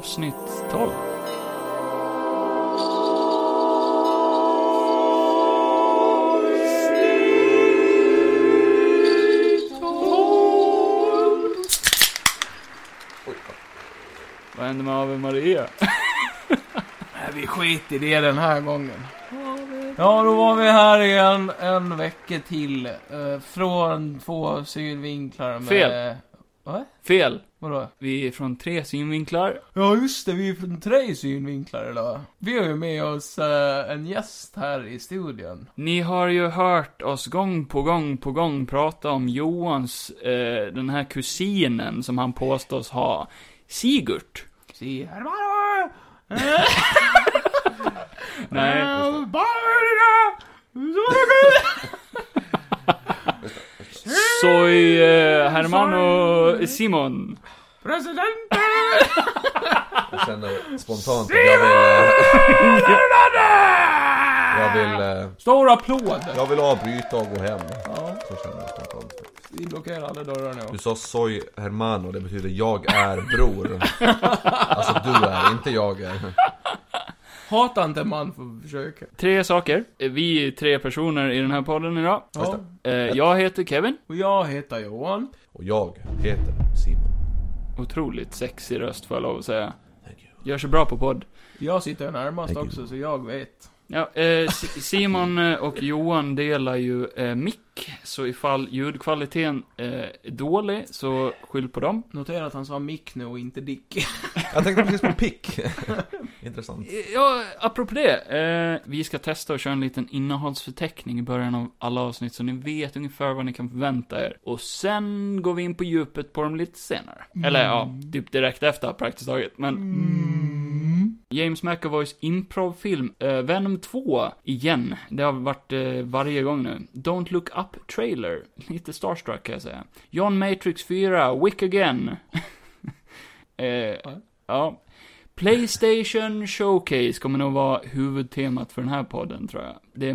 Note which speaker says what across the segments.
Speaker 1: Avsnitt 12. Vad hände med Ave Maria?
Speaker 2: Nej, vi skiter i det den här gången. Ja, då var vi här i en, en vecka till. eh, från två synvinklar med...
Speaker 1: Fel.
Speaker 2: Va?
Speaker 1: Fel.
Speaker 2: Vadå?
Speaker 1: Vi är från tre synvinklar.
Speaker 2: Ja, just det. Vi är från tre synvinklar idag. Vi har ju med oss eh, en gäst här i studion.
Speaker 1: Ni har ju hört oss gång på gång på gång prata om Johans, eh, den här kusinen som han påstås ha, Sigurd.
Speaker 2: Si, Hermano!
Speaker 1: Nej,
Speaker 2: Eh, Barbara! Zorga!
Speaker 1: soy eh, Hermano Simon.
Speaker 2: Presidenten!
Speaker 3: Jag känner spontant att jag vill... Jag vill, eh,
Speaker 2: Stor applåd!
Speaker 3: jag vill avbryta och gå hem.
Speaker 2: Ja,
Speaker 3: Så känner jag spontant.
Speaker 2: vi blockerar alla dörrar nu.
Speaker 3: Du sa soy hermano, det betyder jag är bror. Alltså du är, inte jag är.
Speaker 2: Hata inte en man för att försöka.
Speaker 1: Tre saker. Eh, Vi är tre personer i den här podden idag.
Speaker 2: Ja.
Speaker 1: Eh, jag heter Kevin.
Speaker 2: Och jag heter Johan.
Speaker 3: Och jag heter Simon.
Speaker 1: Otroligt sexig röst får jag lov att säga.
Speaker 3: Thank you.
Speaker 1: Gör sig bra på podd.
Speaker 2: Jag sitter närmast
Speaker 3: Thank you.
Speaker 2: också, så jag vet.
Speaker 1: Ja, eh, Si- Simon eh, och Johan delar ju eh, mick, så ifall ljudkvaliteten eh, är dålig så skyll på dem.
Speaker 2: Notera att han sa mick nu och inte dick.
Speaker 3: Jag tänkte precis på pick. Intressant.
Speaker 1: Eh, Ja, apropå det. Eh, vi ska testa och köra en liten innehållsförteckning i början av alla avsnitt, så ni vet ungefär vad ni kan förvänta er. Och sen går vi in på djupet på dem lite senare. Eller ja, typ direkt efter praktiskt taget, men...
Speaker 2: Mm.
Speaker 1: James McAvoys improvfilm eh, Venom 2 igen. Det har varit eh, varje gång nu. Don't Look Up Trailer. Lite starstruck kan jag säga. John Matrix 4, Wick Again. eh, ja. Playstation Showcase kommer nog vara huvudtemat för den här podden tror jag. Det är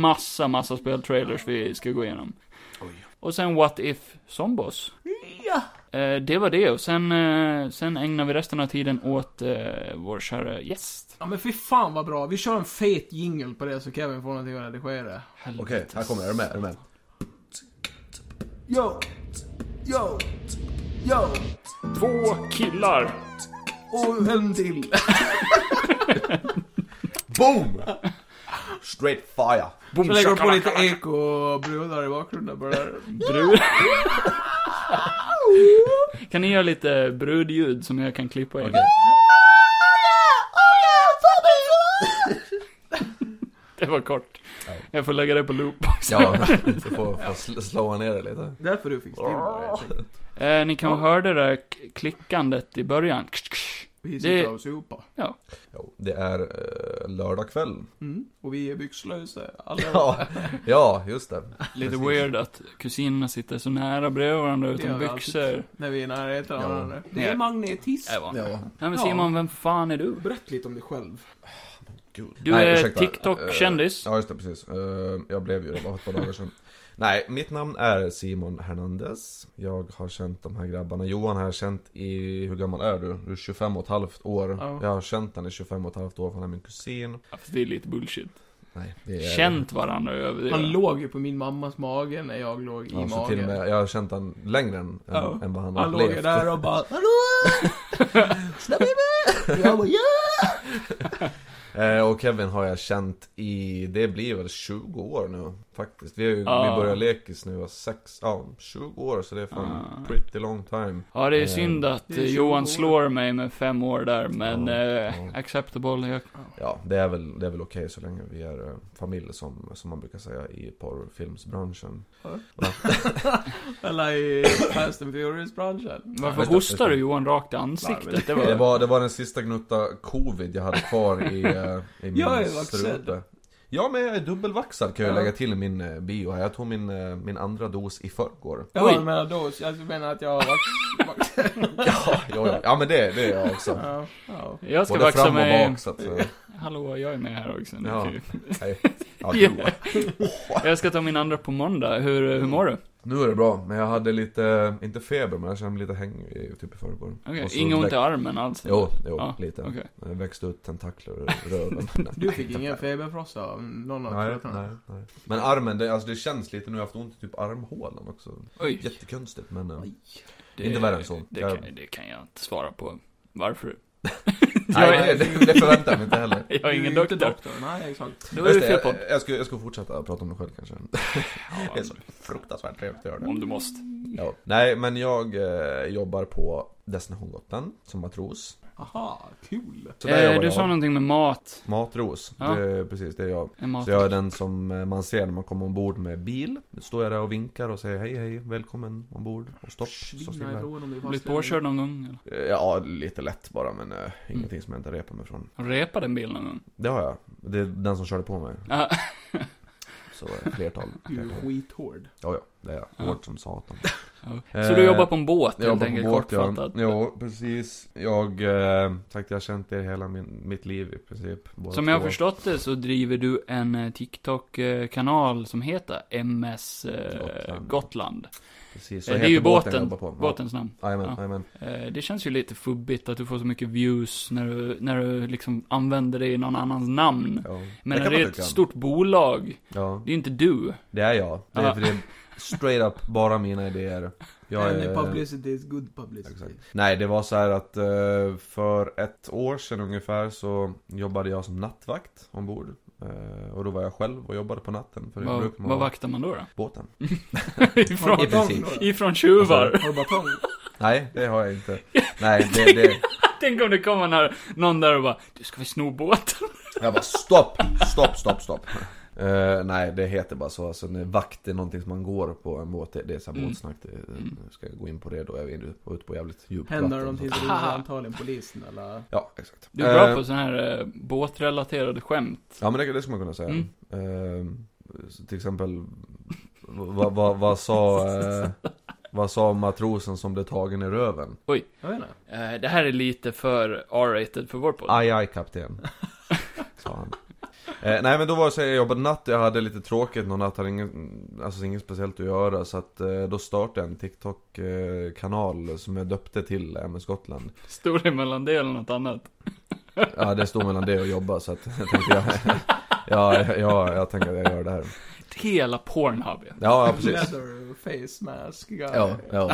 Speaker 1: massa, massa speltrailers vi ska gå igenom. Och sen What If Zombos.
Speaker 2: Ja.
Speaker 1: Eh, det var det och sen, eh, sen ägnar vi resten av tiden åt eh, vår kära gäst.
Speaker 2: Ja men fy fan vad bra. Vi kör en fet jingle på det så Kevin får någonting att redigera.
Speaker 3: Okej, här kommer jag. Är du med? Är du med?
Speaker 2: Yo! Yo! Yo!
Speaker 1: Två killar.
Speaker 2: Och en till.
Speaker 3: Boom! Straight fire.
Speaker 1: Boom,
Speaker 2: Så lägger de på lite eko och brudar i bakgrunden på det där.
Speaker 1: brud. kan ni göra lite brudljud som jag kan klippa in? Det var kort. Jag får lägga det på loop också.
Speaker 3: Ja, du får, får sl- slå ner det lite.
Speaker 2: Därför du fick till det.
Speaker 1: Eh, ni kan hörde det där k- klickandet i början.
Speaker 2: Vi
Speaker 1: Det-
Speaker 2: sitter och sopar.
Speaker 1: Ja.
Speaker 3: Jo, det är eh, lördag kväll.
Speaker 2: Mm. Och vi är byxlösa. Alla.
Speaker 3: Ja, ja, just det.
Speaker 1: Lite
Speaker 3: Precis.
Speaker 1: weird att kusinerna sitter så nära bredvid varandra utan
Speaker 2: gör vi
Speaker 1: byxor.
Speaker 2: När vi är i närheten av
Speaker 3: Ja. Äh,
Speaker 2: varandra. Det är magnetism.
Speaker 1: Det var-
Speaker 3: Ja.
Speaker 1: Nej men
Speaker 2: Ja.
Speaker 1: Simon, vem fan är du?
Speaker 2: Berätta lite om dig själv.
Speaker 3: Gud.
Speaker 1: Du
Speaker 3: Nej,
Speaker 1: är
Speaker 3: ursäkta.
Speaker 1: TikTok-kändis.
Speaker 3: Eh, ja, just det, precis. Eh, jag blev ju det bara för ett par dagar sedan. Nej, mitt namn är Simon Hernandez. Jag har känt de här grabbarna. Johan har jag känt i, hur gammal är du? Du är 25 och ett halvt år.
Speaker 2: Ja.
Speaker 3: Jag har känt han i 25 och ett halvt år, för han är min kusin.
Speaker 1: Ja, fast det är lite bullshit.
Speaker 3: Nej, det är...
Speaker 1: Känt varandra över det.
Speaker 2: Han låg ju på min mammas mage när jag låg i
Speaker 3: Ja, så till och
Speaker 2: magen.
Speaker 3: med, jag har känt han längre än,
Speaker 2: Ja.
Speaker 3: än vad
Speaker 2: Han
Speaker 3: han, har
Speaker 2: låg ju
Speaker 3: levt.
Speaker 2: där och bara Hallå! Släpp mig med! Jag bara ja!
Speaker 3: Eh, och Kevin har jag känt i, det blir väl 20 år nu faktiskt. Vi, har ju,
Speaker 1: Ja.
Speaker 3: vi började lekis nu, var sex, ja 20 år så det är fan
Speaker 1: Ja.
Speaker 3: pretty long time.
Speaker 1: Ja, det är
Speaker 3: Eh,
Speaker 1: synd att
Speaker 2: det är
Speaker 1: eh,
Speaker 2: 20
Speaker 1: Johan
Speaker 2: år.
Speaker 1: slår mig med fem år där, men
Speaker 3: Ja,
Speaker 1: eh,
Speaker 3: ja.
Speaker 1: acceptable. Jag,
Speaker 3: Ja, det är väl, det är väl okej så länge vi är eh, familj som, som man brukar säga i porrfilmsbranschen.
Speaker 2: Eller i Fast and Furious-branschen.
Speaker 1: varför
Speaker 3: just det, just
Speaker 1: hostar
Speaker 3: det.
Speaker 1: du Johan rakt i ansiktet? Det
Speaker 3: Det
Speaker 1: var...
Speaker 3: var, det var den sista gnutta covid jag hade kvar i, eh, i min
Speaker 2: Jag är vaxad.
Speaker 3: strupe. Ja men jag är dubbelvaxad kan jag
Speaker 2: Ja.
Speaker 3: lägga till i min eh, bio här. Jag tog min, eh, min andra dos i förrgår.
Speaker 2: Ja,
Speaker 1: Oj.
Speaker 2: jag menar då, jag menar att jag har varit... varit-
Speaker 3: Ja, ja, ja. ja men det, det är jag också.
Speaker 2: ja, ja.
Speaker 1: Jag ska
Speaker 3: Både
Speaker 1: vaxa
Speaker 3: fram och
Speaker 1: mig.
Speaker 3: bak så att... eh,
Speaker 1: Hallå, jag är med här också.
Speaker 3: Ja.
Speaker 1: Ja.
Speaker 3: Nej. Ja, jo.
Speaker 1: Jag ska ta min andra på måndag. Hur, hur mår du?
Speaker 3: Nu är det bra, men jag hade lite, inte feber, men jag kände mig lite hängig typ i förrgår.
Speaker 1: Okej,
Speaker 3: Och så
Speaker 1: Inget ont i
Speaker 3: växt-
Speaker 1: armen alls?
Speaker 3: Jo, jo,
Speaker 1: Ja,
Speaker 3: lite.
Speaker 1: okej.
Speaker 3: Jag växte ut tentakler ur röven.
Speaker 2: Du fick ingen feberfrossa av någon av
Speaker 3: Nej,
Speaker 2: krokarna?
Speaker 3: nej, nej. Men armen, det, alltså det känns lite nu, jag har haft ont i typ armhålan också.
Speaker 1: Oj.
Speaker 3: Jättekonstigt men... eh,
Speaker 2: Oj.
Speaker 1: Det,
Speaker 3: Inte värre än så.
Speaker 1: Det
Speaker 3: Jag-
Speaker 1: kan, det kan jag inte svara på. Varför?
Speaker 3: Nej, nej det, det förväntar jag mig inte heller.
Speaker 1: Jag
Speaker 2: Du
Speaker 1: är
Speaker 2: är
Speaker 1: ingen
Speaker 2: ju inte
Speaker 1: doktor.
Speaker 2: Nej, exakt.
Speaker 1: Då är det
Speaker 3: Just
Speaker 1: fel
Speaker 3: det,
Speaker 1: podd.
Speaker 3: jag, jag, ska, jag ska fortsätta prata om det själv kanske.
Speaker 1: Ja,
Speaker 3: Det är så fruktansvärt trevligt att göra det.
Speaker 1: om du måste.
Speaker 3: Ja. Nej, men jag eh, jobbar på Destination Gotland som matros.
Speaker 2: Aha, kul.
Speaker 3: Så där
Speaker 1: Eh,
Speaker 3: jobbar
Speaker 1: du
Speaker 3: jag.
Speaker 1: sa någonting med mat.
Speaker 3: Matros,
Speaker 1: Ja.
Speaker 3: det är precis det är jag.
Speaker 1: En mat.
Speaker 3: Så jag är den som eh, man ser när man kommer ombord med bil. Då står jag där och vinkar och säger hej hej, välkommen ombord. Och stopp, så
Speaker 2: Svina
Speaker 3: stilla.
Speaker 2: ifrån om du
Speaker 1: Blivit påkörd någon gång? Eller?
Speaker 3: Eh, Ja, lite lätt bara men eh, ingenting som jag inte repar mig från.
Speaker 1: Har du repat en bil någon gång?
Speaker 3: Det har jag. Det är den som körde på mig.
Speaker 1: Ah,
Speaker 3: Så eh, flertal.
Speaker 2: Du är
Speaker 3: flertal.
Speaker 2: skithård.
Speaker 3: Ja, ja, det är
Speaker 1: Ja.
Speaker 3: jag. Hårt som satan.
Speaker 1: ja. Så du
Speaker 3: Eh,
Speaker 1: jobbar på en båt
Speaker 3: Jag
Speaker 1: helt
Speaker 3: jobbar på
Speaker 1: enkelt,
Speaker 3: båt, ja.
Speaker 1: kortfattat?
Speaker 3: Jo, precis. Jag, eh, sagt jag har känt det hela min, mitt liv i princip. Båda
Speaker 1: Som jag har
Speaker 3: två.
Speaker 1: förstått det så driver du en eh, TikTok-kanal som heter MS eh,
Speaker 3: Gotland.
Speaker 1: Gotland.
Speaker 3: Precis, så
Speaker 1: Eh, Det är
Speaker 3: heter
Speaker 1: ju
Speaker 3: jag
Speaker 1: båten,
Speaker 3: jobbar på. Ja.
Speaker 1: båtens namn.
Speaker 3: Jajamän,
Speaker 1: Ja.
Speaker 3: jajamän.
Speaker 1: Eh, Det känns ju lite fubbigt att du får så mycket views när du, när du liksom använder det i någon annans namn.
Speaker 3: Ja.
Speaker 1: Men
Speaker 3: Det
Speaker 1: när
Speaker 3: kan
Speaker 1: det är
Speaker 3: man
Speaker 1: ett
Speaker 3: tycka.
Speaker 1: stort bolag,
Speaker 3: Ja,
Speaker 1: det är inte du.
Speaker 3: det är jag. Det är,
Speaker 1: Ja.
Speaker 3: för det är straight up bara mina idéer. Jag
Speaker 2: Any
Speaker 3: är...
Speaker 2: publicity is good publicity.
Speaker 3: Exakt. Nej, det var så här att eh, för ett år sedan ungefär så jobbade jag som nattvakt ombord. Eh, och då var jag själv och jobbade på natten. För det
Speaker 1: Vad,
Speaker 3: brukar man
Speaker 1: vad
Speaker 3: vara
Speaker 1: vaktar man då? då?
Speaker 3: båten.
Speaker 1: ifrån,
Speaker 2: Har du batong
Speaker 3: princip.
Speaker 2: då, då?
Speaker 1: ifrån tjuvar.
Speaker 3: Alltså-
Speaker 2: Har du batong?
Speaker 3: Nej, det har jag inte. Nej, det, det,
Speaker 1: Tänk om det kommer när någon där och bara, du ska vi sno båten?
Speaker 3: Jag bara stopp, stopp, stopp, stopp. Eh, nej, det heter bara så. Alltså, när vakt är någonting som man går på en båt. Det, det är så här
Speaker 1: Mm.
Speaker 3: båtsnack. Det,
Speaker 1: Mm.
Speaker 3: jag ska gå in på det då. Jag är inne på- ute på jävligt djupt
Speaker 2: Händer de till
Speaker 3: så-
Speaker 2: så ringer
Speaker 1: Haha.
Speaker 2: antagligen polisen eller?
Speaker 3: Ja, exakt.
Speaker 1: Du är bra
Speaker 3: Eh,
Speaker 1: på sådana här eh, båtrelaterade skämt.
Speaker 3: Ja, men det, det ska man kunna säga.
Speaker 1: Mm.
Speaker 3: Eh, så till exempel, vad, vad, vad sa... eh, vad sa matrosen som blev tagen i röven?
Speaker 2: Jag vet inte.
Speaker 1: Eh, Det här är lite för R-rated för vår podd.
Speaker 3: Aj, aj kapten. Sa han. Eh, nej men då var det så här, jag jobbade natt, jag hade lite tråkigt någon natt, hade ingen, alltså inget speciellt att göra så att eh, då startade jag en TikTok-kanal som jag döpte till MS Gotland.
Speaker 1: Stod det mellan det eller något annat?
Speaker 3: Ja det stod mellan det och jobba så att jag tänkte jag, ja, ja, jag tänker att jag gör det här.
Speaker 1: Hela Pornhub ja.
Speaker 3: Ja, ja precis.
Speaker 2: Leather face mask guy.
Speaker 3: Ja, ja.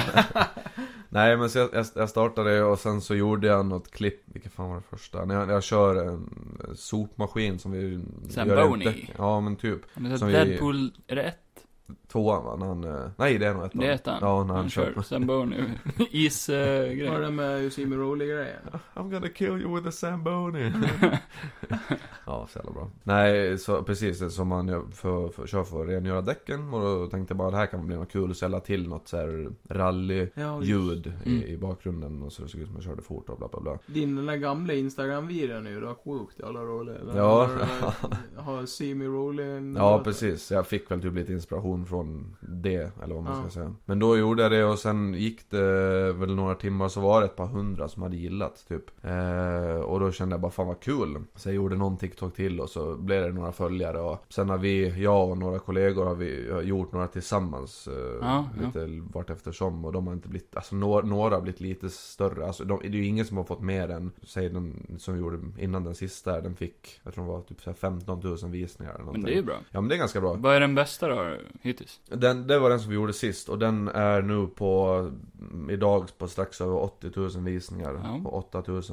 Speaker 3: Nej men så jag, jag- jag startade och sen så gjorde jag något klipp, vilket fan var det första? När jag, jag kör en sopmaskin som vi...
Speaker 1: Sam
Speaker 3: gör en
Speaker 1: Boney.
Speaker 3: däck- Ja men typ.
Speaker 1: Men så
Speaker 3: Som vi-
Speaker 1: Deadpool, är det ett?
Speaker 3: Tvåan va? När han, eh, nej det är nog ettan.
Speaker 1: Det är ettan.
Speaker 3: Ja, när han,
Speaker 1: Han
Speaker 3: kör.
Speaker 1: kör Zamboni. Isgrej.
Speaker 2: Var det med Jussi Rowley-grejen?
Speaker 3: I'm gonna kill you with a Zamboni. ja, så jävla bra. Nej, så, precis det som man gör för, för, kör för att rengöra däcken. Och då tänkte jag bara det här kan bli något kul. Så jag la till något så här rally-ljud
Speaker 2: Ja,
Speaker 1: Mm.
Speaker 3: i, i bakgrunden. Och så det såg ut som jag körde fort och bla bla bla.
Speaker 2: Din den där gamla Instagram-videon nu, du har sjukt alla roller. Den
Speaker 3: Ja.
Speaker 2: där- Har Simi
Speaker 1: Ehm,
Speaker 2: Rowley
Speaker 3: Ja, precis. Jag fick väl typ lite inspiration från det, eller vad man
Speaker 2: Ja.
Speaker 3: ska säga. Men då gjorde jag det och sen gick det väl några timmar så var det ett par hundra som hade gillat, typ. Eh, och då kände jag bara, fan vad kul. Så jag gjorde någon TikTok till och så blev det några följare. Och sen har vi, jag och några kollegor har vi har gjort några tillsammans. Eh,
Speaker 1: Ja, ja.
Speaker 3: lite vart eftersom. Och de har inte blivit, alltså några, några har blivit lite större. Alltså de, det är ju ingen som har fått mer än, säg den som vi gjorde innan den sista, den fick, jag tror det var typ så här 15 000 visningar eller
Speaker 1: Men
Speaker 3: någonting.
Speaker 1: det är ju bra.
Speaker 3: Ja men det är ganska bra.
Speaker 1: Vad är den bästa då, hittills?
Speaker 3: Den, det var den som vi gjorde sist och den är nu på mm, Idag på strax över 80 000 visningar
Speaker 1: Ja.
Speaker 3: och 8 000 eh,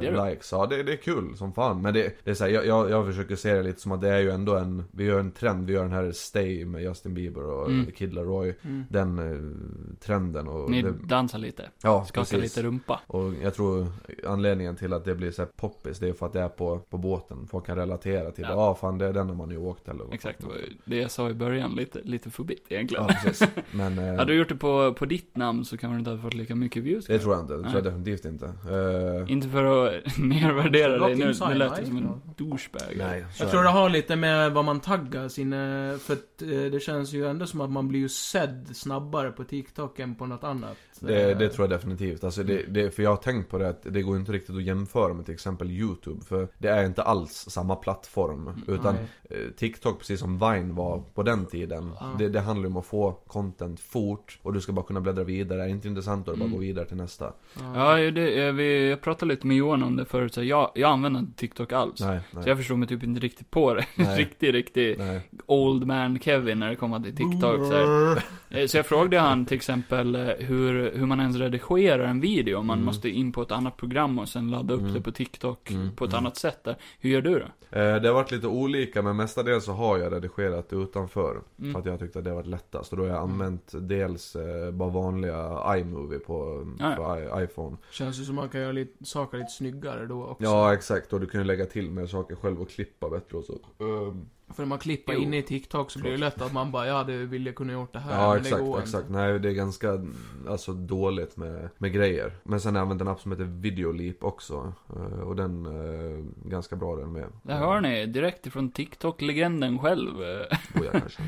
Speaker 1: Det är bra.
Speaker 3: likes. Ja det, det är kul som fan. Men det, det är så här, jag, jag, jag försöker se det lite som att det är ju ändå en Vi gör en trend, vi gör den här Stay med Justin Bieber och
Speaker 1: Mm.
Speaker 3: Kid Laroi.
Speaker 2: Mm.
Speaker 3: Den eh, trenden och
Speaker 1: Ni
Speaker 3: det,
Speaker 1: dansar lite,
Speaker 3: Ja
Speaker 1: skakar lite rumpa.
Speaker 3: och jag tror anledningen till att det blir så här poppis det är för att det är på, på båten. Folk kan relatera till det.
Speaker 1: Ja.
Speaker 3: Ja ah, fan det är den har man ju åkt eller vad
Speaker 1: Exakt, det
Speaker 3: fan.
Speaker 1: var ju det jag sa i början. Lite, lite fubbigt egentligen.
Speaker 3: Ja,
Speaker 1: Ja.
Speaker 3: precis. Men... eh,
Speaker 1: Hade du gjort det på, på ditt namn så kanske du inte hade fått lika mycket views.
Speaker 3: Det tror jag inte, det tror
Speaker 1: Nej.
Speaker 3: jag definitivt inte. Eh,
Speaker 1: Inte för att nedvärdera dig
Speaker 2: Rock
Speaker 1: nu,
Speaker 2: inside,
Speaker 1: det lät
Speaker 2: nej.
Speaker 1: ju som en douchebag.
Speaker 3: nej, så
Speaker 2: Jag
Speaker 3: är
Speaker 2: tror
Speaker 3: det.
Speaker 2: det har lite med vad man taggar sina... För att eh, det känns ju ändå som att man blir ju sedd snabbare på TikTok än på något annat.
Speaker 3: Det,
Speaker 2: Eh,
Speaker 3: det tror jag definitivt. Alltså det, det, för jag har tänkt på det att det går inte riktigt att jämföra med till exempel YouTube. För det är inte alls samma
Speaker 2: Mm.
Speaker 3: plattform. Utan
Speaker 2: nej.
Speaker 3: eh, TikTok, precis som Vine var på den tiden.
Speaker 2: Ja.
Speaker 3: Det, det handlar ju om att få content fort. Och du ska bara kunna bläddra vidare. Är det inte intressant då är det bara att
Speaker 1: Mm.
Speaker 3: gå vidare till nästa.
Speaker 1: Ja, ju det, eh, vi, jag pratade lite med Johan om det förut, så här, jag, jag använder inte TikTok alls.
Speaker 3: Nej,
Speaker 1: Så
Speaker 3: nej.
Speaker 1: jag förstod mig typ inte riktigt på det.
Speaker 3: Nej.
Speaker 1: riktig, riktig
Speaker 3: nej.
Speaker 1: old man Kevin när det kom till TikTok. Så, här. Eh, så jag frågade han till exempel eh, hur, hur man ens redigerar en video. Om man
Speaker 3: Mm.
Speaker 1: måste in på ett annat program och sen ladda upp
Speaker 3: Mm.
Speaker 1: det på TikTok
Speaker 3: Mm,
Speaker 1: på ett
Speaker 3: mm.
Speaker 1: annat sätt där. Hur gör du då?
Speaker 3: Eh, Det har varit lite olika men mestadels så har jag redigerat utanför.
Speaker 1: Mm.
Speaker 3: För att jag tyckte att det var lättast. Och då har jag använt dels eh, bara vanliga iMovie på,
Speaker 1: Ah, Ja, ja.
Speaker 3: på i- iPhone.
Speaker 2: Känns ju som man kan göra lite, saker lite snyggare då också.
Speaker 3: Ja exakt, och du kan ju lägga till mer saker själv och klippa bättre och så. Ehm,
Speaker 2: För när man klippar
Speaker 3: Jo.
Speaker 2: in i TikTok så blir det lätt att man bara, ja det vill jag kunna gjort det här,
Speaker 3: ja
Speaker 2: men
Speaker 3: exakt,
Speaker 2: det går
Speaker 3: exakt.
Speaker 2: inte.
Speaker 3: Nej det är ganska alltså, dåligt med, med grejer. Men sen har jag använt en app som heter Videolip också. eh, Och den är ganska bra den med.
Speaker 1: Där hör ni, direkt ifrån TikTok-legenden själv. eh.
Speaker 3: Oh, ja, kanske.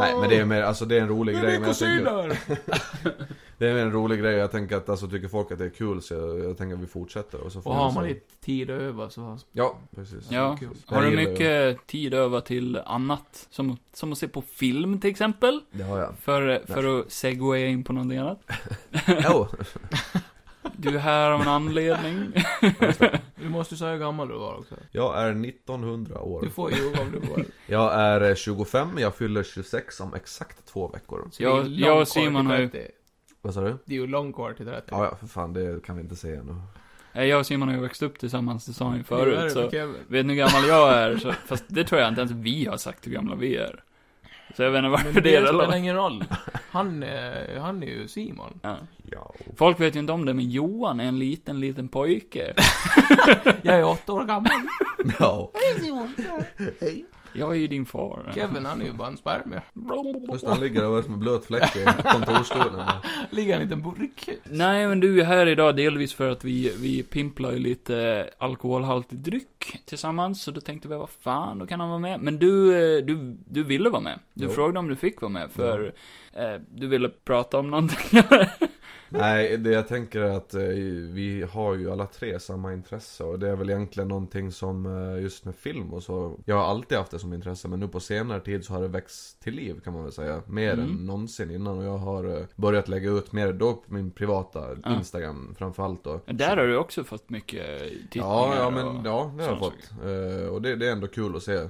Speaker 3: Nej men det är mer, alltså det är en rolig grej. Men jag tänker, det är mer en rolig grej. Jag tänker att, alltså tycker folk att det är kul så jag, jag tänker att vi fortsätter. Och, så får
Speaker 2: Och
Speaker 3: vi
Speaker 2: har
Speaker 3: se.
Speaker 2: man lite tid över så...
Speaker 3: Ja, precis.
Speaker 1: Ja.
Speaker 2: Kul.
Speaker 1: Har du
Speaker 3: Jag gillar
Speaker 1: mycket tid över till annat? Som, som att se på film till exempel?
Speaker 3: Det har jag.
Speaker 1: För, för att segwaya in på någonting annat.
Speaker 3: Jo,
Speaker 1: Du är här av en anledning.
Speaker 2: Du måste säga hur gammal du var också.
Speaker 3: jag är 1900 år.
Speaker 2: Du får ju om du var.
Speaker 3: Jag är 25, jag fyller 26 om exakt två veckor.
Speaker 2: Så det är
Speaker 1: Jag-
Speaker 2: ju
Speaker 1: jag
Speaker 2: långt
Speaker 1: och Simon
Speaker 2: kvar till
Speaker 1: har ju-
Speaker 2: 30.
Speaker 3: Vad sa du?
Speaker 2: Det är ju långt kvar till 30.
Speaker 3: Ja, ja, för fan, det kan vi inte säga nu.
Speaker 1: Nej, Eh, Jag och Simon har ju växt upp tillsammans, det sa han ju
Speaker 2: Det är
Speaker 1: förut.
Speaker 2: det
Speaker 1: Så
Speaker 2: för Kevin.
Speaker 1: vet ni hur gammal jag är? Så, fast det tror jag inte ens vi har sagt hur gamla vi är. Så jag vet inte varför
Speaker 2: Men
Speaker 1: det,
Speaker 2: det
Speaker 1: är
Speaker 2: spelar
Speaker 1: relevant.
Speaker 2: ingen roll. Han, eh, han är ju Simon.
Speaker 1: Ja.
Speaker 3: Ja.
Speaker 1: Folk vet ju inte om det, men Johan är en liten, liten pojke.
Speaker 2: Jag är åtta år gammal.
Speaker 3: Ja.
Speaker 1: Jag är ju din far.
Speaker 2: Kevin han är ju bara en spermie.
Speaker 3: Just han ligger där som en blöt fläck i kontorsstolen.
Speaker 2: Ligger han i en liten burk.
Speaker 1: Nej, men du är här idag delvis för att vi, vi pimplar ju lite alkoholhaltig dryck tillsammans, så då tänkte vi, vad fan, då kan han vara med. Men du, eh, du, du ville vara med. Du
Speaker 3: Jo.
Speaker 1: frågade om du fick vara med, för eh, du ville prata om någonting.
Speaker 3: Nej, det jag tänker är att eh, vi har ju alla tre samma intresse och det är väl egentligen någonting som eh, just med film och så. Jag har alltid haft det som intresse men nu på senare tid så har det växt till liv kan man väl säga. Mer
Speaker 1: Mm.
Speaker 3: än någonsin innan och jag har eh, börjat lägga ut mer då på min privata
Speaker 1: Ja.
Speaker 3: Instagram framförallt då.
Speaker 1: Men Där har du också fått mycket tittningar
Speaker 3: Ja, ja men
Speaker 1: och-
Speaker 3: ja, det har
Speaker 1: sådana
Speaker 3: jag fått. Eh, och det, det är ändå kul att se. Eh,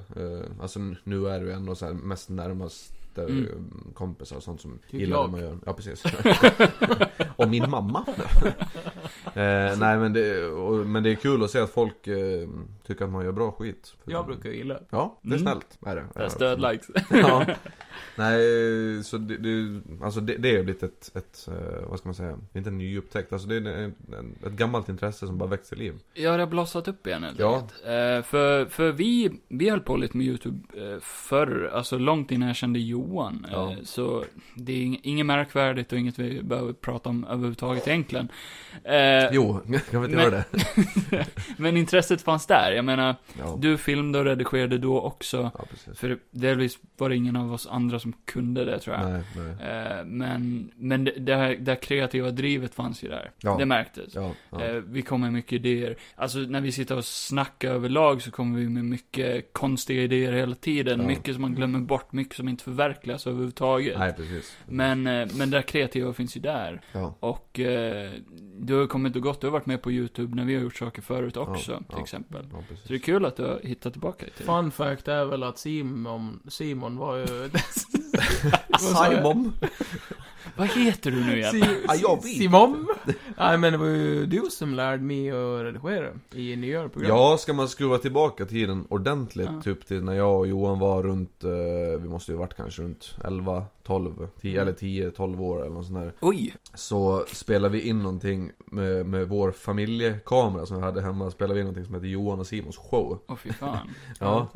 Speaker 3: alltså n- nu är det ju ändå så här mest närmaste
Speaker 1: Mm.
Speaker 3: eh, kompisar och sånt som
Speaker 2: Typ
Speaker 3: gillar
Speaker 2: jag.
Speaker 3: det man gör. Ja, precis. och min mamma. eh, nej, men det, och, men det är kul att se att folk eh, tycker att man gör bra skit.
Speaker 2: Jag brukar ju gilla.
Speaker 3: Ja, det är
Speaker 1: Mm.
Speaker 3: snällt. Är det.
Speaker 1: Där Stödlikes.
Speaker 3: ja. Nej, så det, det, alltså det, det är ju lite ett, ett, eh, vad ska man säga, inte en ny upptäckt. Alltså det är en, en, ett gammalt intresse som bara väcks till liv.
Speaker 1: Ja, det har blossat upp igen helt
Speaker 3: Ja.
Speaker 1: enkelt. Eh, för, för vi, vi höll på lite med YouTube eh, förr, alltså långt innan jag kände Johan.
Speaker 3: Ja.
Speaker 1: Eh, så det är ing- inget märkvärdigt och inget vi behöver prata om överhuvudtaget egentligen. Eh,
Speaker 3: Jo, kan vi inte
Speaker 1: Men-
Speaker 3: göra det?
Speaker 1: men intresset fanns där. Jag menar,
Speaker 3: Ja.
Speaker 1: du filmade och redigerade då också.
Speaker 3: Ja, precis.
Speaker 1: För delvis var det ingen av oss andra som kunde det tror jag.
Speaker 3: Nej, nej.
Speaker 1: Eh, men men det, det, här, det här kreativa drivet fanns ju där.
Speaker 3: Ja.
Speaker 1: Det märktes.
Speaker 3: Ja, ja.
Speaker 1: Eh, Vi kommer med mycket idéer. Alltså när vi sitter och snackar överlag så kommer vi med mycket konstiga idéer hela tiden.
Speaker 3: Ja.
Speaker 1: Mycket som man glömmer bort, mycket som inte förverkligas överhuvudtaget.
Speaker 3: nej, precis.
Speaker 1: Men, eh, men det där kreativa finns ju där.
Speaker 3: Ja.
Speaker 1: Och eh, du har ju kommit och gått, du har varit med på YouTube när vi har gjort saker förut också, till
Speaker 3: ja.
Speaker 1: exempel.
Speaker 3: Ja,
Speaker 1: Så det är
Speaker 3: precis.
Speaker 1: kul att du har hittat tillbaka till det.
Speaker 2: Fun fact är väl att Simon, Simon var ju...
Speaker 3: Simon!
Speaker 1: Vad heter du nu igen?
Speaker 2: Si-
Speaker 3: Ja, jag vet
Speaker 2: Simon? Nej men det var ju du som lärde mig att redigera i nyare program.
Speaker 3: Ja, ska man skruva tillbaka tiden ordentligt,
Speaker 1: Ja.
Speaker 3: typ till när jag och Johan var runt, eh, vi måste ju varit kanske runt 11, 12, 10 eller 10, 12 år eller något sånt där.
Speaker 1: Oj.
Speaker 3: Så spelade vi in någonting med, med vår familjekamera som vi hade hemma, spelade vi in någonting som heter Johan och Simons show.
Speaker 1: Åh fy fan.
Speaker 3: Ja,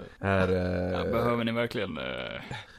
Speaker 1: Ja,
Speaker 3: här... Eh,
Speaker 1: behöver ni verkligen... eh,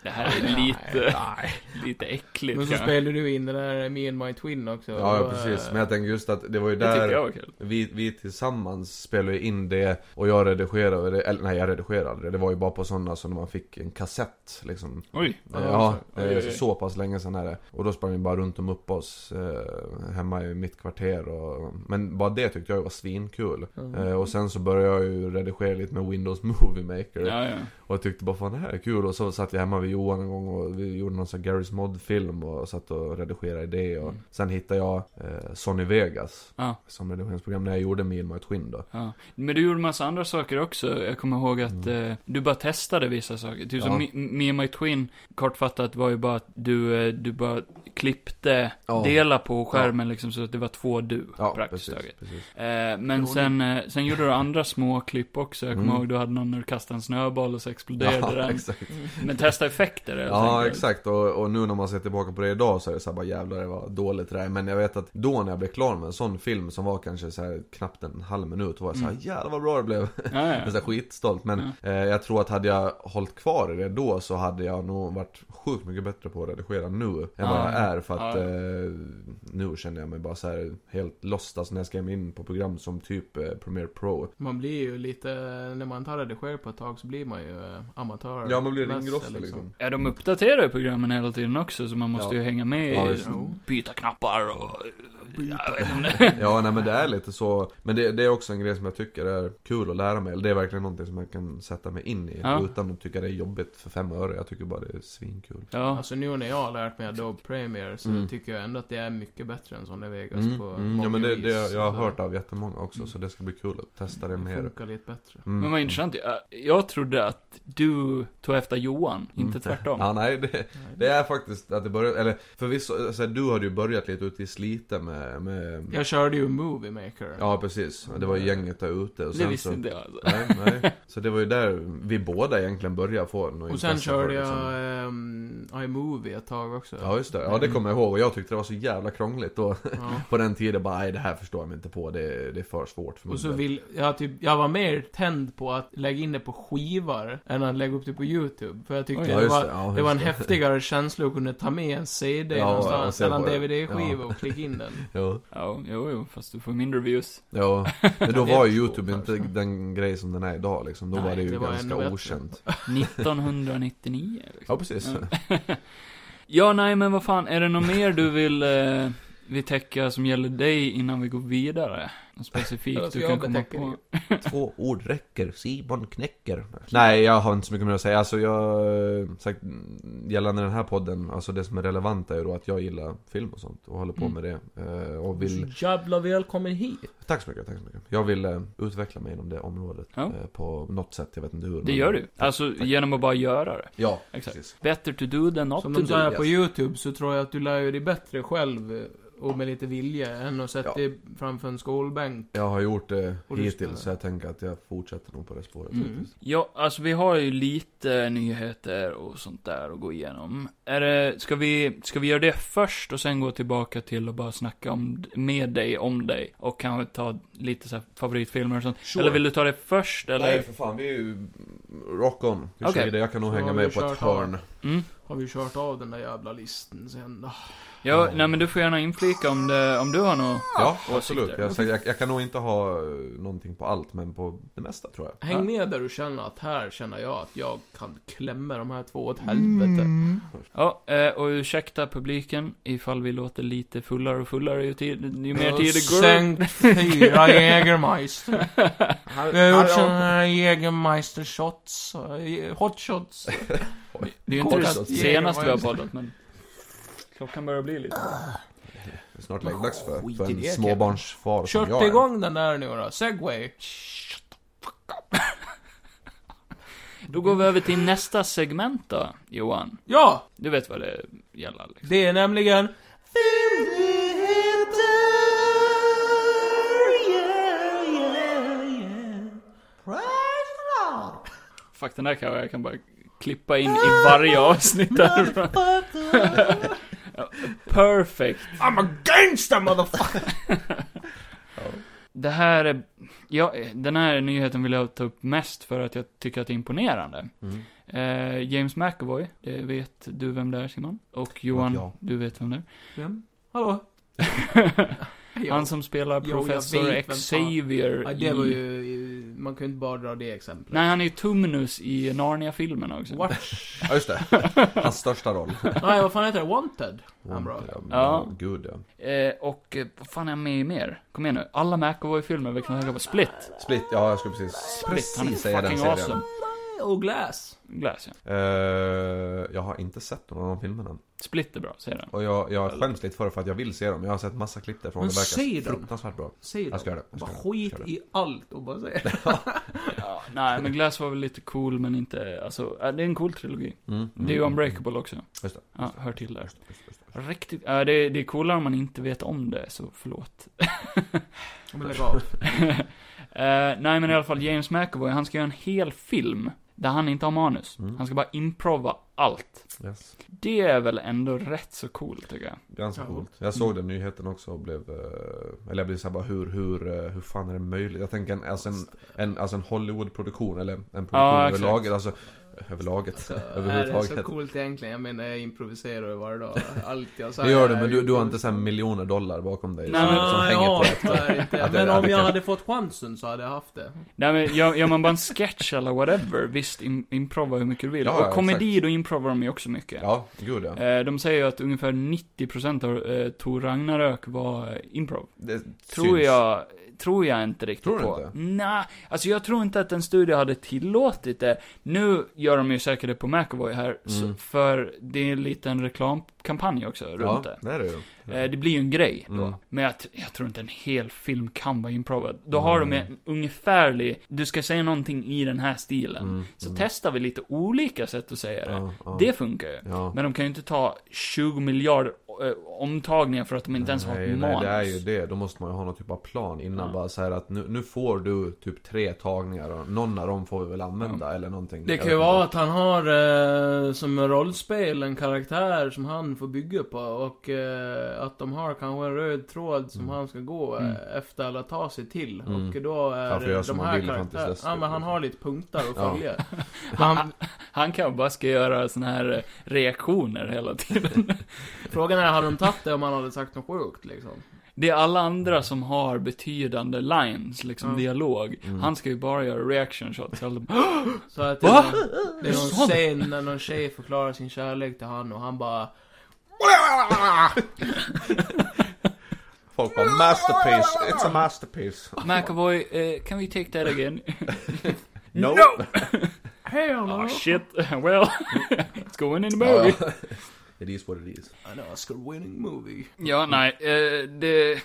Speaker 1: Det här är lite,
Speaker 3: Nej.
Speaker 1: lite äckligt
Speaker 2: Men så
Speaker 1: kanske.
Speaker 2: spelade du in det där Me and My Twin också.
Speaker 3: Ja, ja,
Speaker 2: Och,
Speaker 3: precis.
Speaker 2: eh,
Speaker 3: Men jag tänker just att det var ju
Speaker 1: Det tycker jag
Speaker 3: där
Speaker 1: var kul.
Speaker 3: vi, vi tillsammans spelade ju in det och jag redigerade det, eller nej jag redigerade aldrig. det, var ju bara på sådana som man fick en kassett liksom.
Speaker 1: Oj.
Speaker 3: Eh,
Speaker 2: Ja,
Speaker 3: Ja,
Speaker 1: oj,
Speaker 3: eh,
Speaker 1: oj, oj.
Speaker 3: så pass länge sedan är det. Och då sprang vi bara runt om upp oss eh, hemma i mitt kvarter och, Men bara det tyckte jag var svinkul.
Speaker 2: Mm.
Speaker 3: Eh, och sen så började jag ju redigera lite med Windows Movie Maker.
Speaker 1: Ja, ja.
Speaker 3: Och jag tyckte bara fan det här är kul. Och så satt jag hemma vid Johan en gång och vi gjorde någon sån här Garry's Mod-film och satt och redigerade det. Och
Speaker 1: Mm.
Speaker 3: sen hittade jag eh, Sonny Vegas
Speaker 1: Ja.
Speaker 3: som redigeringsprogram när jag gjorde Me and My Twin då.
Speaker 1: Ja. Men du gjorde massa andra saker också. Jag kommer ihåg att eh, du bara testade vissa saker. Typ som
Speaker 3: Mm. Ja.
Speaker 1: Me- Me and My Twin, kortfattat var ju bara att du, eh, du bara klippte,
Speaker 3: Ja.
Speaker 1: dela på skärmen liksom så att det var två du. praktiskt taget.
Speaker 3: precis.
Speaker 1: Eh, men sen, eh, sen gjorde du andra små klipp också. Jag kommer
Speaker 3: Mm.
Speaker 1: ihåg du hade någon när du kastade en snöboll och så exploderade
Speaker 3: Ja,
Speaker 1: den.
Speaker 3: exakt.
Speaker 1: Men testa effekter helt
Speaker 3: Ja,
Speaker 1: enkelt.
Speaker 3: exakt. Och, och nu när man ser tillbaka på det idag så är det så här bara jävlar det var dåligt det där. Men jag vet att då när jag blev klar med en sån film som var kanske så här knappt en halv minut var jag så här
Speaker 1: Mm.
Speaker 3: jävlar vad bra det blev.
Speaker 1: Ja,
Speaker 3: Jag är så
Speaker 1: ja.
Speaker 3: här skitstolt. Men eh, jag tror att hade jag hållit kvar i det då så hade jag nog varit sjukt mycket bättre på att redigera nu än vad
Speaker 1: Ja.
Speaker 3: jag är. För att
Speaker 1: Ja.
Speaker 3: eh, nu känner jag mig bara så här helt lost. Alltså när jag ska in på program som typ eh, Premiere Pro.
Speaker 2: Man blir ju lite, när man tar redigerar på ett tag så blir man ju eh, amatör.
Speaker 3: Ja, man blir
Speaker 2: Massa,
Speaker 3: ringrossig liksom.
Speaker 1: Ja, de uppdaterar ju programmen hela tiden också, så man måste
Speaker 3: Ja.
Speaker 1: ju hänga med.
Speaker 3: Ja,
Speaker 1: i-
Speaker 3: visst.
Speaker 1: byta knappar och... Jag vet inte.
Speaker 3: Ja, nej men det är lite så. Men det, det är också en grej som jag tycker är kul att lära mig. Eller Det är verkligen någonting som jag kan sätta mig in i.
Speaker 1: Ja.
Speaker 3: Utan att tycka det är jobbigt för fem öre. Jag tycker bara det är svinkul.
Speaker 1: Ja.
Speaker 2: Alltså nu när jag har lärt mig Adobe Premiere så
Speaker 3: Mm.
Speaker 2: tycker jag ändå att det är mycket bättre än Sonny Vegas
Speaker 3: Mm,
Speaker 2: på
Speaker 3: mm,
Speaker 2: många
Speaker 3: ja men det,
Speaker 2: vis.
Speaker 3: det jag har
Speaker 2: Så
Speaker 3: hört av jättemånga också. Så det ska bli kul att testa det
Speaker 2: Det
Speaker 3: mer.
Speaker 2: funkar lite bättre.
Speaker 3: Mm.
Speaker 1: Men vad intressant. Jag, jag trodde att du tog efter Johan, inte tvärtom.
Speaker 3: Mm. Ja, nej, det, det är faktiskt att det började, eller förvisso, alltså, du hade ju börjat lite ute i Slite med, med
Speaker 2: Jag körde ju Movie Maker.
Speaker 3: ja precis, det var ju gänget där ute och
Speaker 1: det
Speaker 3: sen
Speaker 1: visste
Speaker 3: så,
Speaker 1: inte jag alltså.
Speaker 3: nej, nej. så det var ju där vi båda egentligen började få något
Speaker 2: Och sen
Speaker 3: intresse för
Speaker 2: körde
Speaker 3: det,
Speaker 2: jag
Speaker 3: liksom.
Speaker 2: ehm, iMovie ett tag också.
Speaker 3: Ja just det, ja det kommer jag ihåg och jag tyckte det var så jävla krångligt då
Speaker 2: Ja.
Speaker 3: På den tiden bara, nej det här förstår jag mig inte på, det, det är för svårt för mig
Speaker 2: Och så vill, jag typ, jag var mer tänd på att lägga in det på skivor än att lägga upp det på YouTube. För jag tyckte
Speaker 1: Oj.
Speaker 3: ja,
Speaker 2: det
Speaker 3: just
Speaker 2: var,
Speaker 3: det, ja,
Speaker 2: det
Speaker 3: just
Speaker 2: var en häftigare känsla att kunna ta med en CD
Speaker 3: Ja, och
Speaker 2: någonstans,
Speaker 3: se
Speaker 2: ställa en
Speaker 3: på det.
Speaker 2: DVD-skiva
Speaker 3: Ja.
Speaker 2: och klicka in den.
Speaker 3: Ja,
Speaker 1: Ja, jo, jo, fast du får mindre views.
Speaker 3: ja. men då
Speaker 2: Det är
Speaker 3: var ju
Speaker 2: svårt,
Speaker 3: Youtube inte
Speaker 2: alltså.
Speaker 3: den grej som den är idag liksom, då
Speaker 2: Nej,
Speaker 3: var det ju
Speaker 2: det var
Speaker 3: ganska
Speaker 2: ännu bättre.
Speaker 3: okänt
Speaker 1: 1999. Liksom.
Speaker 3: Ja precis,
Speaker 1: Ja. Ja, nej, men vad fan, är det något mer du vill eh, vi täcka som gäller dig innan vi går vidare? Något
Speaker 2: Eller
Speaker 1: specifikt
Speaker 2: ska
Speaker 1: du
Speaker 2: Alltså, jag
Speaker 1: kan komma
Speaker 2: betäcka
Speaker 1: på?
Speaker 2: det?
Speaker 3: Två ord räcker, Simon knäcker. Nej, jag har inte så mycket mer att säga. Alltså jag, eh, sagt, gällande den här podden, alltså det som är relevant är ju då att jag gillar film och sånt och håller på
Speaker 1: Mm.
Speaker 3: med det. Eh, Och vill,
Speaker 2: Så jävla välkommen hit.
Speaker 3: tack så mycket, tack så mycket. Jag vill eh, utveckla mig inom det området
Speaker 1: Ja.
Speaker 3: eh, på något sätt, jag vet inte hur.
Speaker 1: Det
Speaker 3: men-
Speaker 1: gör du. Alltså, genom att bara göra det.
Speaker 3: Ja,
Speaker 1: Exakt.
Speaker 3: precis.
Speaker 1: Better to do than not
Speaker 2: Som
Speaker 1: to
Speaker 2: de
Speaker 1: do.
Speaker 2: säger
Speaker 3: yes.
Speaker 2: på YouTube så tror jag att du lär ju dig bättre själv eh, och med lite vilja än att sätta
Speaker 3: Ja.
Speaker 2: dig framför en skolbänk.
Speaker 3: Jag har gjort det
Speaker 2: Och du ska-
Speaker 3: hittills, så jag tänker att jag fortsätter nog på det spåret
Speaker 2: Mm.
Speaker 3: faktiskt.
Speaker 1: Ja, alltså vi har ju lite nyheter och sånt där att gå igenom. Är det, ska, vi, ska vi göra det först och sen gå tillbaka till att bara snacka om, med dig om dig? Och kanske ta lite så här favoritfilmer och sånt.
Speaker 3: Sure.
Speaker 1: Eller vill du ta det först eller?
Speaker 3: Nej för fan, vi är ju rock on. Vi kör
Speaker 1: Okej.
Speaker 3: vidare. Jag kan nog
Speaker 2: Så
Speaker 3: hänga
Speaker 2: har
Speaker 3: med
Speaker 2: vi
Speaker 3: på ett
Speaker 2: kört av.
Speaker 3: hörn.
Speaker 1: Mm.
Speaker 2: Har vi kört av den där jävla listan sen då?
Speaker 1: Ja, nej men du får gärna inflika om, det, om du har något.
Speaker 3: Ja,
Speaker 1: åsikter.
Speaker 3: absolut. Jag, säger- jag, jag kan nog inte ha eh, någonting på allt, men på det mesta tror jag.
Speaker 2: Häng
Speaker 1: Ja.
Speaker 2: med där du känner att här känner jag att jag kan klämma de här två åt helvete.
Speaker 1: Mm. Ja, eh, och ursäkta publiken ifall vi låter lite fullare och fullare ju, tid, ju mer
Speaker 2: Jag
Speaker 1: tid det går.
Speaker 2: Sänkt fyra Jägermeister. Vi har gjort såna här Jägermeister shots. eh, Hot shots.
Speaker 1: Det är ju inte det
Speaker 2: Kortat
Speaker 1: senaste vi har
Speaker 2: genomvarv.
Speaker 1: poddat men... Klockan börjar bli lite.
Speaker 3: Det är snart läggdags för,
Speaker 2: Skit
Speaker 3: för
Speaker 2: i
Speaker 3: en
Speaker 2: det,
Speaker 3: småbarnsfar som jag
Speaker 2: Kört igång den där nu då. Segway.
Speaker 1: Då går vi över till nästa segment då, Johan.
Speaker 2: Ja,
Speaker 1: Du vet vad det gäller. Liksom.
Speaker 2: det är nämligen
Speaker 1: Fuck, den där kan jag, jag kan bara klippa in i varje avsnitt där. Perfect.
Speaker 3: I'm a gangster motherfucker!
Speaker 1: Det här är, ja, den här nyheten vill jag ta upp mest för att jag tycker att det är imponerande.
Speaker 3: Mm.
Speaker 1: Eh, James McAvoy, det vet du vem det är Simon. Och Johan,
Speaker 3: jag.
Speaker 1: du vet vem det är.
Speaker 2: Vem? Hallå? Ja.
Speaker 1: Han som spelar
Speaker 2: Jo, jag
Speaker 1: Professor
Speaker 2: vet vem fan.
Speaker 1: Xavier
Speaker 2: Ja, det var
Speaker 1: i...
Speaker 2: ju... i- Man kunde inte bara dra det exemplet.
Speaker 1: Nej, han är ju Tumnus i Narnia-filmen också.
Speaker 2: What?
Speaker 3: Ja, just det. Hans största roll.
Speaker 2: Nej, vad fan heter det? Wanted? Han bra.
Speaker 1: Ja.
Speaker 3: Ja. Gud, ja.
Speaker 1: Eh, och eh, vad fan är han med i mer? Kom igen nu. Alla McAvoy-filmer vi kan tänka på. Split.
Speaker 3: Split, ja jag skulle precis,
Speaker 1: Split, han är
Speaker 3: precis säga den
Speaker 1: fucking
Speaker 3: serien.
Speaker 1: awesome.
Speaker 2: Och Glass.
Speaker 1: Glass, ja.
Speaker 3: Eh, jag har inte sett någon av de filmerna.
Speaker 1: Split är bra, säger den.
Speaker 3: Och jag, jag skäms lite för det för att jag vill se dem. Jag har sett massa klipp därifrån.
Speaker 2: Men
Speaker 3: Det verkar
Speaker 2: se dem.
Speaker 3: fruktansvärt bra.
Speaker 2: Säg
Speaker 3: Jag ska
Speaker 2: det.
Speaker 3: göra det. Jag ska
Speaker 2: Bara skit
Speaker 3: göra det. Kör det.
Speaker 2: i allt och bara säg
Speaker 1: Ja, nej, men Glass var väl lite cool, men inte... Alltså, eh, det är en cool trilogi.
Speaker 3: Mm, mm,
Speaker 1: Det är ju
Speaker 3: mm.
Speaker 1: Unbreakable också.
Speaker 3: Just det.
Speaker 1: Ja, hör till där.
Speaker 3: Just det, just det, just det.
Speaker 1: Riktigt... Ja, det, är- det är coolare om man inte vet om det, så förlåt.
Speaker 2: Men lägg av.
Speaker 1: eh, nej, men i alla fall James McAvoy, han ska göra en hel film där han inte har manus.
Speaker 3: Mm.
Speaker 1: Han ska bara improva allt.
Speaker 3: Yes.
Speaker 1: Det är väl ändå rätt så coolt, tycker jag.
Speaker 3: Ganska
Speaker 2: Ja.
Speaker 3: coolt. Jag såg den nyheten också och blev... eh, Eller jag blev såhär bara hur, hur, eh, hur fan är det möjligt? Jag tänker en, alltså en, en, alltså en Hollywood-produktion eller en produktion
Speaker 1: Ja, exakt.
Speaker 3: överlaget. Alltså, överlaget.
Speaker 2: Alltså, är det
Speaker 3: överhuvudtaget.
Speaker 2: så coolt egentligen? Jag menar, jag improviserar ju varje dag. Allt jag
Speaker 3: Det
Speaker 2: säger
Speaker 3: gör du,
Speaker 2: är
Speaker 3: men
Speaker 2: ju
Speaker 3: du, du har inte
Speaker 2: improvis-
Speaker 3: såhär miljoner dollar bakom dig
Speaker 1: Nej,
Speaker 3: som,
Speaker 1: men-
Speaker 3: som
Speaker 2: Nej,
Speaker 3: hänger på
Speaker 2: ja,
Speaker 3: det.
Speaker 2: tyvärr inte.
Speaker 3: Att det-
Speaker 2: Men
Speaker 3: att
Speaker 2: om
Speaker 3: det
Speaker 2: jag
Speaker 3: kan-
Speaker 2: hade fått chansen så hade jag haft det.
Speaker 1: Nej, men gör, gör man bara en sketch eller whatever, visst im- improva hur mycket du vill.
Speaker 3: Ja,
Speaker 1: och
Speaker 3: ja,
Speaker 1: komedi,
Speaker 3: exakt.
Speaker 1: då improvar de ju också mycket.
Speaker 3: Ja, gud ja.
Speaker 1: Eh, De säger ju att ungefär 90% av eh, Tor Ragnarök var eh, improv.
Speaker 3: Det
Speaker 1: Tror
Speaker 3: syns.
Speaker 1: jag, tror jag inte riktigt
Speaker 3: Tror du
Speaker 1: på.
Speaker 3: inte?
Speaker 1: Nej, alltså jag tror inte att en studio hade tillåtit det. Nu gör de ju säkert det på McAvoy här, så,
Speaker 3: Mm.
Speaker 1: för det är en liten reklamkampanj också
Speaker 3: Ja,
Speaker 1: runt det.
Speaker 3: det är det ju.
Speaker 1: Eh, Det blir ju en grej då.
Speaker 3: Mm.
Speaker 1: Men jag, t- jag tror inte en hel film kan vara improvad. Då har de en ungefärlig, du ska säga någonting i den här stilen.
Speaker 3: Mm,
Speaker 1: Så
Speaker 3: mm.
Speaker 1: testar vi lite olika sätt att säga det.
Speaker 3: Ja, ja.
Speaker 1: Det funkar ju.
Speaker 3: Ja.
Speaker 1: Men de kan ju inte ta 20 miljarder eh, omtagningar för att de inte ens har ett
Speaker 3: nej,
Speaker 1: manus.
Speaker 3: nej, det är ju det. Då måste man ju ha någon typ av plan innan.
Speaker 1: Ja.
Speaker 3: Bara så här att nu, nu får du typ tre tagningar och någon av dem får vi väl använda eller någonting.
Speaker 2: Det
Speaker 3: Jag
Speaker 2: kan ju
Speaker 3: vet
Speaker 2: vara
Speaker 3: inte.
Speaker 2: att han har eh, som rollspel en karaktär som han får bygga på och eh, att de har kanske en röd tråd som
Speaker 3: Mm.
Speaker 2: han ska gå eh,
Speaker 1: Mm.
Speaker 2: efter eller ta sig till.
Speaker 3: Mm.
Speaker 2: Och då är
Speaker 3: Han får göra som
Speaker 2: de
Speaker 3: han
Speaker 2: här
Speaker 3: vill fram tills
Speaker 2: karaktärerna...
Speaker 3: dess.
Speaker 2: Ja, men han har lite punkter att
Speaker 3: Ja.
Speaker 2: följa. Han,
Speaker 1: Han kan bara ska göra såna här eh, reaktioner hela tiden.
Speaker 2: frågan är, hade de tagit det om han hade sagt något sjukt liksom?
Speaker 1: Det är alla andra som har betydande lines, liksom
Speaker 2: Ja.
Speaker 1: dialog.
Speaker 3: Mm.
Speaker 1: Han ska ju bara göra reaction shots. Alltså, Alla bara,
Speaker 2: Så att det,
Speaker 1: Va?
Speaker 2: är- det är
Speaker 1: Sa
Speaker 2: någon
Speaker 1: du?
Speaker 2: scen när någon tjej förklarar sin kärlek till han och han bara...
Speaker 3: Folk bara masterpiece, it's a masterpiece.
Speaker 1: McAvoy, eh, can we take that again?
Speaker 3: No!
Speaker 2: Hell
Speaker 1: Ah
Speaker 2: no!
Speaker 1: shit, well, it's going in the
Speaker 3: Ja,
Speaker 1: movie.
Speaker 3: ja. It is what it is.
Speaker 2: An Oscar winning movie.
Speaker 1: Ja, nej, eh, det...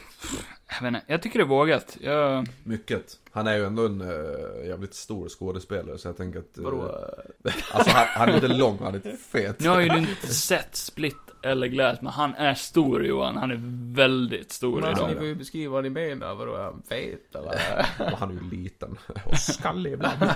Speaker 1: Jag vet inte, jag tycker det är vågat. Jag,
Speaker 3: Mycket. Han är ju ändå en eh, jävligt stor skådespelare så jag tänker att... eh,
Speaker 2: Vadå? eh,
Speaker 3: Alltså han, han är inte lång, han är inte fet.
Speaker 1: nu har ju du inte sett Split eller Glass, men han är stor Johan. Han är väldigt stor
Speaker 2: Men
Speaker 1: i
Speaker 2: alltså,
Speaker 3: idag.
Speaker 2: ni
Speaker 1: dem.
Speaker 2: får ju beskriva vad ni menar, vadå, är han fet eller?
Speaker 3: Och han är ju liten och skallig ibland. Nej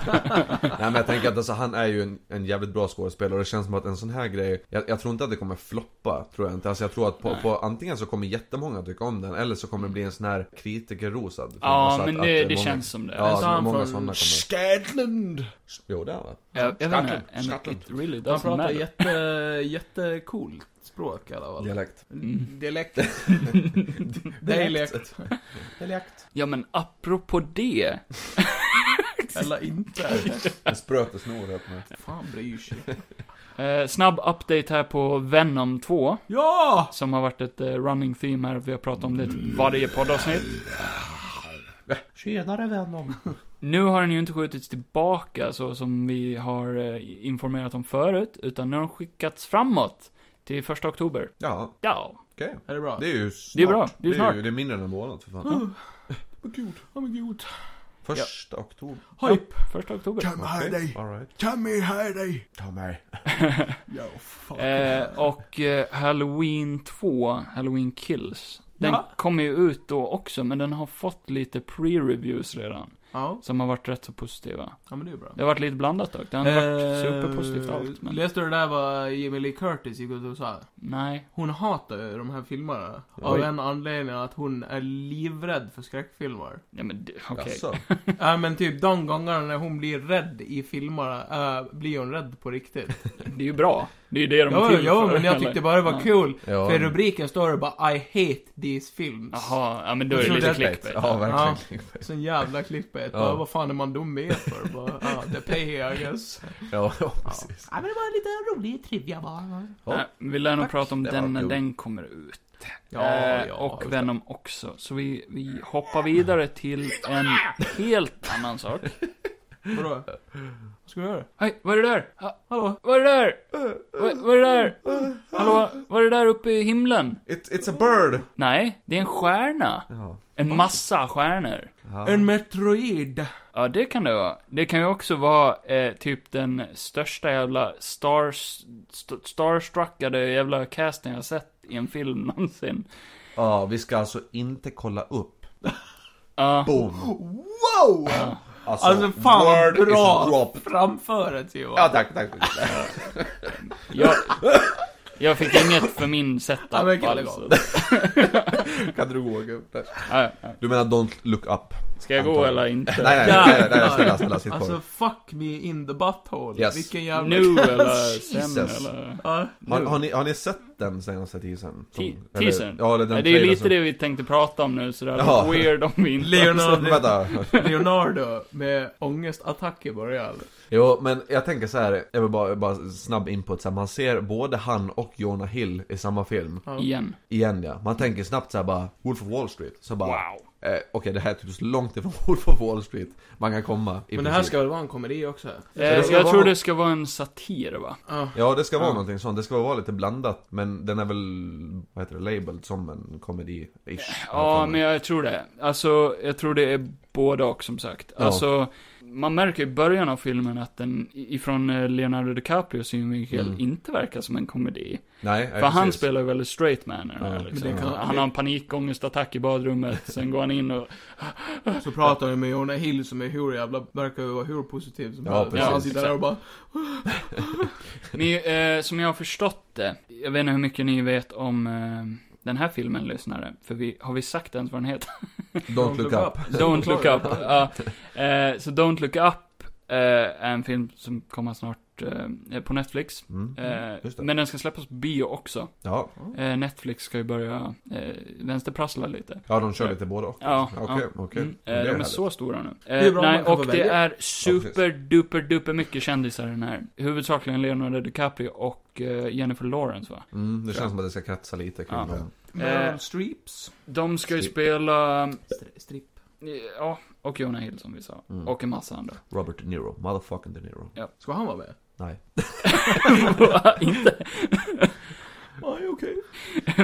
Speaker 3: men jag tänker att alltså, han är ju en, en jävligt bra skådespelare och det känns som att en sån här grej jag, jag tror inte att det kommer floppa, tror jag inte. Alltså jag tror att på, på, antingen så kommer jättemånga tycka om den eller så kommer det bli en sån här kritikerrosad.
Speaker 1: Ja,
Speaker 3: Alltså,
Speaker 1: men
Speaker 3: att-
Speaker 1: det,
Speaker 3: att
Speaker 1: det
Speaker 3: många-
Speaker 1: känns som det.
Speaker 3: Ja,
Speaker 2: Men så han
Speaker 3: många
Speaker 2: från
Speaker 3: sådana kommer.
Speaker 2: Scotland.
Speaker 3: Jo det är han va?
Speaker 1: Jag, jag vet inte,
Speaker 3: Scotland,
Speaker 1: and
Speaker 3: Scotland.
Speaker 1: it really
Speaker 2: Han
Speaker 1: doesn't
Speaker 2: pratar
Speaker 1: matter.
Speaker 2: jätte, jättecoolt språk i alla fall.
Speaker 3: Dialekt.
Speaker 1: Mm.
Speaker 2: Dialekt. Dialekt.
Speaker 3: Dialekt.
Speaker 1: Ja, men apropå det.
Speaker 2: Eller inte.
Speaker 3: En spröt och snor heter det.
Speaker 2: Fan bryr sig.
Speaker 1: Eh, snabb update här på Venom 2,
Speaker 2: Ja!
Speaker 1: som har varit ett eh, running theme här, vi har pratat om det i varje poddavsnitt.
Speaker 3: Tjenare Venom.
Speaker 1: Nu har den ju inte skjutits tillbaka så som vi har eh, informerat om förut, utan nu har den skickats framåt till första oktober.
Speaker 3: Ja,
Speaker 1: Ja.
Speaker 3: okej.
Speaker 2: Är det bra?
Speaker 3: Det är ju snart.
Speaker 1: Det är bra, det är
Speaker 3: Det är,
Speaker 1: snart.
Speaker 2: Mm.
Speaker 3: ju, det är mindre än en månad för fan.
Speaker 2: Vad gud, vad gud.
Speaker 3: Första oktober.
Speaker 2: Hype!
Speaker 1: Första oktober.
Speaker 2: Kan här dig!
Speaker 3: All right.
Speaker 2: Kan mig här dig!
Speaker 3: Ta mig.
Speaker 2: Ja, fuck.
Speaker 1: Eh, och eh, Halloween 2, Halloween Kills. Den
Speaker 2: Ja.
Speaker 1: kommer ju ut då också, men den har fått lite pre-reviews redan.
Speaker 2: ja.
Speaker 1: Som har varit rätt så positiva.
Speaker 2: ja, men det är bra.
Speaker 1: Det har varit lite blandat dock. Det har inte varit
Speaker 2: Eh,
Speaker 1: superpositivt allt, men...
Speaker 2: Läste du det där vad Jamie Lee Curtis gick ut och sa?
Speaker 1: Nej.
Speaker 2: Hon hatar ju de här filmerna.
Speaker 3: Oj.
Speaker 2: Av en anledning att hon är livrädd för skräckfilmer.
Speaker 1: Nej men det- okej.
Speaker 3: Jaså?
Speaker 2: Ja men typ de gångerna när hon blir rädd i filmerna, äh, blir hon rädd på riktigt.
Speaker 1: Det är ju bra. Det är ju det de är
Speaker 2: Ja,
Speaker 1: till
Speaker 2: ja
Speaker 1: för,
Speaker 2: men jag
Speaker 1: eller?
Speaker 2: tyckte bara det var
Speaker 1: Ja.
Speaker 2: kul.
Speaker 3: Ja.
Speaker 2: För i rubriken står det bara I hate these films.
Speaker 1: Jaha, ja men då är
Speaker 2: Jag
Speaker 1: det
Speaker 2: tror
Speaker 1: lite
Speaker 2: det är
Speaker 1: clickbait.
Speaker 3: Ja, verkligen
Speaker 2: Ja.
Speaker 3: clickbait.
Speaker 2: Sån jävla klippet.
Speaker 3: Ja.
Speaker 2: Bara, vad fan är man dum med för? Bara, ah, the pay I guess.
Speaker 3: Ja, ja,
Speaker 2: Ja.
Speaker 3: precis.
Speaker 2: ja men det var en liten rolig trivia bara.
Speaker 1: Nej, vi lär nog prata om
Speaker 3: Det
Speaker 1: den
Speaker 3: var
Speaker 1: när
Speaker 3: kul.
Speaker 1: den kommer ut.
Speaker 2: Ja,
Speaker 1: Eh,
Speaker 2: ja.
Speaker 1: och Venom också. Så vi, vi hoppar vidare till en helt annan sak.
Speaker 2: Vadå? Vad ska du göra?
Speaker 1: Hej, vad är det där? Ha,
Speaker 2: Hallå?
Speaker 1: vad är det där? Vad, vad är det där? Hallå, vad är det där uppe i himlen?
Speaker 3: It, it's a bird!
Speaker 1: Nej, det är en stjärna.
Speaker 3: Ja.
Speaker 1: En massa stjärnor.
Speaker 3: Ja.
Speaker 2: En metroid.
Speaker 1: Ja, det kan det vara. Det kan ju också vara eh, typ den största jävla stars, st- starstruckade jävla casten jag sett i en film någonsin.
Speaker 3: ja, vi ska alltså inte kolla upp.
Speaker 1: Ja,
Speaker 3: Boom!
Speaker 2: Wow!
Speaker 3: Alltså,
Speaker 2: Alltså fan vad
Speaker 3: word is
Speaker 2: bra
Speaker 3: dropped.
Speaker 2: framföret Johan.
Speaker 3: Ja, tack, tack.
Speaker 1: jag, jag fick inget för min setup
Speaker 2: Ja, men kul,
Speaker 1: alltså.
Speaker 3: kan du gå? gubben?
Speaker 1: Ja, ja.
Speaker 3: Du menar don't look up?
Speaker 1: Ska jag gå
Speaker 3: Antagligen.
Speaker 1: eller inte?
Speaker 3: Nej, nej, nej, nej, nej, nej snälla, snälla, sitt
Speaker 2: Alltså
Speaker 3: kvar.
Speaker 2: fuck me in the butthole.
Speaker 3: Yes.
Speaker 2: Vilken jävla...
Speaker 1: Nu eller sen
Speaker 3: Jesus.
Speaker 1: eller?
Speaker 2: Ja.
Speaker 3: Har, har, ni, har ni sett den senaste teasern? Som-
Speaker 1: Te-
Speaker 3: eller-
Speaker 1: teasern?
Speaker 3: Ja, eller den
Speaker 1: Nej, det är ju
Speaker 3: trailern
Speaker 1: lite
Speaker 3: som-
Speaker 1: det vi tänkte prata om nu, så det hade
Speaker 3: Ja.
Speaker 1: varit weird om vi inte...
Speaker 2: Leonardo,
Speaker 3: Vänta.
Speaker 2: Leonardo med ångestattack i början.
Speaker 3: Jo, men jag tänker så här, jag vill bara, bara snabb input så här, man ser både han och Jonah Hill i samma film.
Speaker 2: Ja.
Speaker 1: Igen.
Speaker 3: Igen ja, man tänker snabbt så här bara, Wolf of Wall Street. Så bara,
Speaker 1: Wow.
Speaker 3: eh, okej det här är typ så långt ifrån Wolf of Wall Street man kan komma. i
Speaker 2: Men det här
Speaker 3: princip.
Speaker 2: ska väl vara en komedi också?
Speaker 1: Eh,
Speaker 3: det ska
Speaker 1: jag
Speaker 3: vara-
Speaker 1: tror det ska vara en satir, va?
Speaker 2: Ja.
Speaker 3: Ja, det ska vara
Speaker 2: Ja.
Speaker 3: någonting sånt. Det ska vara lite blandat, men den är väl, vad heter det, labeled som en komedi-ish.
Speaker 1: Ja, men jag tror det. Alltså, jag tror det är både och, som sagt.
Speaker 3: Ja.
Speaker 1: Alltså, man märker i början av filmen att den, ifrån eh, Leonardo DiCaprios synvinkel,
Speaker 3: Mm.
Speaker 1: inte verkar som en komedi.
Speaker 3: Nej, eh,
Speaker 1: För han spelar ju väldigt straight man i den här,
Speaker 3: Ja.
Speaker 1: liksom.
Speaker 2: Men det kan-
Speaker 1: Han har en panikångestattack i badrummet, sen går han in och...
Speaker 2: Så pratar vi med Jonah Hill som är hur jävla, verkar ju vara hur positiv som
Speaker 3: Ja,
Speaker 2: helst.
Speaker 1: precis.
Speaker 2: Han sitter där och bara,
Speaker 1: Ni, eh, som jag har förstått det, jag vet inte hur mycket ni vet om eh, den här filmen, lyssnare. För vi, har vi sagt ens vad den heter?
Speaker 3: Don't look up.
Speaker 1: Don't Look Up. Ja. Eh, så Don't Look Up eh, är en film som kommer snart eh, på Netflix.
Speaker 3: Mm.
Speaker 1: Eh,
Speaker 3: Just det.
Speaker 1: men den ska släppas på bio också.
Speaker 3: Ja.
Speaker 1: Eh, Netflix ska ju börja eh, vänsterprassla lite.
Speaker 3: ja, de kör lite både och.
Speaker 1: Ja,
Speaker 3: Okej,
Speaker 1: ja.
Speaker 3: okej.
Speaker 1: Mm,
Speaker 3: Det
Speaker 1: eh, de är
Speaker 3: härligt.
Speaker 1: så stora nu. Eh,
Speaker 2: är bra om
Speaker 1: nej,
Speaker 2: man kan
Speaker 1: och
Speaker 2: få
Speaker 1: det
Speaker 2: välja.
Speaker 1: är
Speaker 3: Ja,
Speaker 1: super duper duper mycket kändisar i den här. Huvudsakligen Leonardo DiCaprio och eh, Jennifer Lawrence va?
Speaker 3: Mm, det känns som att det ska kretsa lite kring
Speaker 1: Ja.
Speaker 3: dem.
Speaker 2: Meryl
Speaker 1: Eh.
Speaker 2: Streeps.
Speaker 1: De ska ju
Speaker 3: Strip.
Speaker 1: spela,
Speaker 2: Stri- Strip.
Speaker 1: eh, ja, och Jonah Hill som vi sa.
Speaker 3: Mm.
Speaker 1: Och en massa andra.
Speaker 3: Robert De Niro, motherfucking De Niro.
Speaker 2: Ska han vara med?
Speaker 3: Nej.
Speaker 1: Inte
Speaker 2: Nej, okej.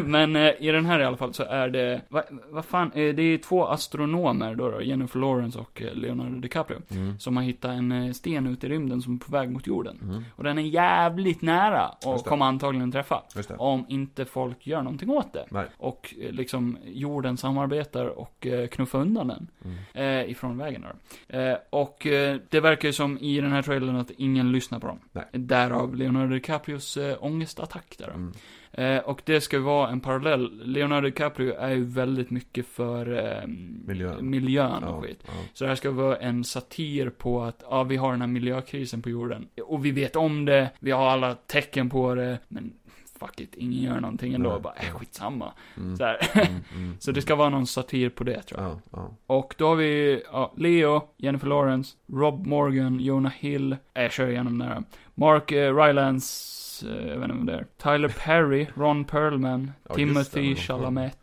Speaker 1: Men eh, i den här i alla fall så är det, vad va fan, eh, det är två astronomer då, då, Jennifer Lawrence och eh, Leonardo DiCaprio,
Speaker 3: Mm.
Speaker 1: som har hittat en eh, sten ute i rymden som är på väg mot jorden.
Speaker 3: Mm.
Speaker 1: Och den är jävligt nära och
Speaker 3: Just det.
Speaker 1: kommer antagligen träffa.
Speaker 3: Just det.
Speaker 1: Om inte folk gör någonting åt det.
Speaker 3: Nej.
Speaker 1: Och eh, liksom jorden samarbetar och eh, knuffar undan den.
Speaker 3: Mm.
Speaker 1: Eh, ifrån vägen då. Eh, och eh, det verkar ju som i den här trailern att ingen lyssnar på dem.
Speaker 3: Nej.
Speaker 1: Därav Leonardo DiCaprios eh, ångestattack där då.
Speaker 3: Mm.
Speaker 1: Eh, och det ska ju vara en parallell. Leonardo DiCaprio är ju väldigt mycket för eh,
Speaker 3: Miljön.
Speaker 1: miljön och
Speaker 3: Ja,
Speaker 1: skit.
Speaker 3: ja.
Speaker 1: Så det här ska vara en satir på att, ja, vi har den här miljökrisen på jorden. Och vi vet om det, vi har alla tecken på det, men fuck it, ingen gör någonting ändå.
Speaker 3: Nej.
Speaker 1: Bara, äh, skitsamma.
Speaker 3: Mm.
Speaker 1: Så, här.
Speaker 3: Mm, mm,
Speaker 1: så det ska vara någon satir på det, tror jag.
Speaker 3: Ja, ja.
Speaker 1: Och då har vi, ja, Leo, Jennifer Lawrence, Rob Morgan, Jonah Hill, äh, jag kör igenom där. Mark eh, Rylance, eh, jag vet inte vem det är. Tyler Perry, Ron Perlman,
Speaker 3: Ja, just det,
Speaker 1: Timothy
Speaker 3: Ron
Speaker 1: Chalamet,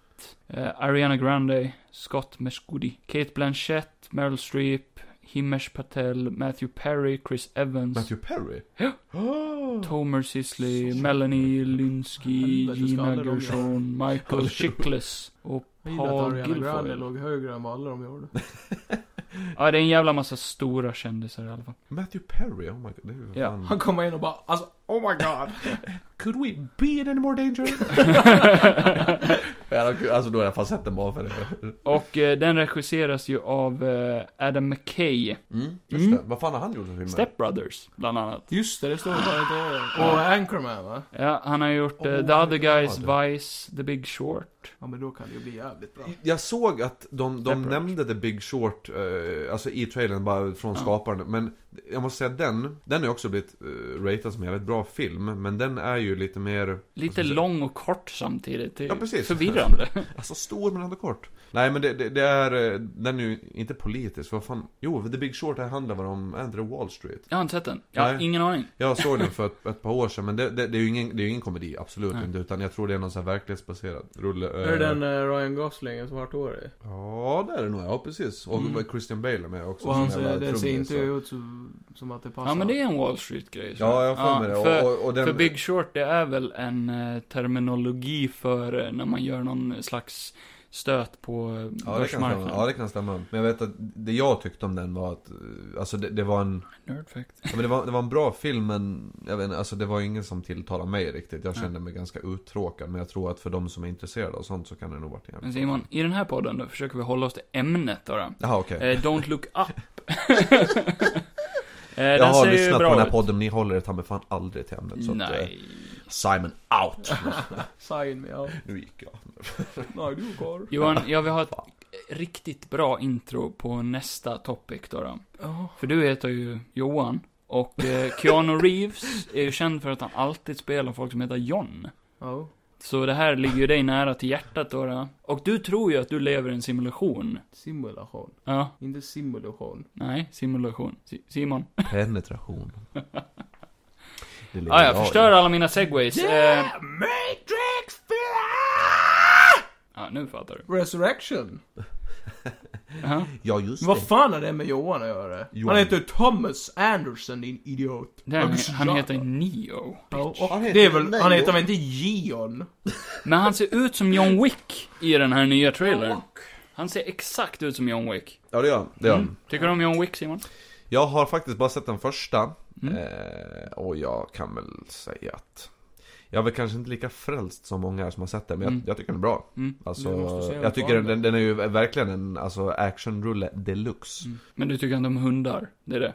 Speaker 1: eh, Ariana Grande, Scott Mescudi, Kate Blanchett, Meryl Streep, Himesh Patel, Matthew Perry, Chris Evans,
Speaker 3: Matthew Perry?
Speaker 1: Ja.
Speaker 3: Oh.
Speaker 1: Tomer Sisley, Melanie Linsky,
Speaker 2: Helvete, ska
Speaker 1: Gina
Speaker 2: alla de göra?
Speaker 1: Gershon, Michael Chiklis och
Speaker 2: Jag gillar att
Speaker 1: Paul
Speaker 2: Ariana Grande
Speaker 1: Guilfoyle.
Speaker 2: låg högre än vad alla de gjorde.
Speaker 1: Ja, det är en jävla massa stora kändisar i alla fall.
Speaker 3: Matthew Perry, oh my god. Det är ju
Speaker 1: Ja.
Speaker 3: fan-
Speaker 2: Han kommer in och bara, alltså, oh my god.
Speaker 3: Could we be in any more danger? Ja, då- alltså då har jag fan sett den bara för det.
Speaker 1: Och eh, den regisseras ju av eh, Adam McKay.
Speaker 3: Mm, just
Speaker 1: Mm.
Speaker 3: det. Vad fan har han gjort för filmer?
Speaker 1: Step Brothers, bland annat.
Speaker 2: Just det, det står bara ett år. Och Anchorman va?
Speaker 1: Ja, han har gjort eh,
Speaker 3: Oh
Speaker 1: The Other
Speaker 3: my
Speaker 1: Guys,
Speaker 3: God.
Speaker 1: Vice, The Big Short.
Speaker 2: Ja men då kan det ju bli jävligt bra.
Speaker 3: Jag såg att de, de
Speaker 1: Step Brothers.
Speaker 3: nämnde The Big Short, eh, alltså i trailern bara från
Speaker 1: Ja.
Speaker 3: skaparen. Men jag måste säga den, den har också blivit eh, ratad som en jävligt bra film. Men den är ju lite mer, Vad
Speaker 1: Lite
Speaker 3: ska jag säga?
Speaker 1: lång och kort samtidigt. Det är
Speaker 3: Ja, precis.
Speaker 1: Förvirrande.
Speaker 3: alltså stor men ändå kort. Nej men det, det, det är, eh, den är ju inte politisk, vad fan. Jo, The Big Short här handlar väl om, är inte det Wall Street?
Speaker 1: Jag har inte sett den. Jag har
Speaker 3: Nej.
Speaker 1: ingen aning.
Speaker 3: Jag såg den för ett, ett par år sedan, men det, det, det är ju ingen, det är ju ingen komedi, absolut
Speaker 1: Nej.
Speaker 3: inte. Utan jag tror det är någon sån här verklighetsbaserad rulle. eh,
Speaker 2: Är det den eh, Ryan Gosling är svarthårig?
Speaker 3: Ja, det är det nog. Ja, precis. Och
Speaker 1: Mm.
Speaker 3: Christian Bale är med också.
Speaker 2: Och han
Speaker 3: som
Speaker 2: ser, det
Speaker 3: jävla
Speaker 2: ser
Speaker 3: trummis,
Speaker 2: inte
Speaker 3: så.
Speaker 2: ut som, som att det passar.
Speaker 1: Ja, men det är en Wall Street-grej. så.
Speaker 3: Alltså. Ja, jag får med det.
Speaker 1: För,
Speaker 3: och, och, och den...
Speaker 1: för Big Short, det är väl en eh, terminologi för eh, när man gör någon slags stöt på eh,
Speaker 3: Ja det, kan stämma.
Speaker 1: börsmarknaden.
Speaker 3: ja det kan stämma. Men jag vet att det jag tyckte om den var att, eh, alltså det, det var en,
Speaker 1: Nerd fact.
Speaker 3: ja, men det var, det var en bra film men, jag vet inte, alltså det var ingen som tilltalade mig riktigt. Jag
Speaker 1: Nej.
Speaker 3: kände mig ganska uttråkad. Men jag tror att för de som är intresserade av sånt så kan det nog varit en
Speaker 1: Men Simon, i den här podden då försöker vi hålla oss till ämnet då. då.
Speaker 3: Jaha okej.
Speaker 1: Eh, don't look up. eh,
Speaker 3: Jag
Speaker 1: den
Speaker 3: har
Speaker 1: ser ju
Speaker 3: lyssnat på
Speaker 1: bra
Speaker 3: den här
Speaker 1: ut.
Speaker 3: podden, men ni håller er ta mig fan aldrig till ämnet. Så att, eh,
Speaker 1: Nej.
Speaker 3: Simon out!
Speaker 2: Sign me out.
Speaker 3: nu gick jag.
Speaker 2: Nej, du går.
Speaker 1: Johan, jag vill ha ett riktigt bra intro på nästa topic då. då.
Speaker 2: Ja.
Speaker 1: För du heter ju Johan. Och eh, Keanu Reeves är ju känd för att han alltid spelar folk som heter John.
Speaker 2: Ja.
Speaker 1: Så det här ligger ju dig nära till hjärtat då. då. Och du tror ju att du lever i en simulation.
Speaker 2: Simulation.
Speaker 1: Ja,
Speaker 2: Inte simulation.
Speaker 1: nej, simulation. Si- Simon.
Speaker 3: Penetration. Det lever
Speaker 1: Ah, jag
Speaker 3: i.
Speaker 1: förstör alla mina segways. Eh,
Speaker 2: Matrix 4!
Speaker 1: ja, nu fattar du.
Speaker 2: Resurrection.
Speaker 1: Ja.
Speaker 3: Ja just
Speaker 2: Vad fan har det med Johan att göra?
Speaker 3: Johan.
Speaker 2: Han heter Thomas Anderson, din idiot.
Speaker 1: Det här,
Speaker 2: Ja,
Speaker 1: han
Speaker 2: jävlar.
Speaker 1: heter Neo.
Speaker 2: Ja, och
Speaker 3: Han heter
Speaker 2: det är väl,
Speaker 3: Neo.
Speaker 2: han heter väl inte Gion?
Speaker 1: Men han ser ut som John Wick i den här nya trailern. Han ser exakt ut som John Wick.
Speaker 3: Ja det gör han. Det gör han.
Speaker 1: Mm. Tycker du om John Wick, Simon?
Speaker 3: Jag har faktiskt bara sett den första.
Speaker 1: Mm.
Speaker 3: Eh, och jag kan väl säga att jag är väl kanske inte lika frälst som många här som har sett den, men
Speaker 1: Mm.
Speaker 3: jag, jag tycker den är bra.
Speaker 1: Mm.
Speaker 3: Alltså,
Speaker 2: Du måste se den
Speaker 3: jag
Speaker 2: på
Speaker 3: tycker
Speaker 2: andra.
Speaker 3: den, den är ju verkligen en alltså, actionrulle deluxe.
Speaker 1: Mm. Men du tycker inte om hundar? Det är det.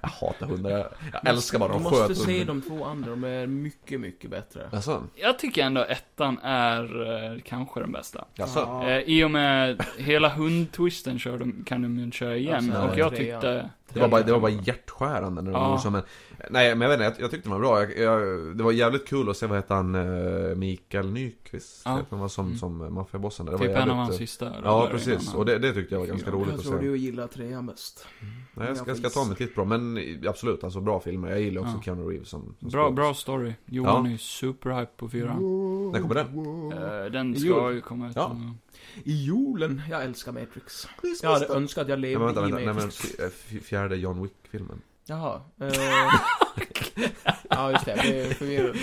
Speaker 3: Jag hatar hundar, jag älskar bara de
Speaker 2: Du
Speaker 3: sköt
Speaker 2: måste se
Speaker 3: hunden.
Speaker 2: de två andra, de är mycket, mycket bättre.
Speaker 3: Jaså?
Speaker 1: Jag tycker ändå ettan är eh, kanske den bästa.
Speaker 3: Jaså?
Speaker 2: Ja.
Speaker 1: Eh, I och med hela hundtwisten kör de, kan de ju inte köra igen.
Speaker 2: Alltså,
Speaker 1: och jag
Speaker 2: trean.
Speaker 1: tyckte...
Speaker 3: Det var, bara, det var bara hjärtskärande när de
Speaker 1: Ja.
Speaker 3: ja. som en... Nej men jag vet inte, jag, jag tyckte den var bra. Jag, jag, det var jävligt kul att se, vad heter han, eh, Mikael Nyqvist?
Speaker 1: Ja.
Speaker 3: Ja. Han var som,
Speaker 1: Mm.
Speaker 3: som maffiabossen där. Det
Speaker 1: Typ
Speaker 3: var
Speaker 1: en av
Speaker 3: jävligt,
Speaker 1: hans
Speaker 3: eh,
Speaker 1: sista
Speaker 3: Ja
Speaker 1: roller
Speaker 3: precis,
Speaker 1: innan
Speaker 3: och det, det tyckte jag var
Speaker 1: Fyra.
Speaker 3: ganska roligt
Speaker 2: Jag
Speaker 3: att
Speaker 2: tror
Speaker 3: se.
Speaker 2: du gillar trean bäst.
Speaker 3: Nej, jag ska, jag
Speaker 2: Jag
Speaker 3: ska ta mig titt på dem, men absolut, alltså bra filmer. Jag gillar också
Speaker 1: Ja.
Speaker 3: Keanu Reeves som, som
Speaker 1: han- Bra,
Speaker 3: skådis.
Speaker 1: bra story. Johan
Speaker 3: Ja.
Speaker 1: är ju superhype på fyran.
Speaker 3: När kommer den?
Speaker 1: Eh, den
Speaker 2: I
Speaker 1: ska
Speaker 2: jul.
Speaker 1: ju komma ut
Speaker 3: Ja.
Speaker 1: någon gång.
Speaker 2: I julen, jag älskar Matrix. Jag
Speaker 3: Christmas
Speaker 2: hade
Speaker 3: time.
Speaker 2: önskat att jag
Speaker 3: Nej
Speaker 2: levde
Speaker 3: men vänta, vänta,
Speaker 2: i
Speaker 3: nej men
Speaker 2: Matrix.
Speaker 3: f- eh, f- fjärde John Wick-filmen.
Speaker 2: Jaha. Eh... ja, just det. Det är förvirrande.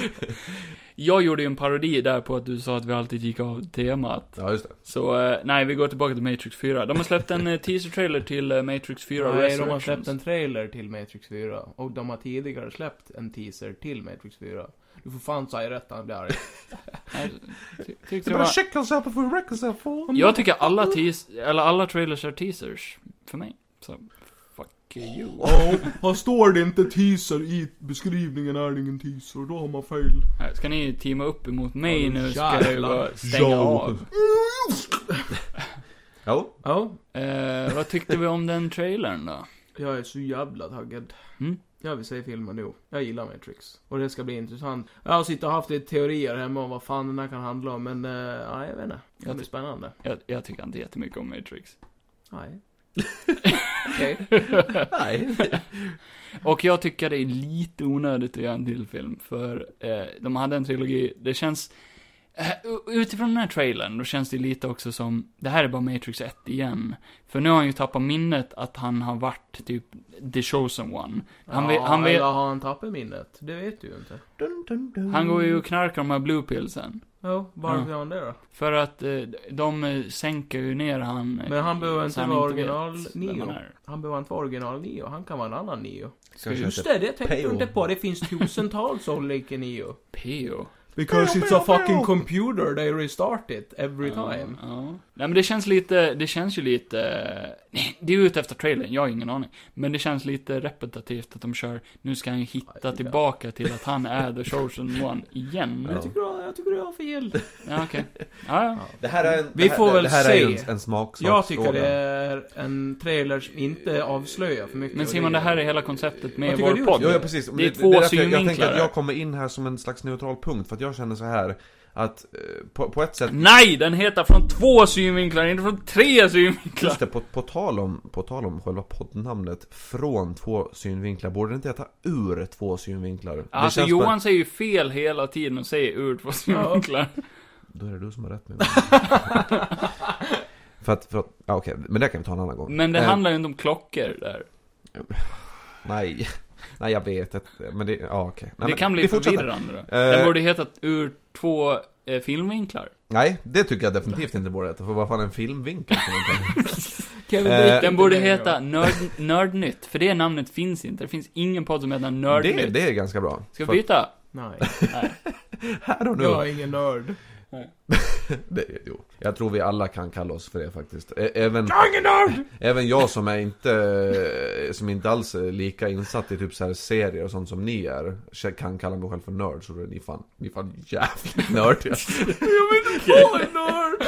Speaker 1: Jag gjorde ju en parodi där på att du sa att vi alltid gick av temat.
Speaker 3: Ja just det.
Speaker 1: Så, eh, nej, vi går tillbaka till Matrix 4. De har släppt en eh, teaser-trailer till eh, Matrix 4
Speaker 2: Nej, de har
Speaker 1: Resurrections.
Speaker 2: släppt en trailer till Matrix 4. Och de har tidigare släppt en teaser till Matrix 4. Du får fan säga rätt han där.
Speaker 1: Nej, ty- tyckte
Speaker 3: You
Speaker 1: jag var-
Speaker 3: better check yourself before you wreck yourself. fool.
Speaker 1: Jag tycker alla teas, eller alla trailers är teasers. För mig. Så, fuck you.
Speaker 2: Ja, han står det inte teaser i beskrivningen är det ingen teaser, då har man fel.
Speaker 1: Här, Eh, Ska ni teama upp emot mig
Speaker 2: Ja,
Speaker 1: nu? Ska
Speaker 2: jävlar.
Speaker 1: jag ju bara stänga
Speaker 3: Ja.
Speaker 1: av.
Speaker 3: Jo,
Speaker 2: Ja,
Speaker 1: Eh, vad tyckte vi om den trailern då?
Speaker 2: jag är så jävla taggad.
Speaker 1: Mm.
Speaker 2: Jag vill se filmen nu. Jag gillar Matrix. Och det ska bli intressant. Jag sitter och haft lite teorier hemma om vad fan den här kan handla om, men eh, ja, jag vet inte. Det kan bli spännande.
Speaker 1: Jag, jag tycker inte jättemycket om Matrix.
Speaker 2: Nej. Okej.
Speaker 3: nej.
Speaker 1: Och jag tycker det är lite onödigt att göra en till film, för eh, de hade en trilogi, det känns... Eh, u- Utifrån den här trailern, då känns det ju lite också som, det här är bara Matrix 1 igen. För nu har han ju tappat minnet att han har varit typ the chosen one. Han, vet, han, vet,
Speaker 2: Eller har han tappat minnet? Det vet du ju inte. Dun, dun, dun.
Speaker 1: han går ju och knarkar de här blue pillsen.
Speaker 2: Jo, varför
Speaker 1: Ja.
Speaker 2: gör han det då?
Speaker 1: För att eh, de eh, sänker ju ner han. eh,
Speaker 2: Men han behöver
Speaker 1: så
Speaker 2: inte
Speaker 1: han
Speaker 2: vara
Speaker 1: vet
Speaker 2: original
Speaker 1: vem han
Speaker 2: Neo.
Speaker 1: är.
Speaker 2: Han behöver inte vara original Neo, han kan vara en annan Neo.
Speaker 3: Kanske
Speaker 2: Just
Speaker 3: inte.
Speaker 2: det, det tänkte
Speaker 3: Pale.
Speaker 2: jag inte på. Det finns tusentals olika Neo.
Speaker 1: P.O.
Speaker 2: Because
Speaker 3: Pale,
Speaker 2: it's a
Speaker 3: pale,
Speaker 2: fucking
Speaker 3: pale.
Speaker 2: computer, they restart it every time.
Speaker 1: Ja, ja. Nej men det känns lite, det känns ju lite, nej, det är ju ute efter trailern, jag har ingen aning. Men det känns lite repetitivt att de kör, nu ska han ju hitta
Speaker 2: Ja.
Speaker 1: tillbaka till att han är the chosen one igen.
Speaker 3: Ja.
Speaker 2: Jag tycker, jag, jag tycker du har fel.
Speaker 1: Ja, okej. Ja, ja.
Speaker 3: Det här är en,
Speaker 2: Vi
Speaker 3: det här,
Speaker 2: får
Speaker 3: det,
Speaker 2: väl
Speaker 3: det här Är
Speaker 2: se.
Speaker 3: en, en smaksak.
Speaker 2: Jag tycker det är en trailer som inte avslöjar för mycket.
Speaker 1: Men
Speaker 2: och
Speaker 1: Simon, det här är hela konceptet
Speaker 2: Vad
Speaker 1: med
Speaker 2: tycker
Speaker 1: vår
Speaker 2: du?
Speaker 1: podd.
Speaker 3: Jo, ja, precis. Men
Speaker 1: Det är två
Speaker 3: därför jag, jag tänker
Speaker 1: synvinklar
Speaker 3: att
Speaker 1: här.
Speaker 3: jag kommer in här som en slags neutral punkt, för att jag känner så här att eh, på, på ett sätt
Speaker 1: Nej, den heter från två synvinklar, inte från tre synvinklar.
Speaker 3: Just det, på, på, tal om, på tal om själva poddnamnet Från två synvinklar, borde det inte heta Ur två synvinklar? Det
Speaker 1: Alltså
Speaker 3: känns
Speaker 1: Johan
Speaker 3: bara-
Speaker 1: säger ju fel hela tiden och säger ur två synvinklar.
Speaker 3: Då är det du som har rätt med mig. För att, för att ja, okej, men det kan vi ta en annan gång.
Speaker 1: Men det
Speaker 3: Eh,
Speaker 1: handlar ju inte om klockor där.
Speaker 3: Nej, nej jag vet inte, men det, ja okej. Nej,
Speaker 1: det
Speaker 3: men
Speaker 1: kan bli
Speaker 3: vi fortsätter.
Speaker 1: förvirrande. då.
Speaker 3: Eh.
Speaker 1: Den borde hetat ur två eh, filmvinklar.
Speaker 3: Nej, det tycker jag definitivt inte borde heta, för vad fan är en filmvinkel? för någonting?
Speaker 2: Kan vi
Speaker 3: Eh,
Speaker 2: bryta
Speaker 1: Den borde
Speaker 2: det där
Speaker 1: heta
Speaker 2: då?
Speaker 1: Nörd, Nördnytt, för det namnet finns inte. Det finns ingen podd som heter
Speaker 3: det,
Speaker 1: Nördnytt.
Speaker 3: det är ganska bra.
Speaker 1: Ska vi
Speaker 3: För
Speaker 1: byta?
Speaker 2: Nej,
Speaker 3: att Här och nu.
Speaker 2: jag är ingen nörd.
Speaker 3: Det, jo. Jag tror vi alla kan kalla oss för det faktiskt. Ä- Även, även jag som är inte, som inte alls är lika insatt i typ så här serier och sånt som ni är, k- kan kalla mig själv för nörd. Så då är ni fan, ni fan jävligt nördiga.
Speaker 2: Jag är nörd!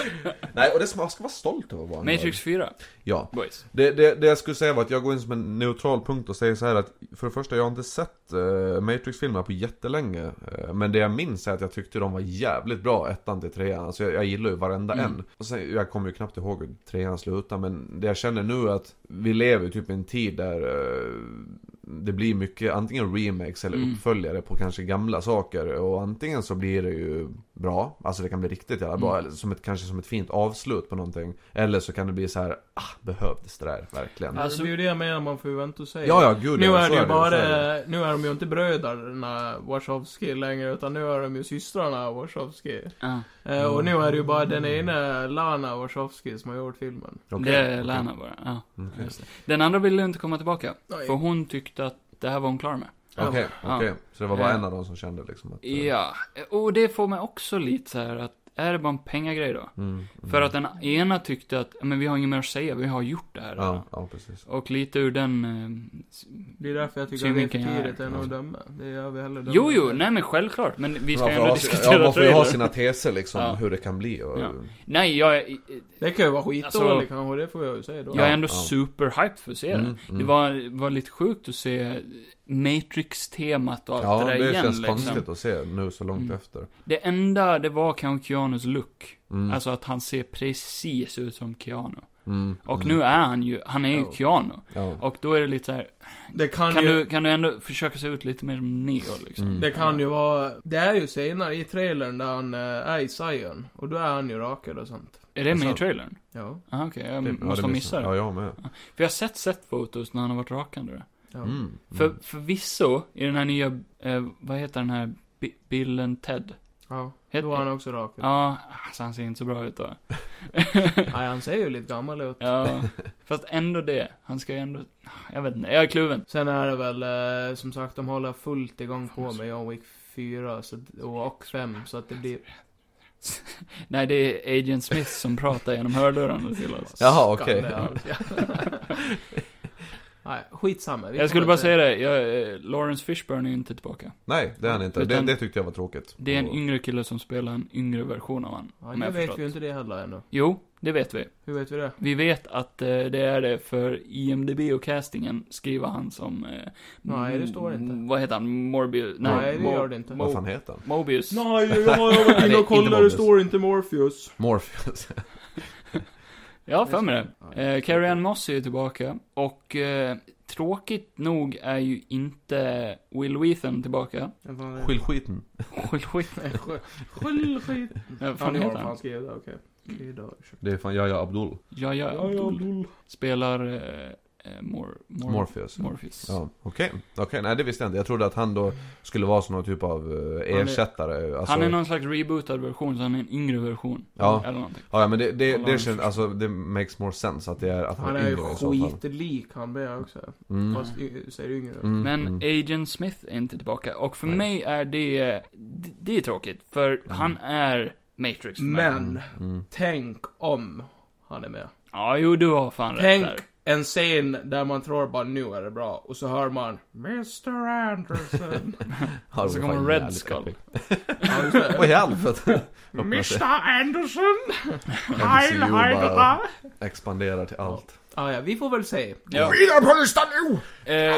Speaker 3: Nej, och det ska man ska vara stolt över att vara nörd.
Speaker 1: Matrix 4,
Speaker 3: Ja.
Speaker 1: boys.
Speaker 3: Det, det, det jag skulle säga var att jag går in som en neutral punkt och säger så här att För det första, jag har inte sett eh, Matrix-filmer på jättelänge eh, Men det jag minns är att jag tyckte de var jävligt bra, ettan till trean Alltså jag, jag gillar ju varenda
Speaker 1: Mm.
Speaker 3: en och sen, Jag kommer ju knappt ihåg hur trean slutade Men det jag känner nu är att vi lever ju typ i en tid där eh, det blir mycket antingen remakes eller
Speaker 1: Mm.
Speaker 3: uppföljare på kanske gamla saker och antingen så blir det ju bra, alltså det kan bli riktigt jävla bra,
Speaker 1: Mm.
Speaker 3: eller som ett, kanske som ett fint avslut på någonting. Eller så kan det bli så här, ah, behövdes det där verkligen?
Speaker 1: Ja,
Speaker 2: Alltså, det är ju det jag menar man förväntar sig.
Speaker 3: Ja, ja, gud
Speaker 2: Nu
Speaker 3: ja,
Speaker 2: är
Speaker 3: så
Speaker 2: det ju
Speaker 3: så
Speaker 2: bara,
Speaker 3: är det.
Speaker 2: nu är de ju inte bröderna Wachowski längre, utan nu är de ju systrarna Wachowski.
Speaker 1: Ja,
Speaker 2: Eh,
Speaker 3: Mm.
Speaker 2: Och nu är det ju bara den ena Lana Wachowski som har gjort filmen.
Speaker 3: Okej,
Speaker 1: det är
Speaker 3: okej.
Speaker 1: Lana bara. Ja.
Speaker 3: Mm, Okej,
Speaker 1: just det. Den andra ville inte komma tillbaka,
Speaker 2: Nej.
Speaker 1: för hon tyckte att det här var hon klar med.
Speaker 3: okej,
Speaker 1: Ja.
Speaker 3: okej. Så det var bara
Speaker 1: Eh.
Speaker 3: en av dem som kände liksom att... eh,
Speaker 1: Ja, och det får mig också lite så här att, är det bara en pengagrej då?
Speaker 3: Mm, mm.
Speaker 1: För att den ena tyckte att, men vi har inget mer att säga, vi har gjort det här.
Speaker 3: Ja, ja precis.
Speaker 1: Och lite ur den... eh, s-
Speaker 2: Det är därför jag tycker att det är
Speaker 1: Synvinkeln
Speaker 2: för
Speaker 1: är-
Speaker 2: tidigt ännu
Speaker 3: ja.
Speaker 2: att döma. Det gör vi hellre döma.
Speaker 1: Jo, jo, nej men självklart. Men vi ska ju
Speaker 3: man får,
Speaker 1: ändå
Speaker 3: ha,
Speaker 1: diskutera
Speaker 3: ja, man får ju ha
Speaker 1: trailern.
Speaker 3: sina teser liksom,
Speaker 1: Ja.
Speaker 3: hur det kan bli och...
Speaker 1: Ja. Nej, jag är,
Speaker 2: Det kan ju vara skitdåligt
Speaker 1: Alltså-
Speaker 2: kanske, det får jag ju säga då.
Speaker 1: jag är
Speaker 3: Ja,
Speaker 1: ändå
Speaker 3: ja.
Speaker 1: superhyped för att se den.
Speaker 3: Mm, mm.
Speaker 1: Det var, var lite sjukt att se Matrix-temat och allt
Speaker 3: Ja,
Speaker 1: det där
Speaker 3: det,
Speaker 1: igen
Speaker 3: känns
Speaker 1: liksom.
Speaker 3: konstigt att se nu så långt
Speaker 1: Mm.
Speaker 3: efter.
Speaker 1: Det enda, det var kanske Keanus look.
Speaker 3: Mm.
Speaker 1: Alltså att han ser precis ut som Keanu.
Speaker 3: Mm,
Speaker 1: Och
Speaker 3: mm.
Speaker 1: nu är han ju, han är ju
Speaker 2: Ja.
Speaker 1: Keanu.
Speaker 3: Ja.
Speaker 1: Och då är det lite så här,
Speaker 2: Det kan,
Speaker 1: kan
Speaker 2: ju...
Speaker 1: du, kan du ändå försöka se ut lite mer som Neo liksom?
Speaker 3: Mm.
Speaker 2: Det kan ju vara... Det är ju senare i trailern där han eh, är i Zion. Och då är han ju rakad och sånt.
Speaker 1: Är det med i
Speaker 3: Alltså-
Speaker 1: trailern?
Speaker 2: Ja.
Speaker 1: Ah, okej, jag
Speaker 3: Det- ja,
Speaker 1: måste ha
Speaker 3: det
Speaker 1: missat det.
Speaker 3: Ja, jag med.
Speaker 1: För jag har sett set fotos när han har varit rakande.
Speaker 2: ja.
Speaker 3: Mm.
Speaker 1: För, förvisso, i den här nya, eh, vad heter den här, Bi- Bill and Ted?
Speaker 2: ja.
Speaker 1: Het-
Speaker 2: Då är han också rakad.
Speaker 1: Ja, alltså han ser inte så bra ut då.
Speaker 2: Nej, han ser ju lite gammal ut.
Speaker 1: ja, fast ändå det. Han ska ju ändå, jag vet inte, jag är kluven.
Speaker 2: Sen är det väl, eh, som sagt, de håller fullt igång på med John Wick 4 så, att- och, och 5, så att det blir...
Speaker 1: Nej, det är Agent Smith som pratar genom hörlurarna till oss.
Speaker 3: Jaha, okej.
Speaker 2: Skandal. Nej, skitsamma. Vi
Speaker 1: Jag skulle
Speaker 2: kommer
Speaker 1: bara
Speaker 2: till-
Speaker 1: säga det, jag, eh, Lawrence Fishburne är ju inte tillbaka.
Speaker 3: Nej, det är han inte. Det,
Speaker 1: Utan-
Speaker 3: det tyckte jag var tråkigt.
Speaker 1: Det är en
Speaker 3: Och-
Speaker 1: yngre kille som spelar en yngre version av han,
Speaker 2: Ja,
Speaker 1: om
Speaker 2: nu
Speaker 1: jag
Speaker 2: vet vi
Speaker 1: förstått.
Speaker 2: ju inte det heller ännu.
Speaker 1: Jo, det vet vi.
Speaker 2: Hur vet vi det?
Speaker 1: Vi vet att eh, det är det för IMDB och castingen skriver han som... Eh,
Speaker 2: Nej, det står inte.
Speaker 1: m- Vad heter han? Morbius? Nej,
Speaker 2: Nej, det
Speaker 1: Mo-
Speaker 2: gör det inte.
Speaker 3: Vad fan heter han?
Speaker 1: Mobius.
Speaker 2: Nej, jag har varit
Speaker 3: inne och kollat, det står
Speaker 2: inte Morpheus.
Speaker 3: Morpheus.
Speaker 1: Ja, för mig det.
Speaker 2: Ja.
Speaker 1: Eh, Carrie Ann Moss är ju tillbaka och eh, Tråkigt nog är ju inte Will Wheaton tillbaka.
Speaker 3: Skyll skiten.
Speaker 1: Will Wheaton?
Speaker 2: Skyll skit.
Speaker 1: Vad
Speaker 2: Ja,
Speaker 1: fan
Speaker 2: det
Speaker 1: heter
Speaker 2: var fan
Speaker 1: han?
Speaker 2: skrivit. Okej. Skrivit av, ursäkta.
Speaker 3: Det är fan Jaja Abdul.
Speaker 1: Ja, ja, Abdul. Spelar eh, eh, Mor- Mor-
Speaker 3: Morpheus.
Speaker 1: Morpheus.
Speaker 3: Ja, okej. Okej, nej det visste jag inte. Jag trodde att han då skulle vara som någon typ av eh,
Speaker 1: är-
Speaker 3: ersättare. Alltså,
Speaker 1: Han är någon slags rebootad version, så han är en yngre version.
Speaker 3: Ja.
Speaker 1: Eller någonting.
Speaker 3: Ja, ja, men det, det,
Speaker 1: Han
Speaker 3: det
Speaker 1: har-
Speaker 3: känns, alltså det makes more sense att det är att han,
Speaker 2: Han är ju
Speaker 3: yngre i så fall.
Speaker 2: skitlik han blir också.
Speaker 3: Mm.
Speaker 2: Fast y- säger yngre.
Speaker 3: Mm,
Speaker 1: Men
Speaker 3: mm.
Speaker 1: Agent Smith är inte tillbaka. Och för
Speaker 3: Nej.
Speaker 1: mig är det, det, det är tråkigt. För han är Matrix för mig.
Speaker 2: Men,
Speaker 3: Mm.
Speaker 2: tänk om han är med.
Speaker 1: Ja, jo, du har fan
Speaker 2: Tänk
Speaker 1: rätt där.
Speaker 2: en scen där man tror bara nu är det bra, och så hör man Mr Anderson.
Speaker 3: Ja, det
Speaker 1: så
Speaker 3: var
Speaker 1: kommer
Speaker 3: Alltså, fan
Speaker 1: Red
Speaker 3: jävligt
Speaker 1: Skull.
Speaker 3: epic.
Speaker 2: Ja, just det.
Speaker 3: Vad i helvete?
Speaker 2: Mr Anderson!
Speaker 3: MCU
Speaker 2: Heil Hydra!
Speaker 3: Alltså, bara expanderar till allt.
Speaker 2: Ah, ja, vi får väl se.
Speaker 1: Ja.
Speaker 3: Vidare på listan nu!
Speaker 1: Eh,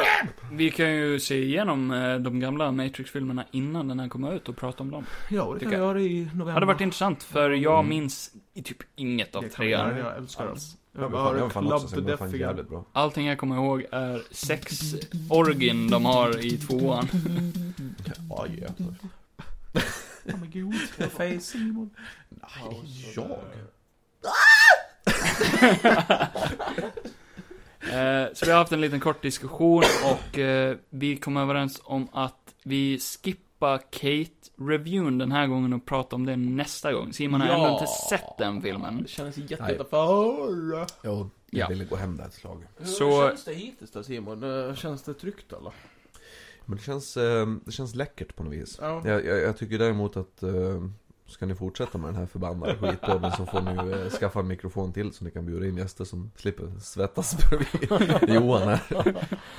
Speaker 1: vi kan ju se igenom eh, de gamla Matrix-filmerna innan den här kom ut och prata om dem.
Speaker 2: Ja, det
Speaker 1: Tycker
Speaker 2: kan vi göra i november.
Speaker 1: Det hade varit intressant, för jag
Speaker 3: Mm.
Speaker 1: minns i typ inget av
Speaker 2: Det kan vi göra,
Speaker 1: trean.
Speaker 2: Jag älskar dem.
Speaker 1: alls.
Speaker 3: Jag
Speaker 2: Jag bara
Speaker 3: var
Speaker 2: har
Speaker 3: fan också
Speaker 2: Club
Speaker 3: sen,
Speaker 2: to
Speaker 3: det var fan
Speaker 2: Death igen.
Speaker 3: jävligt bra.
Speaker 1: Allting jag kommer ihåg är sex orgin de har i tvåan.
Speaker 3: Ja, ja.
Speaker 2: Oh my god, your face Simon.
Speaker 3: Jag?
Speaker 1: Eh, så vi har haft en liten kort diskussion och eh, vi kom överens om att vi skippar Kate-reviewn den här gången och pratar om det nästa gång. Simon har
Speaker 2: Ja.
Speaker 1: ändå inte sett den filmen.
Speaker 2: Det känns jätte-
Speaker 3: Nej.
Speaker 2: jätteutanför.
Speaker 3: Jo,
Speaker 1: Ja.
Speaker 3: jag ville gå hem där ett slag.
Speaker 1: Så-
Speaker 2: Hur känns det hittills då Simon? Eh, Känns det tryggt eller?
Speaker 3: Men det känns, eh, det känns läckert på något vis.
Speaker 2: Ja.
Speaker 3: Jag, jag, jag tycker däremot att eh, Ska ni fortsätta med den här förbannade skitpodden så får ni eh, skaffa en mikrofon till så ni kan bjuda in gäster som slipper svettas bredvid Johan här.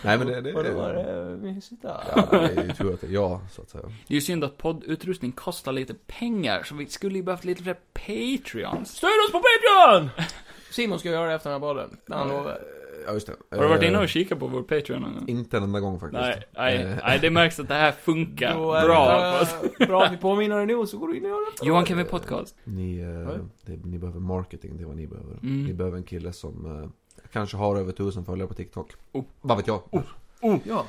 Speaker 3: Nej men det, det,
Speaker 2: Vadå, var
Speaker 3: det,
Speaker 2: det mysigt där?
Speaker 3: ja, det är ju tur att det är jag så att säga.
Speaker 1: Det är ju synd att poddutrustning kostar lite pengar, så vi skulle ju behövt lite fler Patreons.
Speaker 2: Stöd oss på Patreon! Simon ska göra det efter den här podden. Men Han lovar.
Speaker 3: Ja just det.
Speaker 1: Har du varit
Speaker 3: Eh,
Speaker 1: inne och kikat på vår Patreon någon gång?
Speaker 3: Inte en enda gång faktiskt.
Speaker 1: Nej, nej,
Speaker 3: Eh,
Speaker 1: nej, det märks att det här funkar
Speaker 2: Då är det
Speaker 1: bra.
Speaker 2: bara- Bra att vi påminner dig nu så går du in och gör det.
Speaker 1: Johan, kan vi podcast?
Speaker 3: Ni, eh,
Speaker 2: Oj.
Speaker 3: det, ni behöver marketing, det är vad ni behöver.
Speaker 1: Mm.
Speaker 3: Ni behöver en kille som eh, kanske har över tusen följare på TikTok.
Speaker 1: Oh.
Speaker 3: Vad vet jag? Oh.
Speaker 2: Ja.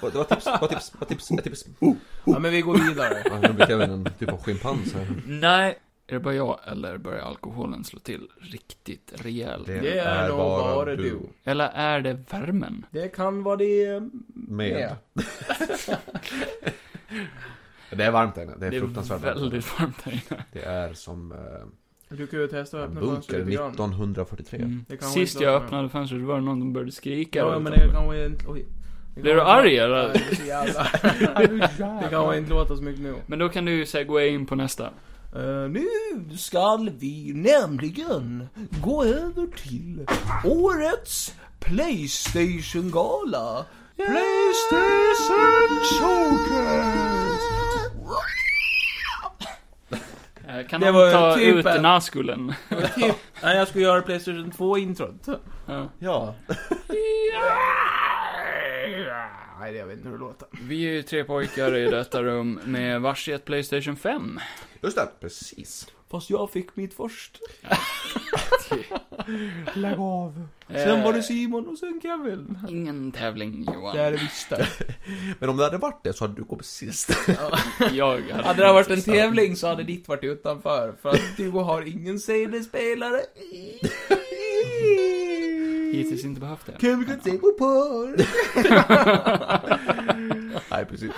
Speaker 3: Vad- Det var tips, det var tips, det var tips, ett tips.
Speaker 2: ja, men vi går vidare.
Speaker 3: Ja, nu blir Kevin en typ av schimpans här.
Speaker 1: Nej. Är det bara jag, eller börjar alkoholen slå till riktigt rejält?
Speaker 2: Det är nog bara du.
Speaker 1: Eller är det värmen?
Speaker 2: Det kan vara det
Speaker 3: Med. Det är varmt där inne, det är fruktansvärt
Speaker 1: Det är
Speaker 3: varmt.
Speaker 1: väldigt varmt här inne.
Speaker 3: Det är som eh,
Speaker 2: Du kan ju testa att
Speaker 3: en
Speaker 2: öppna fönstret
Speaker 3: bunker
Speaker 2: lite grann.
Speaker 3: 1943.
Speaker 1: Mm.
Speaker 2: Det kan vara
Speaker 1: Sist
Speaker 2: inte
Speaker 1: jag
Speaker 2: vara så
Speaker 1: öppnade fönstret var det någon som började skrika.
Speaker 2: Ja,
Speaker 1: där
Speaker 2: men det
Speaker 1: utanför.
Speaker 2: kan vi inte... Oj. Det
Speaker 1: Blir
Speaker 2: kan
Speaker 1: du
Speaker 2: vara-
Speaker 1: arg
Speaker 2: Ja,
Speaker 1: eller?
Speaker 2: det är så jävla- Det kan man inte låta så mycket nu.
Speaker 1: Men då kan du ju segway in på nästa.
Speaker 2: Eh, nu skall vi nämligen gå över till årets Playstation-gala. Playstation Showcase!
Speaker 1: Eh, Kan
Speaker 2: Det
Speaker 1: någon
Speaker 2: var ju
Speaker 1: ta
Speaker 2: typ
Speaker 1: ut
Speaker 2: en-
Speaker 1: Naskulen?
Speaker 2: Nej, jag skulle göra Playstation 2-introt.
Speaker 1: Ja.
Speaker 3: Ja.
Speaker 2: Nej, jag vet inte hur det låter.
Speaker 1: Vi är ju tre pojkar i detta rum med varsitt Playstation 5.
Speaker 3: Just det, precis.
Speaker 2: Fast jag fick mitt först.
Speaker 3: Lägg av.
Speaker 2: Sen
Speaker 1: Eh,
Speaker 2: var det Simon och sen Kevin.
Speaker 1: Ingen tävling Johan.
Speaker 2: Det är det visst det.
Speaker 3: Men om det hade varit det så hade du kommit sist.
Speaker 1: Jag hade...
Speaker 2: Hade det varit en tävling så hade ditt varit utanför. För att du har ingen CD-spelare.
Speaker 1: Hittills inte behövt det.
Speaker 2: Kevin kan se på porr.
Speaker 3: Nej, precis.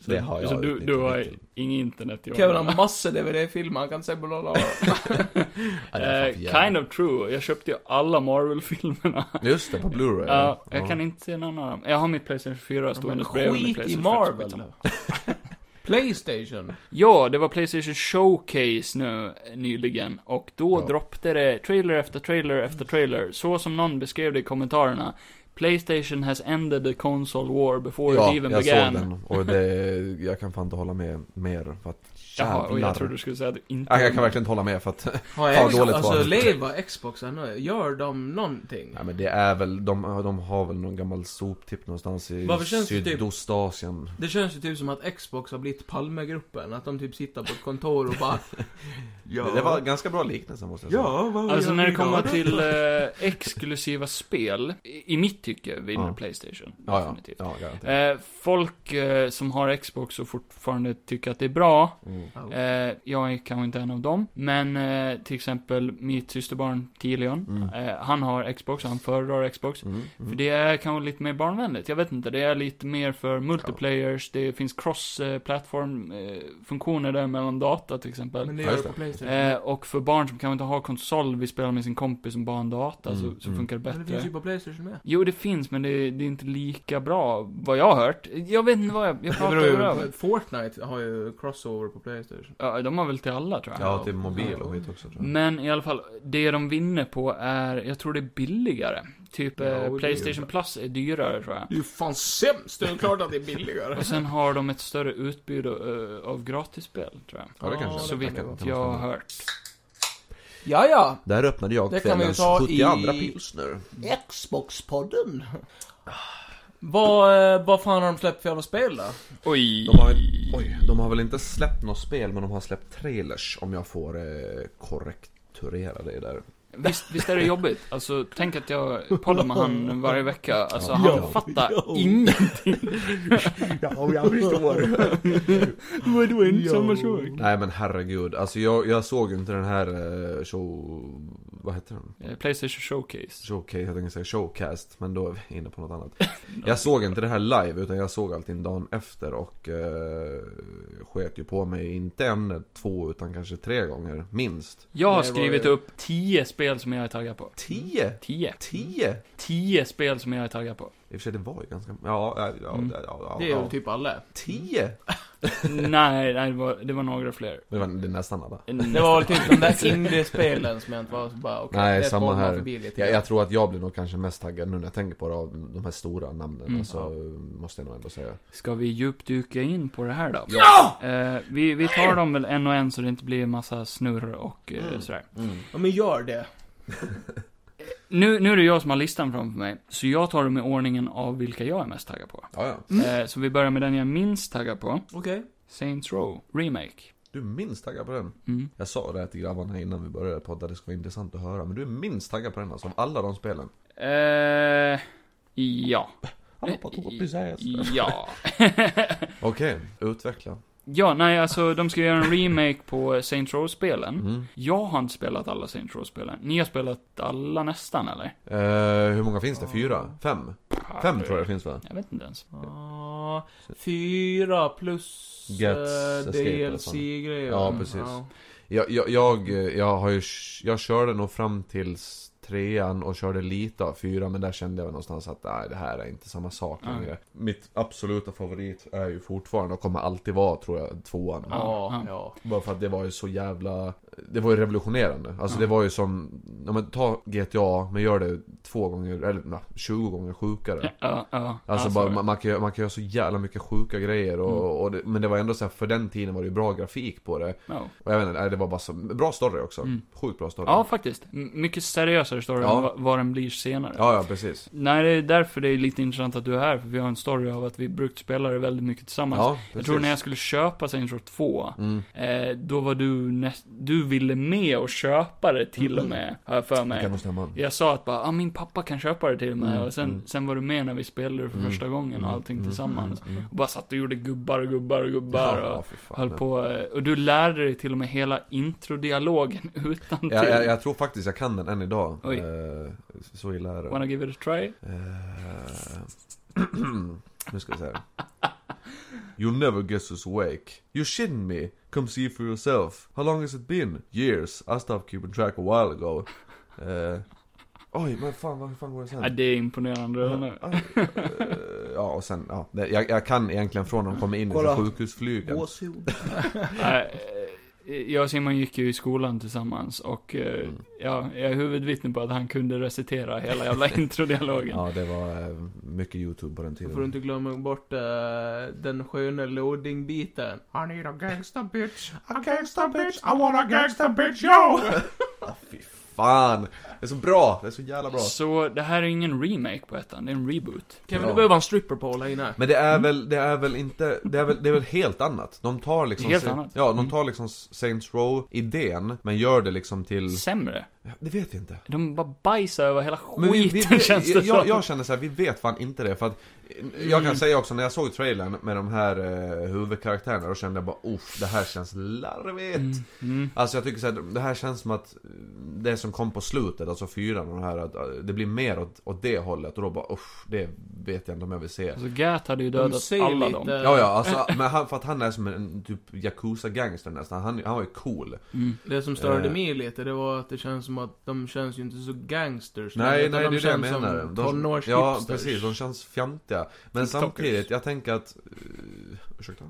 Speaker 3: Så det har jag
Speaker 1: Så Alltså, du, du har
Speaker 3: utnyttjat.
Speaker 1: inget internet Johan?
Speaker 2: Kevin har massor DVD-filmer han kan se på lala.
Speaker 3: Ja, det är
Speaker 1: Eh,
Speaker 3: fan för jävligt.
Speaker 1: kind of true. Jag köpte ju alla Marvel-filmerna.
Speaker 3: Just det, på Blu-ray. Mm.
Speaker 1: Ja, jag kan inte se någon av dem. Jag har mitt Playstation 4 stående bredvid min
Speaker 2: Skit i
Speaker 1: Playstation 5.
Speaker 2: Marvel.
Speaker 1: skitsamma.
Speaker 2: typ. Playstation.
Speaker 1: Ja, det var Playstation Showcase nu eh, nyligen och då
Speaker 3: Ja.
Speaker 1: droppade det trailer efter trailer efter trailer. Så som någon beskrev det i kommentarerna. Playstation has ended the console war before
Speaker 3: ja,
Speaker 1: it even
Speaker 3: jag
Speaker 1: began.
Speaker 3: såg den. Och det, jag kan fan inte hålla med mer. För att,
Speaker 1: Jaha, och
Speaker 3: jävlar.
Speaker 1: jag trodde du skulle säga att du inte...
Speaker 3: Ja, jag kan verkligen inte hålla med för att...
Speaker 2: Har
Speaker 3: Fan,
Speaker 2: Xbox-
Speaker 3: dåligt
Speaker 2: alltså
Speaker 3: val.
Speaker 2: leva Xbox ännu. Gör de någonting?
Speaker 3: Nej men det är väl, de, de har väl någon gammal soptipp någonstans i
Speaker 2: Varför känns det typ-
Speaker 3: Sydostasien.
Speaker 2: Det känns ju typ som att Xbox har blivit Palmegruppen. Att de typ sitter på ett kontor och bara... ja.
Speaker 3: Det var ganska bra liknelse måste jag säga.
Speaker 2: Ja, vad
Speaker 1: Alltså
Speaker 2: gör
Speaker 1: när
Speaker 2: vi
Speaker 1: det kommer
Speaker 2: då?
Speaker 1: till eh, exklusiva spel, i i mitt tycker vinner
Speaker 3: Ja.
Speaker 1: Playstation.
Speaker 3: Ja, ja.
Speaker 1: definitivt.
Speaker 3: ja garanterat.
Speaker 1: Eh, folk eh, som har Xbox och fortfarande tycker att det är bra,
Speaker 3: Mm.
Speaker 1: Eh, jag är kanske inte en av dem, men eh, till exempel mitt systerbarn Tilion,
Speaker 3: Mm.
Speaker 1: eh, han har Xbox, han föredrar Xbox.
Speaker 3: Mm.
Speaker 1: För
Speaker 3: Mm.
Speaker 1: det är kanske lite mer barnvänligt, jag vet inte, det är lite mer för multiplayers, det finns eh, cross-plattform-funktioner eh, där mellan data till exempel.
Speaker 2: Men det
Speaker 3: Ja,
Speaker 2: gör
Speaker 3: just
Speaker 2: det på
Speaker 3: det.
Speaker 2: Playstation.
Speaker 1: Eh, och för barn som kanske inte har konsol, vill spela med sin kompis som bara har en data,
Speaker 3: Mm,
Speaker 1: så, så
Speaker 3: mm.
Speaker 1: funkar det
Speaker 2: Men det finns ju
Speaker 1: bättre.
Speaker 2: på Playstation med.
Speaker 1: Jo, det finns, men det, det är inte lika bra, vad jag har hört. Jag vet inte vad jag, jag
Speaker 2: Det
Speaker 1: pratar
Speaker 2: beror
Speaker 1: över.
Speaker 2: ju, Fortnite har ju crossover på Playstation.
Speaker 1: Ja, de har väl till alla, tror jag.
Speaker 3: Ja, till mobil och skit också tror jag.
Speaker 1: Men i alla fall, det de vinner på är, jag tror det är billigare. Typ
Speaker 3: Ja,
Speaker 1: eh,
Speaker 3: det är
Speaker 1: Playstation
Speaker 3: ju-
Speaker 1: Plus är dyrare tror jag.
Speaker 2: Det är ju fan sämst! Det är klart att det är billigare.
Speaker 1: Och sen har de ett större utbud eh, av gratisspel, tror jag.
Speaker 3: Ja, det kanske
Speaker 1: Så
Speaker 2: det kan det vara.
Speaker 1: vitt jag har hört.
Speaker 2: Ja, ja.
Speaker 3: Där öppnade
Speaker 2: Det
Speaker 3: jag
Speaker 2: kan vi ju
Speaker 3: kvällens
Speaker 2: ta
Speaker 3: 72
Speaker 2: i-
Speaker 3: pilsner.
Speaker 2: Xbox-podden. Vad, eh, vad fan har de släppt för jävla spel då?
Speaker 1: Oj.
Speaker 3: De har, väl, oj, de har väl inte släppt något spel men de har släppt trailers om jag får eh, korrekturera det där.
Speaker 1: Visst, visst är det jobbigt? Alltså, tänk att jag poddar med han varje vecka. Alltså,
Speaker 3: Ja.
Speaker 1: han
Speaker 3: Ja.
Speaker 1: fattar
Speaker 4: Ja.
Speaker 1: ingenting.
Speaker 3: Ja, jag förstår.
Speaker 1: Vadå,
Speaker 4: inte samma sak?
Speaker 3: Nej men herregud, alltså jag, jag såg ju inte den här eh, show... Vad heter den?
Speaker 1: Eh, Playstation Showcase.
Speaker 3: Showcase, jag tänkte säga showcast, men då är vi inne på något annat. Jag såg inte det här live, utan jag såg allting dagen efter och eh, sket ju på mig, inte en, två, utan kanske tre gånger, minst.
Speaker 1: Jag har
Speaker 2: Det var
Speaker 1: skrivit
Speaker 2: ju-
Speaker 1: upp 10 spel som jag är taggad på.
Speaker 3: Tio?
Speaker 1: 10.
Speaker 3: Tio? I
Speaker 1: Tio spel som jag är taggad på.
Speaker 3: Mm. och för sig, det var ju ganska... Ja, ja, ja,
Speaker 1: Mm.
Speaker 3: ja, ja,
Speaker 2: Det är
Speaker 3: ja.
Speaker 2: ju typ alla.
Speaker 3: Tio?
Speaker 1: nej, nej det, var, det var några fler.
Speaker 3: Det, var, det är nästan alla.
Speaker 2: Det var väl typ de där indie-spelen som jag inte var så bara okej,
Speaker 3: Nej,
Speaker 2: det
Speaker 3: samma
Speaker 2: bommar
Speaker 3: här.
Speaker 2: förbi lite.
Speaker 3: Jag, jag tror att jag blir nog kanske mest taggad nu när jag tänker på det, av de här stora namnen.
Speaker 1: Mm.
Speaker 3: alltså,
Speaker 2: Ja.
Speaker 3: måste jag nog ändå säga.
Speaker 1: Ska vi djupdyka in på det här då?
Speaker 3: Ja!
Speaker 1: Eh, vi, vi tar dem väl en och en så det inte blir en massa snurr och eh,
Speaker 3: Mm.
Speaker 1: sådär.
Speaker 2: Ja, men gör det.
Speaker 1: Nu, nu är det jag som har listan framför mig, så jag tar dem i ordningen av vilka jag är mest taggad på.
Speaker 3: Ja, ja.
Speaker 1: Eh, så vi börjar med den jag är minst taggad på.
Speaker 2: Okej.
Speaker 1: Saints Row Remake.
Speaker 3: Du är minst taggad på den.
Speaker 1: Mm.
Speaker 3: Jag sa det här till grabbarna innan vi började podda, det ska vara intressant att höra. Men du är minst taggad på den alltså, av alla de spelen.
Speaker 1: Eh, ja.
Speaker 3: Alla bara tog upp i sig.
Speaker 1: Ja.
Speaker 3: Okej, utveckla.
Speaker 1: ja, nej alltså de ska göra en remake på Saints Row-spelen.
Speaker 3: Mm.
Speaker 1: Jag har inte spelat alla Saints Row-spelen. Ni har spelat alla nästan, eller?
Speaker 3: Eh, hur många finns det? Fyra? Fem? Fem tror jag det finns va?
Speaker 1: Jag vet inte ens.
Speaker 2: Ja, Ah, fyra plus
Speaker 3: Gets
Speaker 2: eh,
Speaker 3: Escape eller
Speaker 2: DLC-grejer.
Speaker 3: Ja,
Speaker 2: Mm,
Speaker 3: precis. Jag, jag, jag, jag har ju, jag körde nog fram till trean och körde lite av fyra men där kände jag väl någonstans att nej, det här är inte samma sak
Speaker 1: Nej.
Speaker 3: längre. Mitt absoluta favorit är ju fortfarande och kommer alltid vara tror jag tvåan.
Speaker 2: Ja,
Speaker 1: Ja,
Speaker 2: ja.
Speaker 3: Bara för att det var ju så jävla Det var ju revolutionerande Alltså
Speaker 1: Ja.
Speaker 3: det var ju som ja, men ta GTA men gör det två gånger Eller na, 20 gånger sjukare
Speaker 1: Ja, ja.
Speaker 3: Alltså
Speaker 1: ja,
Speaker 3: bara,
Speaker 1: sorry.
Speaker 3: man, man, kan, göra- man kan göra så jävla mycket sjuka grejer och,
Speaker 1: Mm.
Speaker 3: och det, Men det var ändå så här, för den tiden var det ju bra grafik på det
Speaker 1: Ja.
Speaker 3: Och jag vet inte, nej, det var bara så Bra story också
Speaker 1: Mm.
Speaker 3: Sjukt bra story
Speaker 1: Ja, faktiskt. M- Mycket seriösare story
Speaker 3: Ja.
Speaker 1: än vad- vad den blir senare.
Speaker 3: ja, ja precis
Speaker 1: Nej, det är därför det är lite intressant att du är här, för vi har en story av att vi brukt spela det väldigt mycket tillsammans.
Speaker 3: Ja, precis
Speaker 1: Jag tror när jag skulle köpa Saints Row 2,
Speaker 3: mm.
Speaker 1: eh, då var du näst, du ville med och köpa det till och med, har jag för
Speaker 3: Det
Speaker 1: mig.
Speaker 3: kan nog stämma
Speaker 1: Jag sa att bara, ah, min pappa kan köpa det till mig,
Speaker 3: Mm,
Speaker 1: och sen,
Speaker 3: mm.
Speaker 1: sen var du med när vi spelade det för
Speaker 3: Mm,
Speaker 1: första gången och
Speaker 3: mm,
Speaker 1: allting
Speaker 3: mm,
Speaker 1: tillsammans.
Speaker 3: mm, mm.
Speaker 1: Och bara satt och gjorde gubbar och gubbar och gubbar och
Speaker 3: fy fan.
Speaker 1: höll på. eh, Och du lärde dig till och med hela introdialogen utan till.
Speaker 3: jag, jag, jag tror faktiskt jag kan den än idag
Speaker 1: Oj.
Speaker 3: Eh, Så illa är det
Speaker 1: Wanna give it a try?
Speaker 3: Eh, nu ska vi se här. You'll never guess who's awake. You shitting me? Come see for yourself. How long has it been? Years. I stopped keeping track a while ago. Eh, oj, men fan, vad fan går det
Speaker 1: Ja,
Speaker 3: sen?
Speaker 1: det är imponerande. Mm.
Speaker 3: Eh, ja, och sen, ja. det- Jag, jag kan egentligen från när de kommer in i
Speaker 4: Kolla.
Speaker 3: sjukhusflygen.
Speaker 4: Gåshud.
Speaker 1: eh, Jag och Simon gick ju i skolan tillsammans och eh,
Speaker 3: Mm.
Speaker 1: ja, jag är huvudvittne på att han kunde recitera hela jävla introdialogen.
Speaker 3: Ja, det var eh, mycket YouTube på den
Speaker 2: Då får du
Speaker 3: tiden.
Speaker 2: inte glömma bort eh, den sköna loading-biten. I need a gangsta bitch, a gangsta bitch, I want a gangsta bitch, yo!
Speaker 3: Ah, fy fan. Det är så bra, det är så jävla bra.
Speaker 1: Så det här är ingen remake på ettan, det är en reboot.
Speaker 2: Kevin, du
Speaker 3: Ja.
Speaker 2: behöver en stripper på att hålla i den här.
Speaker 3: Men det är
Speaker 1: Mm.
Speaker 3: väl, det är väl inte, det är väl, det är väl helt annat. De tar liksom...
Speaker 1: Helt annat.
Speaker 3: Ja, de
Speaker 1: Mm.
Speaker 3: tar liksom Saints Row-idén, men gör det liksom till...
Speaker 1: Sämre.
Speaker 3: Det vet jag inte.
Speaker 1: De bara bajsar över hela skiten
Speaker 3: Men vi, vi, vi,
Speaker 1: känns det
Speaker 3: jag,
Speaker 1: som. Mm.
Speaker 3: jag känner så här, vi vet fan inte det för att eh, Jag kan säga också, när jag såg trailern med de här eh, huvudkaraktärerna Då kände jag bara uff, det här känns larvigt
Speaker 1: Mm, mm.
Speaker 3: Alltså jag tycker så här, det här känns som att eh, Det som kom på slutet, alltså fyran och det här att eh, Det blir mer åt, åt det hållet och då bara usch, det vet jag inte om jag vill se
Speaker 1: Alltså Gat hade ju
Speaker 2: De
Speaker 1: dödat
Speaker 2: ser
Speaker 1: alla
Speaker 2: lite-
Speaker 1: dem.
Speaker 3: Ja, ja, alltså,
Speaker 2: Eh.
Speaker 3: men han, för att han är som en typ Yakuza-gangster nästan, han, han var ju cool
Speaker 1: Mm.
Speaker 2: Det som störde
Speaker 3: Eh.
Speaker 2: mig lite, det var att det känns som att de känns ju inte så gangsters.
Speaker 3: Nej,
Speaker 2: utan
Speaker 3: nej, det
Speaker 2: de
Speaker 3: är det jag
Speaker 2: känns som
Speaker 3: menar.
Speaker 2: Tonårs
Speaker 3: ja,
Speaker 2: hipsters.
Speaker 3: precis. De känns fjantiga. Men
Speaker 1: TikTokers.
Speaker 3: samtidigt, jag tänker att... Uh, ursäkta?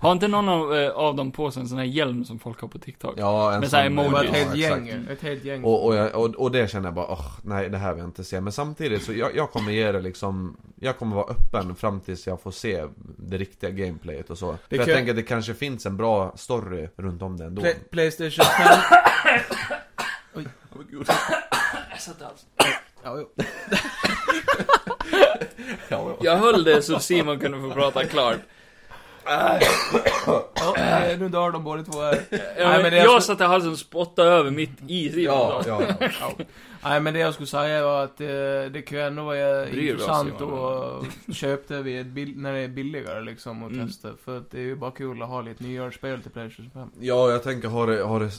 Speaker 1: Har inte någon av, eh, av dem på sig en sån här hjälm som folk har på TikTok?
Speaker 3: ja, en
Speaker 1: Med så här
Speaker 3: sån-
Speaker 2: Det
Speaker 1: emojis.
Speaker 2: var
Speaker 1: Ja,
Speaker 2: ett helt
Speaker 3: exakt.
Speaker 2: gäng. Ett helt gäng.
Speaker 3: Och, och, jag, och, och det känner jag bara, åh, nej det här vill jag inte se. Men samtidigt så jag, jag kommer ge det liksom, jag kommer vara öppen fram tills jag får se det riktiga gameplayet och så. För jag
Speaker 2: kan-
Speaker 3: tänker att det kanske finns en bra story runt om det ändå.
Speaker 2: Play- Playstation 5.
Speaker 3: Åh, men gud.
Speaker 2: Ja, jo.
Speaker 3: Ja, ja.
Speaker 1: Jag höll det så Simon kunde få prata klart.
Speaker 2: Ja, eh, nu dör de båda två här.
Speaker 1: Nej, men
Speaker 2: men det
Speaker 1: jag
Speaker 2: jag
Speaker 1: jag
Speaker 2: sku-
Speaker 1: satt i halsen och spottade över mitt i Simon.
Speaker 3: alltså- Ja, ja, ja.
Speaker 2: Nej, men det jag skulle säga var att eh, det kan ju ändå vara eh,
Speaker 1: Bryr vi oss,
Speaker 2: intressant
Speaker 1: Johan?
Speaker 2: att eh, köpa det vid ett bill- när det är billigare liksom och
Speaker 1: Mm.
Speaker 2: testa. För att det är ju bara kul att ha lite nyårsspel till Playstation 5.
Speaker 3: Ja, jag tänker har det, har det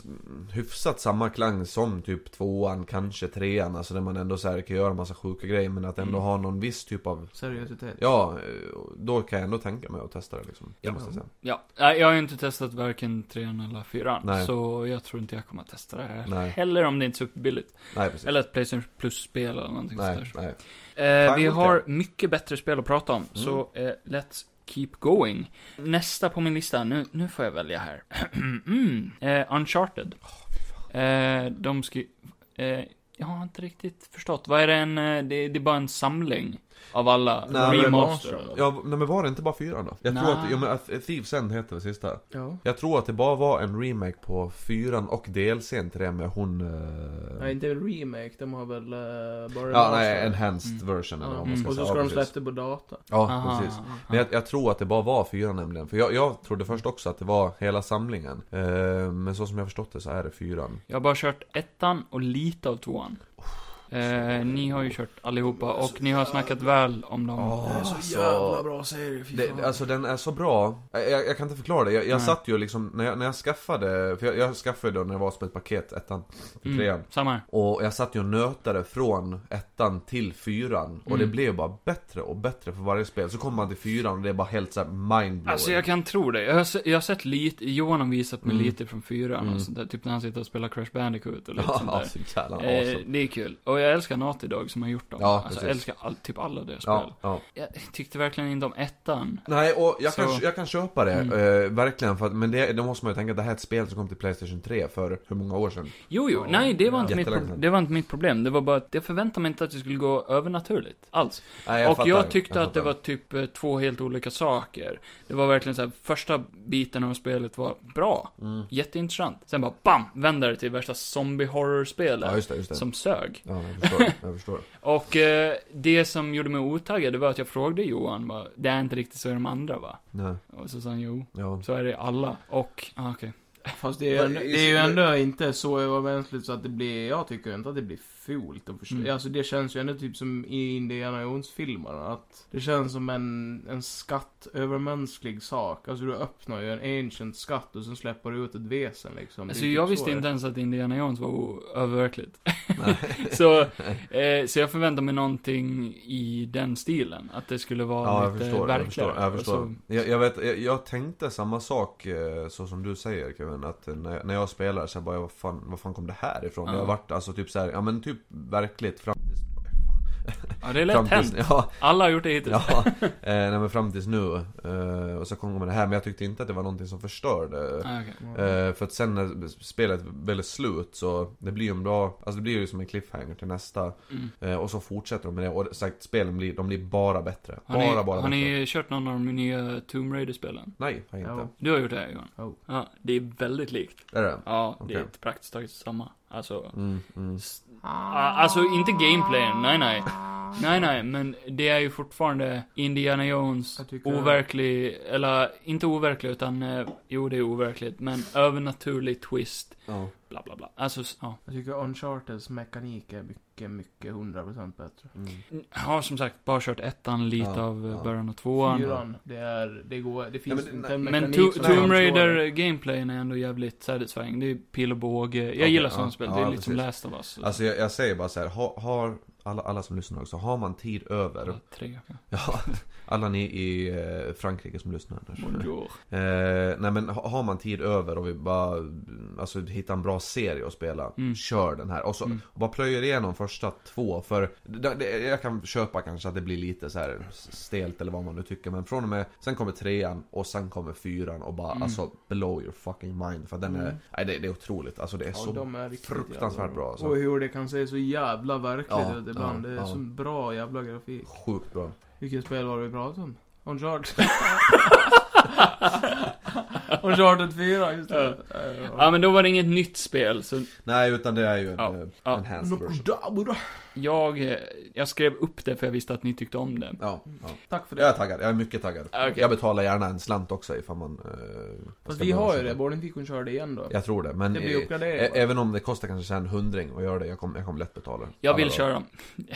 Speaker 3: hyfsat samma klang som typ tvåan, kanske trean, alltså där man ändå så här kan göra massa sjuka grejer men att ändå
Speaker 1: Mm.
Speaker 3: ha någon viss typ av
Speaker 2: Seriositet.
Speaker 3: Ja, eh, då kan jag ändå tänka mig att testa det liksom. Det
Speaker 1: Ja.
Speaker 3: måste jag säga.
Speaker 1: Ja, nej, jag har ju inte testat varken 3 eller 4
Speaker 3: Nej.
Speaker 1: Så jag tror inte jag kommer att testa det här
Speaker 3: Nej.
Speaker 1: heller om det inte är superbilligt.
Speaker 3: Nej, precis.
Speaker 1: Eller ett Playstation Plus-spel eller någonting
Speaker 3: nej,
Speaker 1: sånt
Speaker 3: nej.
Speaker 1: där. Eh,
Speaker 3: Fan, Mm.
Speaker 1: vi
Speaker 3: okej.
Speaker 1: har mycket bättre spel att prata om, så eh, let's keep going. Nästa på min lista, nu, nu får jag välja här. mm, eh, Uncharted. eh, de ska eh, Jag har inte riktigt förstått. Vad är det en, eh, det, det är bara en samling av alla
Speaker 3: Nej, men-
Speaker 1: remaster.
Speaker 3: Ja, nej, men var det inte bara fyran då? Jag
Speaker 1: Nej.
Speaker 3: tror att, ja, men att Thieves End heter det sista.
Speaker 2: Ja.
Speaker 3: Jag tror att det bara var en remake på fyran och DLCn till det med hon... eh,
Speaker 2: Nej, inte en remake. De har väl eh, bara
Speaker 3: ja,
Speaker 2: en
Speaker 3: nej,
Speaker 2: master.
Speaker 3: enhanced
Speaker 1: Mm.
Speaker 3: version eller vad
Speaker 2: Ja.
Speaker 3: man
Speaker 1: Mm.
Speaker 3: ska
Speaker 2: Och så
Speaker 3: säga.
Speaker 2: ska
Speaker 3: ja,
Speaker 2: de
Speaker 3: precis.
Speaker 2: släppa det på data.
Speaker 3: Ja,
Speaker 1: Aha.
Speaker 3: precis. Men jag, jag tror att det bara var fyran nämligen, för jag, jag trodde först också att det var hela samlingen. Eh, men så som jag förstått det så är det fyran.
Speaker 1: Jag har bara kört ettan och lite av tvåan.
Speaker 3: Oh,
Speaker 1: Eh, ni har ju kört allihopa och ni har snackat väl om dem.
Speaker 3: alltså.
Speaker 2: bra serie, fy
Speaker 3: Det, alltså den är så bra, jag, jag jag kan inte förklara det. Jag, jag
Speaker 1: Nej.
Speaker 3: satt ju liksom, när jag, när jag skaffade, för jag, jag skaffade då när det var som ett paket, ettan, till trean.
Speaker 1: Mm, samma här.
Speaker 3: Och jag satt ju och nötade från ettan till fyran. Och
Speaker 1: Mm.
Speaker 3: det blev bara bättre och bättre för varje spel. Så kommer man till fyran och det är bara helt såhär mindblowing.
Speaker 1: Alltså jag kan tro det. Jag har, se- jag har sett lite, Johan har visat mig
Speaker 3: Mm.
Speaker 1: lite från fyran och
Speaker 3: Mm.
Speaker 1: sånt där. Typ när han sitter och spelar Crash Bandicoot och lite
Speaker 3: Ja,
Speaker 1: sånt där.
Speaker 3: alltså jävla
Speaker 1: Eh,
Speaker 3: awesome.
Speaker 1: det är kul. Och jag älskar Naughty Dog som har gjort dem.
Speaker 3: Ja,
Speaker 1: alltså,
Speaker 3: precis.
Speaker 1: jag älskar all, typ alla deras spel.
Speaker 3: Ja, ja.
Speaker 1: Jag tyckte verkligen inte om ettan.
Speaker 3: Nej, och jag kan,
Speaker 1: Så-
Speaker 3: jag kan köpa det,
Speaker 1: Mm.
Speaker 3: eh, verkligen. För att, men det, då måste man ju tänka att det här är ett spel som kom till Playstation 3 för hur många år sedan?
Speaker 1: Jo, jo,
Speaker 2: Ja,
Speaker 1: nej det var, inte mitt
Speaker 3: jättelänge
Speaker 1: pro-
Speaker 3: sedan.
Speaker 1: det var inte mitt problem. Det var bara att jag förväntade mig inte att det skulle gå övernaturligt. Alls.
Speaker 3: Nej,
Speaker 1: och
Speaker 3: fattar,
Speaker 1: jag tyckte att det
Speaker 3: fattar.
Speaker 1: var typ eh, två helt olika saker. Det var verkligen så här, första biten av spelet var bra.
Speaker 3: Mm.
Speaker 1: Jätteintressant. Sen bara BAM! Vänder det till värsta zombie horror-spelet.
Speaker 3: Ja, just det, just det.
Speaker 1: som sög.
Speaker 3: Ja, jag förstår. Jag förstår.
Speaker 1: Och eh, det som gjorde mig otaggad, det var att jag frågade Johan bara, det är inte riktigt så i de andra va?
Speaker 3: Nej,
Speaker 1: Och så sa han jo,
Speaker 3: ja.
Speaker 1: så är det i alla. Och, ah, okej.
Speaker 2: Fast det är, ju
Speaker 3: Men
Speaker 2: ändå,
Speaker 3: i-
Speaker 2: det är ju ändå inte så övermänskligt så att det blir, jag tycker inte att det blir fult att förstå.
Speaker 1: Mm.
Speaker 2: Alltså det känns ju ändå typ som i Indiana Jones-filmerna. Att det känns som en, en skatt, övermänsklig sak. Alltså du öppnar ju en ancient skatt och sen släpper du ut ett väsen liksom. Det är
Speaker 1: Alltså
Speaker 2: typ
Speaker 1: jag
Speaker 2: så
Speaker 1: visste
Speaker 2: det är.
Speaker 1: inte ens att Indiana Jones var o- öververkligt. så, eh, så jag förväntade mig någonting i den stilen. Att det skulle vara
Speaker 3: Ja, jag
Speaker 1: lite
Speaker 3: förstår. Jag
Speaker 1: verkligare. Alltså-
Speaker 3: förstår. Jag,
Speaker 1: Och
Speaker 3: förstår.
Speaker 1: så-
Speaker 3: jag, jag, vet, jag, jag tänkte samma sak eh, så som du säger Kevin. Att eh, när, när jag spelar så jag bara, vad fan, vad fan kom det här ifrån? Det
Speaker 1: Ja.
Speaker 3: har varit alltså typ så här, ja men typ verkligt fram
Speaker 1: Ja, det är
Speaker 3: fram
Speaker 1: lätt hänt.
Speaker 3: tills, ja,
Speaker 1: Alla har gjort det hittills.
Speaker 3: ja, eh, nej, men fram tills nu. Eh, och så kom med det här, men jag tyckte inte att det var någonting som förstörde.
Speaker 1: Ah, okej.
Speaker 3: Eh, för att sen när spelet väl är slut så det blir ju en bra, alltså det blir ju som en cliffhanger till nästa.
Speaker 1: Mm.
Speaker 3: Eh, och så fortsätter de med det och sagt spelen blir, de blir bara bättre.
Speaker 1: Har
Speaker 3: bara,
Speaker 1: ni,
Speaker 3: bara
Speaker 1: har
Speaker 3: bättre.
Speaker 1: ni kört någon av de nya Tomb Raider-spelen?
Speaker 3: Nej, jag har inte.
Speaker 2: Ja.
Speaker 1: Du har gjort det, Johan?
Speaker 2: Oh.
Speaker 1: Ja, det är väldigt likt.
Speaker 3: Är det?
Speaker 1: Ja, det
Speaker 3: Okej.
Speaker 1: är praktiskt taget samma. Alltså,
Speaker 3: Mm, mm.
Speaker 1: s-
Speaker 2: Ah.
Speaker 1: a- alltså inte gameplayen, nej nej. Nej nej, men det är ju fortfarande Indiana Jones,
Speaker 2: Jag tycker-
Speaker 1: overklig, eller inte overklig utan, eh, jo det är overkligt, men övernaturlig twist,
Speaker 3: Ja.
Speaker 1: bla bla bla. Alltså, s- ja.
Speaker 2: Jag tycker Uncharteds mekanik är mycket, mycket 100% bättre.
Speaker 3: Mm.
Speaker 1: Har som sagt bara kört ettan, lite
Speaker 3: Ja,
Speaker 1: av eh,
Speaker 3: ja.
Speaker 1: början av tvåan.
Speaker 2: Fyran, det är, det går, det finns
Speaker 3: Ja, men-
Speaker 2: inte en
Speaker 1: Men
Speaker 2: mekanik
Speaker 1: to-
Speaker 2: som
Speaker 1: Tomb
Speaker 2: kan slå
Speaker 1: Raider
Speaker 2: det.
Speaker 1: gameplayen är ändå jävligt satisfying. Det är pil och båge. Jag
Speaker 3: Okej,
Speaker 1: gillar
Speaker 3: ja,
Speaker 1: sådana spel.
Speaker 3: ja,
Speaker 1: det är lite som
Speaker 3: precis.
Speaker 1: Last of Us.
Speaker 3: Alltså jag, jag säger bara så här, har, har alla, alla som lyssnar också, har man tid över,
Speaker 1: Tre. ja.
Speaker 3: ja, alla ni i eh, Frankrike som lyssnar annars.
Speaker 1: Bonjour.
Speaker 3: Eh, nej men ha- har man tid över och vill bara mm, alltså, hitta en bra serie att spela,
Speaker 1: Mm.
Speaker 3: kör den här. Och så
Speaker 1: Mm.
Speaker 3: och bara plöjer igenom första två. För det, det, jag kan köpa kanske att det blir lite så här stelt eller vad man nu tycker. Men från och med, sen kommer trean och sen kommer fyran och bara
Speaker 1: Mm.
Speaker 3: alltså blow your fucking mind. För den är,
Speaker 2: Mm.
Speaker 3: nej, det, det är otroligt. Alltså det är
Speaker 2: Ja,
Speaker 3: så
Speaker 2: de är riktigt
Speaker 3: fruktansvärt
Speaker 2: jävla
Speaker 3: bra, alltså.
Speaker 2: Och hur det kan se så jävla verkligt
Speaker 3: Ja,
Speaker 2: ut ibland.
Speaker 3: ja,
Speaker 2: det är
Speaker 3: ja.
Speaker 2: så bra jävla grafik.
Speaker 3: sjukt bra.
Speaker 2: Vilket spel var det vi pratade om? Uncharted? Uncharted 4, just det.
Speaker 1: Ja men då var det inget nytt spel. Så
Speaker 3: Nej utan det är ju en,
Speaker 1: Ja,
Speaker 3: eh,
Speaker 1: ja.
Speaker 3: enhanced version.
Speaker 1: jag, eh, jag skrev upp det för jag visste att ni tyckte om det.
Speaker 3: Ja, ja.
Speaker 2: Tack för
Speaker 3: Jag är
Speaker 2: det.
Speaker 3: taggad, jag är mycket taggad.
Speaker 1: Okej.
Speaker 3: Jag betalar gärna en slant också ifall man... Eh,
Speaker 2: Fast
Speaker 3: ska
Speaker 2: vi
Speaker 3: behöva
Speaker 2: har ju
Speaker 3: köpa.
Speaker 2: det, borde inte vi kunna köra det igen då?
Speaker 3: Jag tror det, men
Speaker 2: Det blir
Speaker 3: eh,
Speaker 2: uppgradering.
Speaker 3: ä-
Speaker 2: va?
Speaker 3: även om det kostar kanske så här en hundring att göra det, jag kommer jag kommer lätt betala.
Speaker 1: Jag vill
Speaker 3: Alla
Speaker 1: köra dem.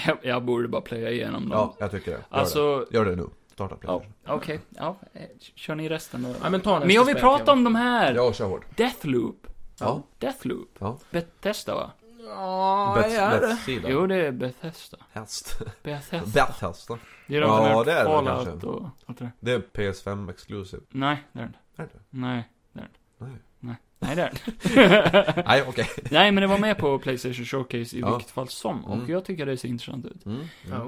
Speaker 1: Jag, jag borde bara plöja igenom dem.
Speaker 3: dagar. Ja, jag tycker det. Gör,
Speaker 1: alltså,
Speaker 3: det. Gör det nu. Starta
Speaker 1: ja,
Speaker 3: Playstation.
Speaker 1: okej. Ja, eh, kör ni resten då.
Speaker 2: Ja, men ta nästa
Speaker 1: Men jag vill
Speaker 2: spel,
Speaker 1: prata
Speaker 2: Kevin.
Speaker 1: om de här.
Speaker 3: Ja, kör hårt.
Speaker 1: Deathloop.
Speaker 3: Ja.
Speaker 1: Deathloop.
Speaker 3: Ja.
Speaker 1: Bethesda va?
Speaker 2: Ja, det är det.
Speaker 3: Bethesda.
Speaker 1: Jo, det är Bethesda.
Speaker 3: Häst.
Speaker 1: Bethesda.
Speaker 3: Bethesda.
Speaker 1: Det är de
Speaker 3: Ja,
Speaker 1: som har gjort
Speaker 3: det är det
Speaker 1: Fallout
Speaker 3: kanske.
Speaker 1: och allt det där.
Speaker 3: Det är PS5 exclusive.
Speaker 1: Nej, det är det inte.
Speaker 3: Är det?
Speaker 1: Nej, det är det inte.
Speaker 3: Nej.
Speaker 1: Nej, det är det inte.
Speaker 3: Nej, okej.
Speaker 1: Nej, men det var med på Playstation Showcase i
Speaker 3: Ja.
Speaker 1: vilket fall som. Och
Speaker 3: Mm.
Speaker 1: jag tycker det ser intressant ut.
Speaker 3: Mm. Mm.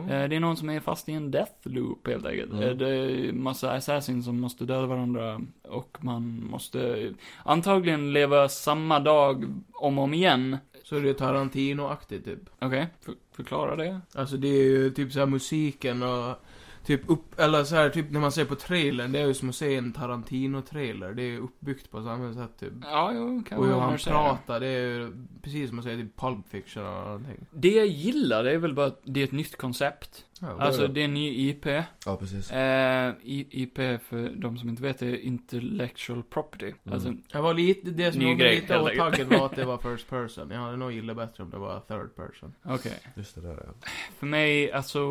Speaker 2: Ja.
Speaker 1: Eh, Det är någon som är fast i en death loop helt enkelt.
Speaker 3: Mm.
Speaker 1: Eh, Det är massa assassins som måste döda varandra och man måste eh, antagligen leva samma dag om och om igen.
Speaker 2: Så är det Tarantino-aktigt typ.
Speaker 1: Okej, för, förklara det.
Speaker 2: Alltså det är ju typ så här musiken och typ upp, eller så här typ när man ser på trailern, det är ju som att se en Tarantino-trailer. Det är ju uppbyggt på samma sätt typ.
Speaker 1: Ja, jo, kan
Speaker 2: Och hur
Speaker 1: man
Speaker 2: han
Speaker 1: säga det.
Speaker 2: pratar, det är ju precis som man säger typ Pulp Fiction eller någonting.
Speaker 1: Det jag gillar, det är väl bara att det är ett nytt koncept.
Speaker 2: Ja,
Speaker 1: Alltså, det är en ny IP.
Speaker 3: Ja, precis.
Speaker 1: Eh, I- IP, för de som inte vet, är intellectual property.
Speaker 3: Mm.
Speaker 1: Alltså,
Speaker 2: Jag var lite, det som
Speaker 1: Ny
Speaker 2: gjorde mig
Speaker 1: grej,
Speaker 2: lite
Speaker 1: helt enkelt.
Speaker 2: åtaget var att det var first person. Jag hade nog gillat bättre om det var third person.
Speaker 1: okej.
Speaker 3: Just det där ja.
Speaker 1: För mig, alltså,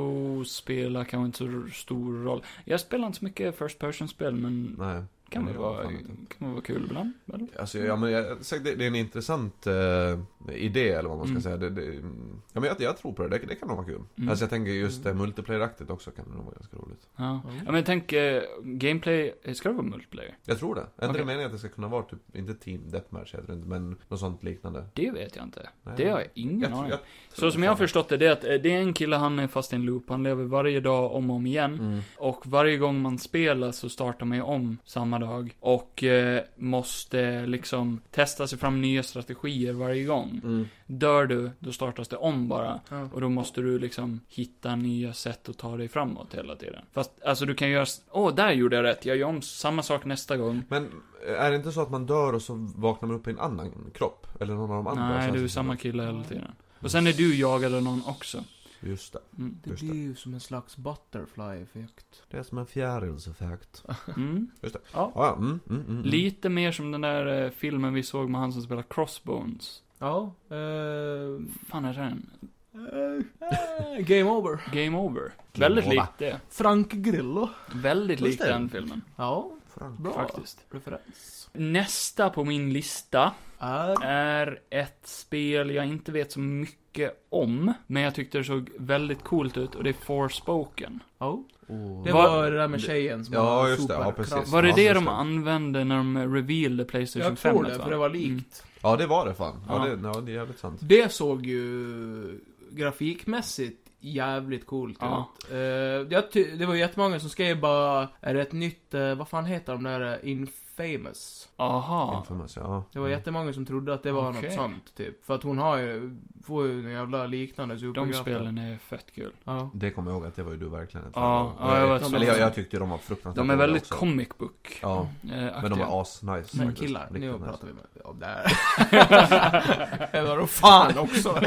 Speaker 1: spelar kanske inte så stor roll. Jag spelar inte så mycket first person-spel, men
Speaker 3: Nej.
Speaker 1: kan
Speaker 3: men
Speaker 1: väl
Speaker 3: det var
Speaker 1: vara,
Speaker 3: fan
Speaker 1: kan väl vara kul ibland. Eller?
Speaker 3: Alltså, ja, men jag, säkert det, det är en intressant eh, idé eller vad man ska
Speaker 1: Mm.
Speaker 3: säga. Det, det, mm. ja, men jag, jag tror på det. det, det kan nog vara kul.
Speaker 1: Mm.
Speaker 3: Alltså jag tänker just det
Speaker 2: Mm.
Speaker 3: multiplayer-aktigt också kan det nog vara ganska roligt.
Speaker 1: Ja.
Speaker 2: Ja.
Speaker 1: ja, men tänk, eh, gameplay, eh, ska det vara multiplayer?
Speaker 3: Jag tror det. Är inte
Speaker 1: Okej.
Speaker 3: det meningen att det ska kunna vara typ, inte team deathmatch heter det inte, men något sånt liknande?
Speaker 1: Det vet jag inte.
Speaker 3: Nej.
Speaker 1: Det har jag ingen
Speaker 3: Jag tror-
Speaker 1: aning om.
Speaker 3: jag
Speaker 1: Mm, Så som jag har förstått det, det är att eh, det är en kille, han är fast i en loop, han lever varje dag om och om igen.
Speaker 3: Mm.
Speaker 1: Och varje gång man spelar så startar man ju om samma dag. Och eh, måste liksom testa sig fram nya strategier varje gång.
Speaker 3: Mm.
Speaker 1: Dör du, då startas det om bara.
Speaker 2: Ja.
Speaker 1: Och då måste du liksom hitta nya sätt att ta dig framåt hela tiden. Fast alltså du kan göra, s- åh där gjorde jag rätt, jag gör om samma sak nästa gång.
Speaker 3: Men eh, är det inte så att man dör och så vaknar man upp i en annan kropp? Eller någon av de andra?
Speaker 1: Nej,
Speaker 3: Så
Speaker 1: du är
Speaker 3: att-
Speaker 1: samma kille hela tiden. Och sen är du jagad av någon också.
Speaker 3: Just det.
Speaker 1: Mm.
Speaker 2: Det
Speaker 3: Just
Speaker 2: blir ju som en slags butterfly-effekt.
Speaker 3: Det är som en fjärilseffekt.
Speaker 1: Mm.
Speaker 3: Just det.
Speaker 1: Ja.
Speaker 3: Ah, ja, mm, mm, mm.
Speaker 1: Lite mer som den där eh, filmen vi såg med han som spelar Crossbones.
Speaker 2: Ja, eh...
Speaker 1: fan är den?
Speaker 2: eh, Game over.
Speaker 1: Game Over.
Speaker 3: Game
Speaker 1: Väldigt
Speaker 3: over.
Speaker 1: likt det.
Speaker 2: Frank Grillo.
Speaker 1: Väldigt
Speaker 3: Just
Speaker 1: lik
Speaker 3: det.
Speaker 1: den filmen.
Speaker 2: Ja,
Speaker 3: Frank.
Speaker 2: bra.
Speaker 1: Faktiskt.
Speaker 2: Referens.
Speaker 1: Nästa på min lista
Speaker 2: Är...
Speaker 1: är ett spel jag inte vet så mycket om, men jag tyckte det såg väldigt coolt ut och det är Forspoken.
Speaker 2: Ja.
Speaker 3: Oh.
Speaker 2: Det
Speaker 1: Var-
Speaker 2: var det där med tjejen som
Speaker 3: Ja,
Speaker 2: har
Speaker 3: just det. Ja,
Speaker 2: superkraft.
Speaker 3: precis.
Speaker 1: Var det
Speaker 3: Ja,
Speaker 1: det
Speaker 3: just
Speaker 1: de
Speaker 3: det.
Speaker 1: använde när de revealade Playstation
Speaker 2: Jag
Speaker 1: 5?
Speaker 2: tror det,
Speaker 1: va? Mm.
Speaker 2: för det var likt.
Speaker 3: Ja, det var det fan. Ja,
Speaker 1: Ja.
Speaker 3: Det, ja, det är jävligt sant.
Speaker 2: Det såg ju grafikmässigt jävligt coolt
Speaker 1: Ja.
Speaker 2: ut. Eh, jag ty- det var ju jättemånga som skrev bara, är det ett nytt, eh, vad fan heter de där, eh, inf- Infamous.
Speaker 1: Aha.
Speaker 3: Infamous, ja. Mm.
Speaker 2: Det var jättemånga som trodde att det var
Speaker 1: Okej.
Speaker 2: något sånt, typ. För att hon har ju, får ju en jävla liknande
Speaker 1: De Mm.
Speaker 2: superkraft.
Speaker 1: spelen är fett kul.
Speaker 2: Ja.
Speaker 3: Det kommer jag ihåg att det var ju du verkligen ett
Speaker 1: Ja,
Speaker 3: fan av.
Speaker 1: ja, jag var-
Speaker 3: Eller jag, jag tyckte ju de var fruktansvärt
Speaker 1: De är
Speaker 3: dåliga
Speaker 1: väldigt
Speaker 3: också.
Speaker 1: comic book
Speaker 3: Ja,
Speaker 1: eh,
Speaker 3: men de är asnice
Speaker 2: Men
Speaker 3: faktiskt.
Speaker 2: killar,
Speaker 3: Riktigt
Speaker 2: nu
Speaker 3: nice.
Speaker 2: pratar vi med... Ja, där. Jag bara, "Åh, fan också.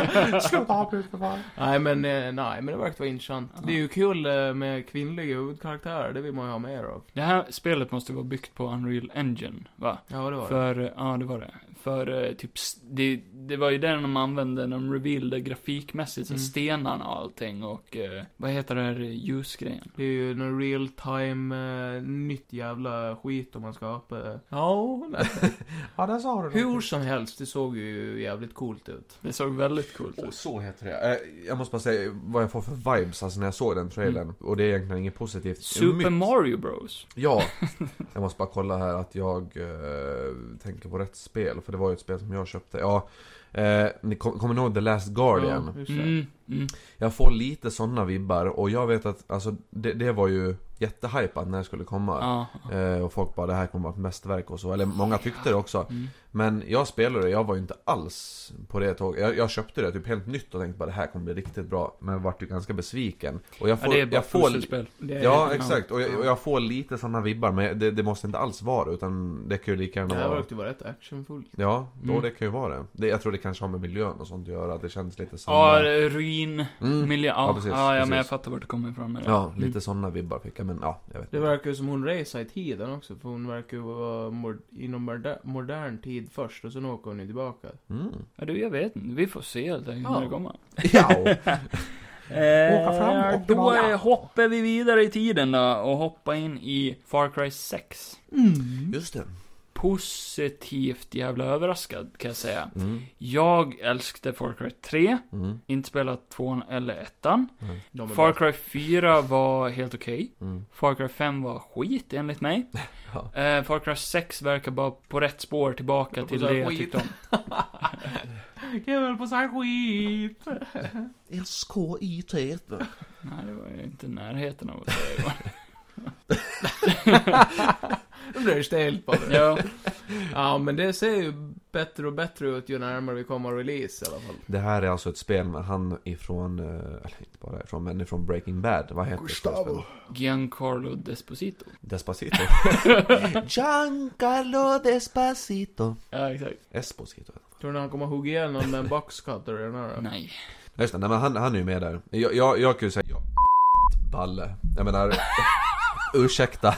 Speaker 3: Sluta avbryta för fan.
Speaker 2: nej, men, eh, nej, men det verkar vara intressant.
Speaker 1: Ja.
Speaker 2: Det är ju kul eh, med kvinnliga huvudkaraktärer, det vill man ju ha mer av.
Speaker 1: Det här spelet måste vara byggt på Unreal Engine, va?
Speaker 2: Ja, det var det.
Speaker 1: För, eh, ja det var det. För eh, typ, s- det, det var ju den de använde när de revealade grafikmässigt, så
Speaker 2: Mm.
Speaker 1: stenarna och allting och, eh, vad heter det här eh, ljusgrejen?
Speaker 2: Det är ju en real time, eh, nytt jävla skit om man ska ha på... Ja, nej.
Speaker 3: Ja, där sa du
Speaker 2: Hur som helst, det såg ju jävligt coolt ut.
Speaker 1: Det såg väldigt coolt
Speaker 3: Och
Speaker 1: ut.
Speaker 3: så heter det. Eh, Jag måste bara säga vad jag får för vibes alltså när jag såg den trailern. Och det är egentligen inget positivt.
Speaker 1: Mm. Super
Speaker 3: Mycket-
Speaker 1: Mario Bros.
Speaker 3: Ja, jag måste bara kolla här att jag eh, tänker på rätt spel. För det var ju ett spel som jag köpte. Ja, eh, ni kom, kommer ni ihåg The Last Guardian?
Speaker 2: Ja, just det.
Speaker 1: Mm, mm.
Speaker 3: Jag får lite sådana vibbar. Och jag vet att alltså, det, det var ju jättehypat när det skulle komma.
Speaker 1: Ja.
Speaker 3: Eh, och folk bara det här kommer vara ett mästerverk och så. Eller många tyckte det också.
Speaker 1: Mm.
Speaker 3: Men jag spelade det, jag var ju inte alls på det tåget. Jag, jag köpte det typ helt nytt och tänkte bara det här kommer bli riktigt bra. Men vart ju ganska besviken. Och jag
Speaker 1: Ja,
Speaker 3: får...
Speaker 1: det är bara
Speaker 3: jag får,
Speaker 1: pusselspel.
Speaker 2: Det är-
Speaker 3: Ja, exakt. Och jag, och jag får lite sådana vibbar. Men det, det måste inte alls vara utan det kan ju lika
Speaker 2: Det
Speaker 3: gärna
Speaker 2: här
Speaker 3: vara...
Speaker 2: verkar ju vara rätt actionfullt.
Speaker 3: Ja, då
Speaker 1: Mm.
Speaker 3: det kan ju vara det. det. Jag tror det kanske har med miljön och sånt att göra. Att det känns lite
Speaker 1: Ja,
Speaker 3: sådana...
Speaker 1: ruin,
Speaker 3: Mm.
Speaker 1: miljö, eh, ja,
Speaker 3: Ja,
Speaker 1: ja,
Speaker 3: precis,
Speaker 1: ja men jag
Speaker 3: precis.
Speaker 1: fattar vart du kommer ifrån med det.
Speaker 3: Ja, lite
Speaker 1: Mm.
Speaker 3: sådana vibbar fick jag. Men ja, jag vet
Speaker 2: Det
Speaker 3: inte.
Speaker 2: verkar ju som hon racear i tiden också, för hon verkar ju vara mod- inom moder- modern tid först och sen åker hon ju tillbaka.
Speaker 3: Mm.
Speaker 1: Ja, du, jag vet inte. Vi får se helt enkelt
Speaker 2: Ja.
Speaker 1: när det kommer.
Speaker 3: Ja.
Speaker 1: Eh,
Speaker 3: Åka fram och
Speaker 1: då
Speaker 3: tillbaka.
Speaker 1: eh, hoppar vi vidare i tiden då och hoppar in i Far Cry 6.
Speaker 2: Mm.
Speaker 3: Just det.
Speaker 1: Positivt jävla överraskad kan jag säga.
Speaker 3: Mm.
Speaker 1: Jag älskade Far Cry 3,
Speaker 3: Mm.
Speaker 1: inte spelat 2 eller 1.
Speaker 2: De är
Speaker 1: Far
Speaker 2: bara-
Speaker 1: Cry 4 var helt okej.
Speaker 3: Mm.
Speaker 1: Far Cry 5 var skit enligt mig.
Speaker 3: Ja.
Speaker 1: Eh, Far Cry 6 verkar bara på rätt spår tillbaka
Speaker 2: Jag
Speaker 1: till
Speaker 2: får
Speaker 1: det
Speaker 2: säga
Speaker 1: jag
Speaker 2: skit.
Speaker 1: tyckte om.
Speaker 2: Jag höll på att säga skit!
Speaker 3: SKIT.
Speaker 1: Nej, det var ju inte i närheten av vad det var.
Speaker 2: Nu blir det stelt bara.
Speaker 1: ja.
Speaker 2: Ja, men det ser ju bättre och bättre ut ju närmare vi kommer release i alla fall.
Speaker 3: Det här är alltså ett spel med han ifrån, eh, eller inte bara ifrån, men ifrån Breaking Bad. Vad heter det spelet?
Speaker 1: Giancarlo Desposito.
Speaker 3: Despacito. Giancarlo Despacito.
Speaker 1: Ja, exakt.
Speaker 3: Esposito.
Speaker 2: Tror ni han kommer hugga igen någon med en boxcutter i den här?
Speaker 1: Nej.
Speaker 3: Ja, Just det, nej, men han, han är ju med där. Jag, jag, jag kan ju säga, jag balle. Jag menar, ursäkta.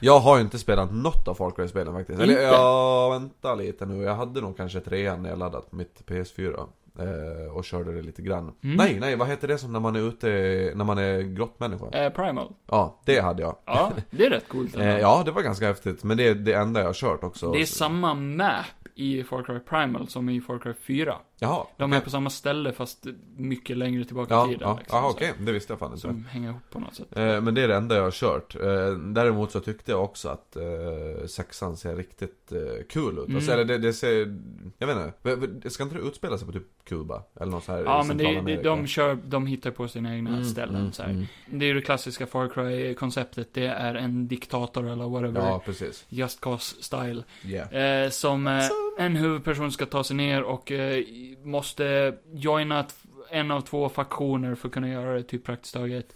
Speaker 3: Jag har ju inte spelat något av Far Cry-spelen faktiskt. Eller
Speaker 1: Inte?
Speaker 3: ja, vänta lite nu. Jag hade nog kanske trean när jag laddat mitt PS4. eh, Och körde det lite grann.
Speaker 1: Mm.
Speaker 3: Nej, nej, vad heter det som när man är ute, när man är grottmänniska?
Speaker 1: Eh, Primal.
Speaker 3: Ja, det hade jag.
Speaker 1: Ja, det är rätt coolt. ändå.
Speaker 3: Eh, ja, det var ganska häftigt. Men det är det enda jag har kört också.
Speaker 1: Det är samma map i Far Cry Primal som i Far Cry 4.
Speaker 3: Jaha.
Speaker 1: De är
Speaker 3: okej.
Speaker 1: på samma ställe fast mycket längre tillbaka i
Speaker 3: Ja,
Speaker 1: tiden.
Speaker 3: ja.
Speaker 1: liksom,
Speaker 3: Jaha,
Speaker 1: så
Speaker 3: okej. Det visste jag fan
Speaker 1: här,
Speaker 3: inte.
Speaker 1: Som hänger ihop på något sätt.
Speaker 3: Eh, Men det är det enda jag har kört. Eh, Däremot så tyckte jag också att eh, sexan ser riktigt eh, kul ut.
Speaker 1: Mm.
Speaker 3: Alltså, eller det, det ser, jag vet inte. v- v- det Ska inte det utspela sig på typ Kuba? Eller något så här
Speaker 1: Ja,
Speaker 3: i
Speaker 1: men det, det,
Speaker 3: Centralamerika?
Speaker 1: de, kör, de hittar på sina egna
Speaker 3: Mm,
Speaker 1: ställen.
Speaker 3: mm,
Speaker 1: så här.
Speaker 3: mm.
Speaker 1: Det är ju det klassiska Far Cry-konceptet. Det är en diktator eller whatever.
Speaker 3: Ja, precis.
Speaker 1: Just Cause-style.
Speaker 3: Yeah.
Speaker 1: Eh, som eh, en huvudperson ska ta sig ner och eh, måste joina ett, en av två faktioner för att kunna göra det typ praktiskt taget.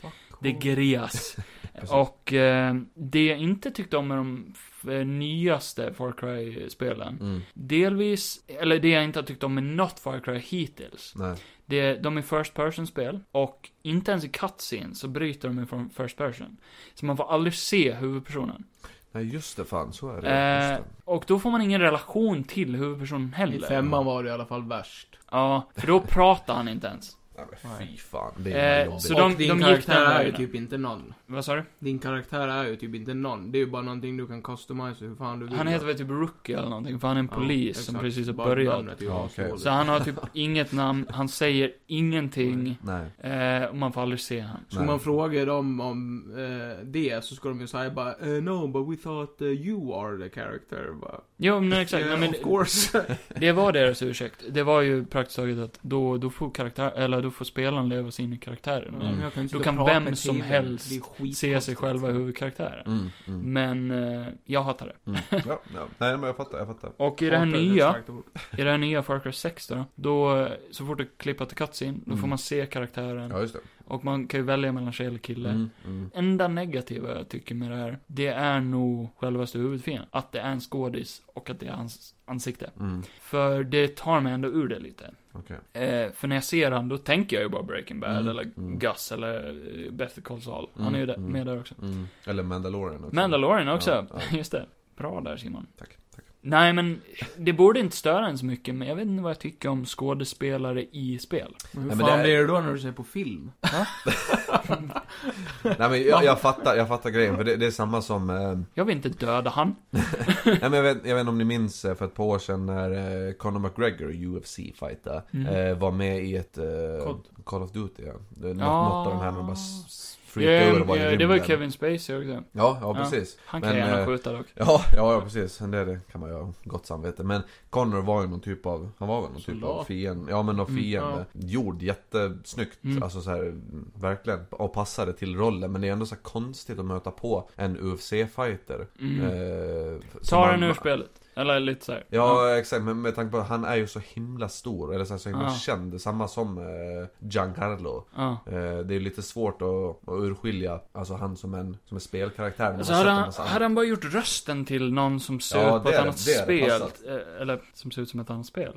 Speaker 1: Det greas.
Speaker 3: Oh. Precis.
Speaker 1: och eh, det jag inte tyckte om med de f- eh, nyaste Far Cry-spelen.
Speaker 3: Mm.
Speaker 1: Delvis, eller det jag inte har tyckt om med något Far Cry hittills.
Speaker 3: Nej.
Speaker 1: Det, de är First Person-spel och inte ens i cutscene så bryter de ifrån First Person. Så man får aldrig se huvudpersonen.
Speaker 3: Nej, just det fan. Så är det.
Speaker 1: Eh,
Speaker 3: Just det.
Speaker 1: och då får man ingen relation till huvudpersonen
Speaker 2: I
Speaker 1: heller.
Speaker 2: femman var det i alla fall värst.
Speaker 1: Ja, för då pratar han inte ens.
Speaker 3: Nej, men fy
Speaker 2: nej.
Speaker 3: fan. Det är
Speaker 1: Eh,
Speaker 3: jobbigt.
Speaker 1: så
Speaker 2: och
Speaker 1: de-
Speaker 2: din
Speaker 1: de gick
Speaker 2: karaktär
Speaker 1: den
Speaker 2: är ju
Speaker 1: vägen.
Speaker 2: typ inte någon.
Speaker 1: Vad sa du?
Speaker 2: Din karaktär är ju typ inte någon. Det är ju bara någonting du kan customisa hur fan du vill.
Speaker 1: Han heter väl typ Rookie eller någonting, för han är en polis som precis har börjat.
Speaker 3: Ja,
Speaker 1: Så han har typ inget namn, han säger ingenting,
Speaker 3: Nej.
Speaker 1: eh, och man får aldrig se han.
Speaker 2: så man frågar dem om eh, det så ska de ju säga bara eh, No, but we thought eh, you are the character. Bara,
Speaker 1: Jo, men exakt.
Speaker 2: "Eh,
Speaker 1: Nej, men
Speaker 2: of course.
Speaker 1: det var deras ursäkt. Det var ju praktiskt taget att då, då får karaktär, eller då får spelaren leva sig in i karaktären.
Speaker 3: Mm.
Speaker 2: Jag inte
Speaker 1: Då
Speaker 2: sitta
Speaker 1: kan
Speaker 2: och prata
Speaker 1: vem
Speaker 2: med
Speaker 1: som
Speaker 2: TVn.
Speaker 1: helst
Speaker 2: Det är skitkonstigt.
Speaker 1: Se sig själva i huvudkaraktären.
Speaker 3: Mm, mm,
Speaker 1: Men eh, jag hatar det.
Speaker 3: mm. Ja, ja. Nej, men jag fattar, jag fattar.
Speaker 1: Och i det här
Speaker 2: Hatar är ett
Speaker 1: nya,
Speaker 2: starkt ord.
Speaker 1: i det här nya Far Cry 6 då, då eh, så fort du klipper till cutscene, då får
Speaker 3: Mm.
Speaker 1: man se karaktären.
Speaker 3: Ja, just det.
Speaker 1: Och man kan ju välja mellan tjej eller kille.
Speaker 3: Mm, mm.
Speaker 1: Enda negativa jag tycker med det här, det är nog självaste huvudfienden. Att det är en skådis och att det är hans ansikte.
Speaker 3: Mm.
Speaker 1: För det tar mig ändå ur det lite.
Speaker 3: Okej.
Speaker 1: Eh, för när jag ser han, då tänker jag ju bara Breaking Bad
Speaker 3: Mm,
Speaker 1: eller
Speaker 3: mm.
Speaker 1: Gus eller eh, Better Call Saul. Han
Speaker 3: Mm,
Speaker 1: är ju där,
Speaker 3: mm.
Speaker 1: med där också.
Speaker 3: Mm. Eller Mandalorian också.
Speaker 1: Mandalorian också,
Speaker 3: Ja, ja.
Speaker 1: just det. Bra där Simon.
Speaker 3: Tack, tack.
Speaker 1: Nej men, det borde inte störa en så mycket, men jag vet inte vad jag tycker om skådespelare i spel.
Speaker 2: Men
Speaker 3: men
Speaker 2: hur
Speaker 3: det
Speaker 2: fan
Speaker 3: är-
Speaker 2: blir det då när du ser på film?
Speaker 3: Nej men jag, jag fattar, jag fattar grejen. För det, det är samma som... Eh,
Speaker 1: Jag vill inte döda han.
Speaker 3: nej men jag vet, jag vet inte om ni minns eh, för ett par år sedan när eh, Conor McGregor, UFC-fighter,
Speaker 1: Mm.
Speaker 3: eh, var med i ett... Eh,
Speaker 2: Cod.
Speaker 3: Call of Duty ja. Det, något,
Speaker 1: Ja.
Speaker 3: något av de här när de bara s- s- freakade ur och
Speaker 1: Ja,
Speaker 3: var i
Speaker 1: ja, Eh, det
Speaker 3: rymden.
Speaker 1: var ju Kevin Spacey också.
Speaker 3: Ja, ja
Speaker 1: Ja.
Speaker 3: precis.
Speaker 1: Han kan
Speaker 3: Men,
Speaker 1: gärna
Speaker 3: eh,
Speaker 1: skjuta dock.
Speaker 3: Ja, ja, ja precis. Det, det kan man ju ha gott samvete. Men Connor var ju någon typ av, han var väl någon typ av
Speaker 2: Soldat.
Speaker 3: fiende. Ja men någon
Speaker 1: Mm,
Speaker 3: fiende. Gjord jättesnyggt.
Speaker 1: Mm.
Speaker 3: Alltså så här, mm, verkligen. Och passade till rollen. Men det är ändå så här konstigt att möta på en UFC-fighter.
Speaker 1: Mm.
Speaker 3: Eh, som
Speaker 1: Ta
Speaker 3: han-
Speaker 1: den ur spelet. Eller lite såhär.
Speaker 3: Ja, exakt, men med tanke på att han är ju så himla stor, eller så, här, så himla
Speaker 1: Ja.
Speaker 3: känd, samma som eh, Giancarlo
Speaker 1: ja.
Speaker 3: eh, Det är lite svårt att, att urskilja, alltså han som en, som en spelkaraktär när
Speaker 1: Alltså hade
Speaker 3: man sett en
Speaker 1: han,
Speaker 3: massa
Speaker 1: hade han bara gjort rösten till någon som ser
Speaker 3: Ja,
Speaker 1: ut på
Speaker 3: det
Speaker 1: ett
Speaker 3: är-
Speaker 1: annat
Speaker 3: det är
Speaker 1: spel.
Speaker 3: passat.
Speaker 1: eh, Eller som ser ut som ett annat spel.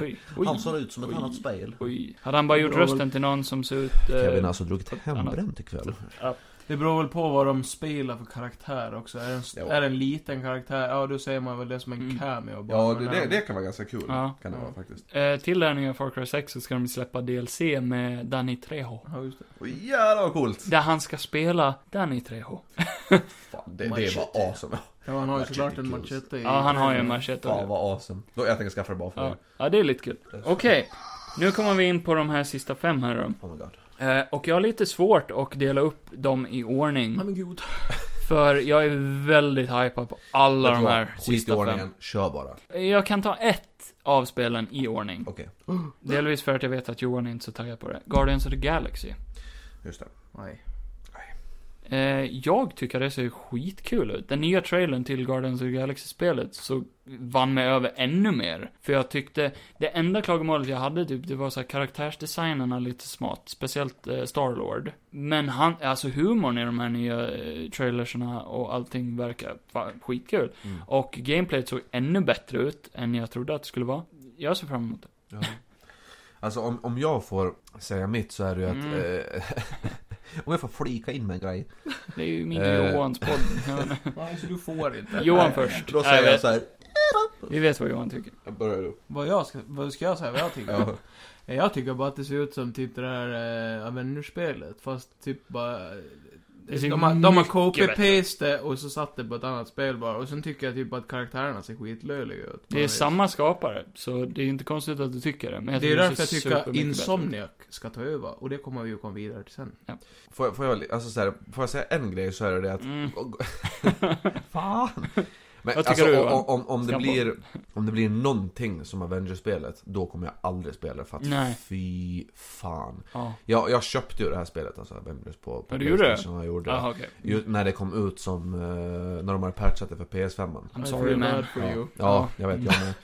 Speaker 1: Oj, oj,
Speaker 3: ut som
Speaker 1: ett oj, annat
Speaker 3: spel.
Speaker 1: oj. Hade han bara gjort
Speaker 2: Det var väl-
Speaker 1: rösten till någon som ser ut... eh,
Speaker 3: Kevin har alltså druckit hembränt
Speaker 1: hembränt
Speaker 3: ikväll.
Speaker 2: Det beror väl på vad de spelar för karaktär också. Är det en, st-
Speaker 3: Ja.
Speaker 2: är det en liten karaktär, ja då säger man väl det som en
Speaker 1: Mm.
Speaker 2: cameo bara.
Speaker 3: Ja,
Speaker 2: Men,
Speaker 3: det, det,
Speaker 2: eh,
Speaker 3: det kan vara ganska kul.
Speaker 1: Ja.
Speaker 3: Kan det
Speaker 2: Ja.
Speaker 3: vara faktiskt.
Speaker 1: Eh, till det här nya Far Cry 6 så ska de släppa DLC med Danny Trejo.
Speaker 2: Ja, just det.
Speaker 3: Och jävlar vad coolt!
Speaker 1: Där han ska spela Danny Trejo.
Speaker 3: Fan, det, det var
Speaker 2: Machete.
Speaker 3: awesome.
Speaker 2: Ja, han har ju
Speaker 3: Machete
Speaker 2: såklart en
Speaker 3: kills.
Speaker 2: machete i...
Speaker 1: Ja, han har ju en machete.
Speaker 3: Fan vad awesome. Då, jag tänker skaffa det bara för
Speaker 1: Ja.
Speaker 3: dig.
Speaker 1: ja, det är lite kul. Okej, nu kommer vi in på de här sista fem här då.
Speaker 3: Oh my god.
Speaker 1: Eh, och jag har lite svårt att dela upp dem i ordning.
Speaker 2: Ja, men gud.
Speaker 1: För jag är väldigt hypad på alla
Speaker 3: Vet
Speaker 1: de
Speaker 3: du vad?
Speaker 1: här
Speaker 3: Skit i
Speaker 1: sista fem.
Speaker 3: ordningen, kör bara.
Speaker 1: Jag kan ta ett av spelen i ordning.
Speaker 3: Okej,
Speaker 1: Delvis för att jag vet att Johan är inte så taggad på det. Guardians of the Galaxy.
Speaker 3: just det.
Speaker 2: Nej.
Speaker 1: Eh, jag tycker det ser skitkul ut. Den nya trailern till Guardians of the Galaxy-spelet så vann mig över ännu mer. För jag tyckte, det enda klagomålet jag hade typ, det var så här karaktärsdesignerna lite smart. Speciellt eh, Starlord. Men han, alltså humorn i de här nya eh, trailerserna och allting verkar fan, skitkul.
Speaker 3: Mm.
Speaker 1: Och gameplayet såg ännu bättre ut än jag trodde att det skulle vara. Jag ser fram emot det.
Speaker 3: Ja. Alltså om, om jag får säga mitt så är det ju att...
Speaker 1: Mm.
Speaker 3: Eh, om jag får flika in med en grej.
Speaker 1: Det är ju min
Speaker 3: Eh.
Speaker 1: Johans podd. Jag vet inte.
Speaker 2: Nej, så du får inte.
Speaker 1: Johan först.
Speaker 3: Då
Speaker 1: Nej,
Speaker 3: säger jag
Speaker 1: vet-
Speaker 3: så här.
Speaker 1: Vi vet vad Johan tycker.
Speaker 3: Jag börjar du.
Speaker 2: Vad jag ska, vad ska jag säga vad jag tycker?
Speaker 3: Ja.
Speaker 2: Jag tycker bara att det ser ut som typ det där eh, Avengers-spelet, fast typ bara...
Speaker 1: Det ser
Speaker 2: De har, de har
Speaker 1: mycket
Speaker 2: copy-paste och så satt det på ett annat spel bara, och sen tycker jag typ att karaktärerna ser skitlöjliga ut.
Speaker 1: Det är samma skapare, så det är inte konstigt att du tycker det. Men jag
Speaker 2: det är
Speaker 1: tycker
Speaker 2: därför jag
Speaker 1: ser
Speaker 2: tycker att
Speaker 1: supermycket
Speaker 2: Insomniac ska ta över, och det kommer vi ju komma vidare till sen.
Speaker 3: Får, jag- får, jag, alltså så här, får jag säga en grej så är det det att
Speaker 1: bättre ut. Mm.
Speaker 3: Fan! Men
Speaker 1: Vad tycker
Speaker 3: alltså,
Speaker 1: du,
Speaker 3: om,
Speaker 1: Johan?
Speaker 3: om, om, det
Speaker 1: Skam på.
Speaker 3: blir, om det blir någonting som Avengers-spelet, då kommer jag aldrig spela det för att
Speaker 1: Nej.
Speaker 3: fy fan.
Speaker 1: Ja.
Speaker 3: Jag, jag köpte ju det här spelet, alltså Avengers på, på
Speaker 1: Ja, du gjorde det?
Speaker 3: Playstation, Jag gjorde det.
Speaker 1: Jaha, okej.
Speaker 3: Ju, när det kom ut som, eh, när de hade patchat det för PS5.
Speaker 1: I'm sorry man.
Speaker 2: For
Speaker 3: Ja,
Speaker 2: you.
Speaker 3: ja,
Speaker 1: Ja.
Speaker 3: jag vet, jag med.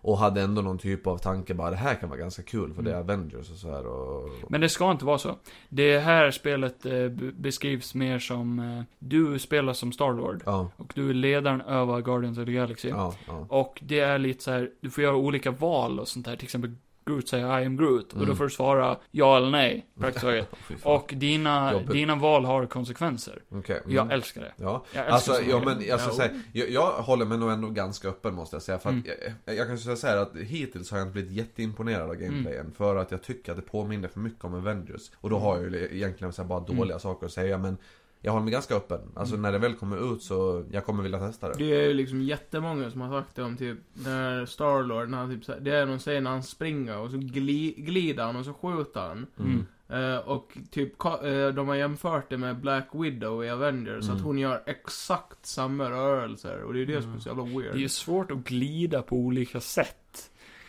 Speaker 3: Och hade ändå någon typ av tanke bara, det här kan vara ganska kul för det är
Speaker 1: Mm.
Speaker 3: Avengers och så här och...
Speaker 1: Men det ska inte vara så. Det här spelet eh, b- beskrivs mer som, eh, du spelar som Starlord.
Speaker 3: Ja,
Speaker 1: Och du är ledaren över Guardians of the Galaxy.
Speaker 3: ja, ja.
Speaker 1: Och det är lite så här, du får göra olika val och sånt där. Till exempel Groot säger I am Groot. Och
Speaker 3: Mm.
Speaker 1: då får du svara ja eller nej, praktiskt taget.
Speaker 3: Fy fan.
Speaker 1: Och dina,
Speaker 3: Jobbigt.
Speaker 1: dina val har konsekvenser.
Speaker 3: Okej, mm.
Speaker 1: Jag älskar det.
Speaker 3: Ja,
Speaker 1: Jag älskar
Speaker 3: Alltså,
Speaker 1: såna
Speaker 3: ja,
Speaker 1: grejer.
Speaker 3: men, alltså
Speaker 2: Ja.
Speaker 3: så här, jag, jag håller mig nog ändå ganska öppen måste jag säga. För att
Speaker 1: Mm.
Speaker 3: jag, jag kan säga så här att hittills har jag inte blivit jätteimponerad av gameplayen.
Speaker 1: Mm.
Speaker 3: För att jag tycker att det påminner för mycket om Avengers. Och då har jag ju egentligen så här bara
Speaker 1: Mm.
Speaker 3: dåliga saker att säga. Men jag håller mig ganska öppen. Alltså när det väl kommer ut så, jag kommer vilja testa det.
Speaker 2: Det är ju liksom jättemånga som har sagt det om typ när Starlord, när han typ så här- det är de säger när han springer och så gli, glider han och så skjuter han.
Speaker 1: Mm.
Speaker 2: Eh, och typ ka- eh, de har jämfört det med Black Widow i Avengers,
Speaker 3: Mm.
Speaker 2: att hon gör exakt samma rörelser och det är det som är
Speaker 1: Mm.
Speaker 2: så jävla
Speaker 1: Det är ju
Speaker 2: weird.
Speaker 1: svårt att glida på olika sätt.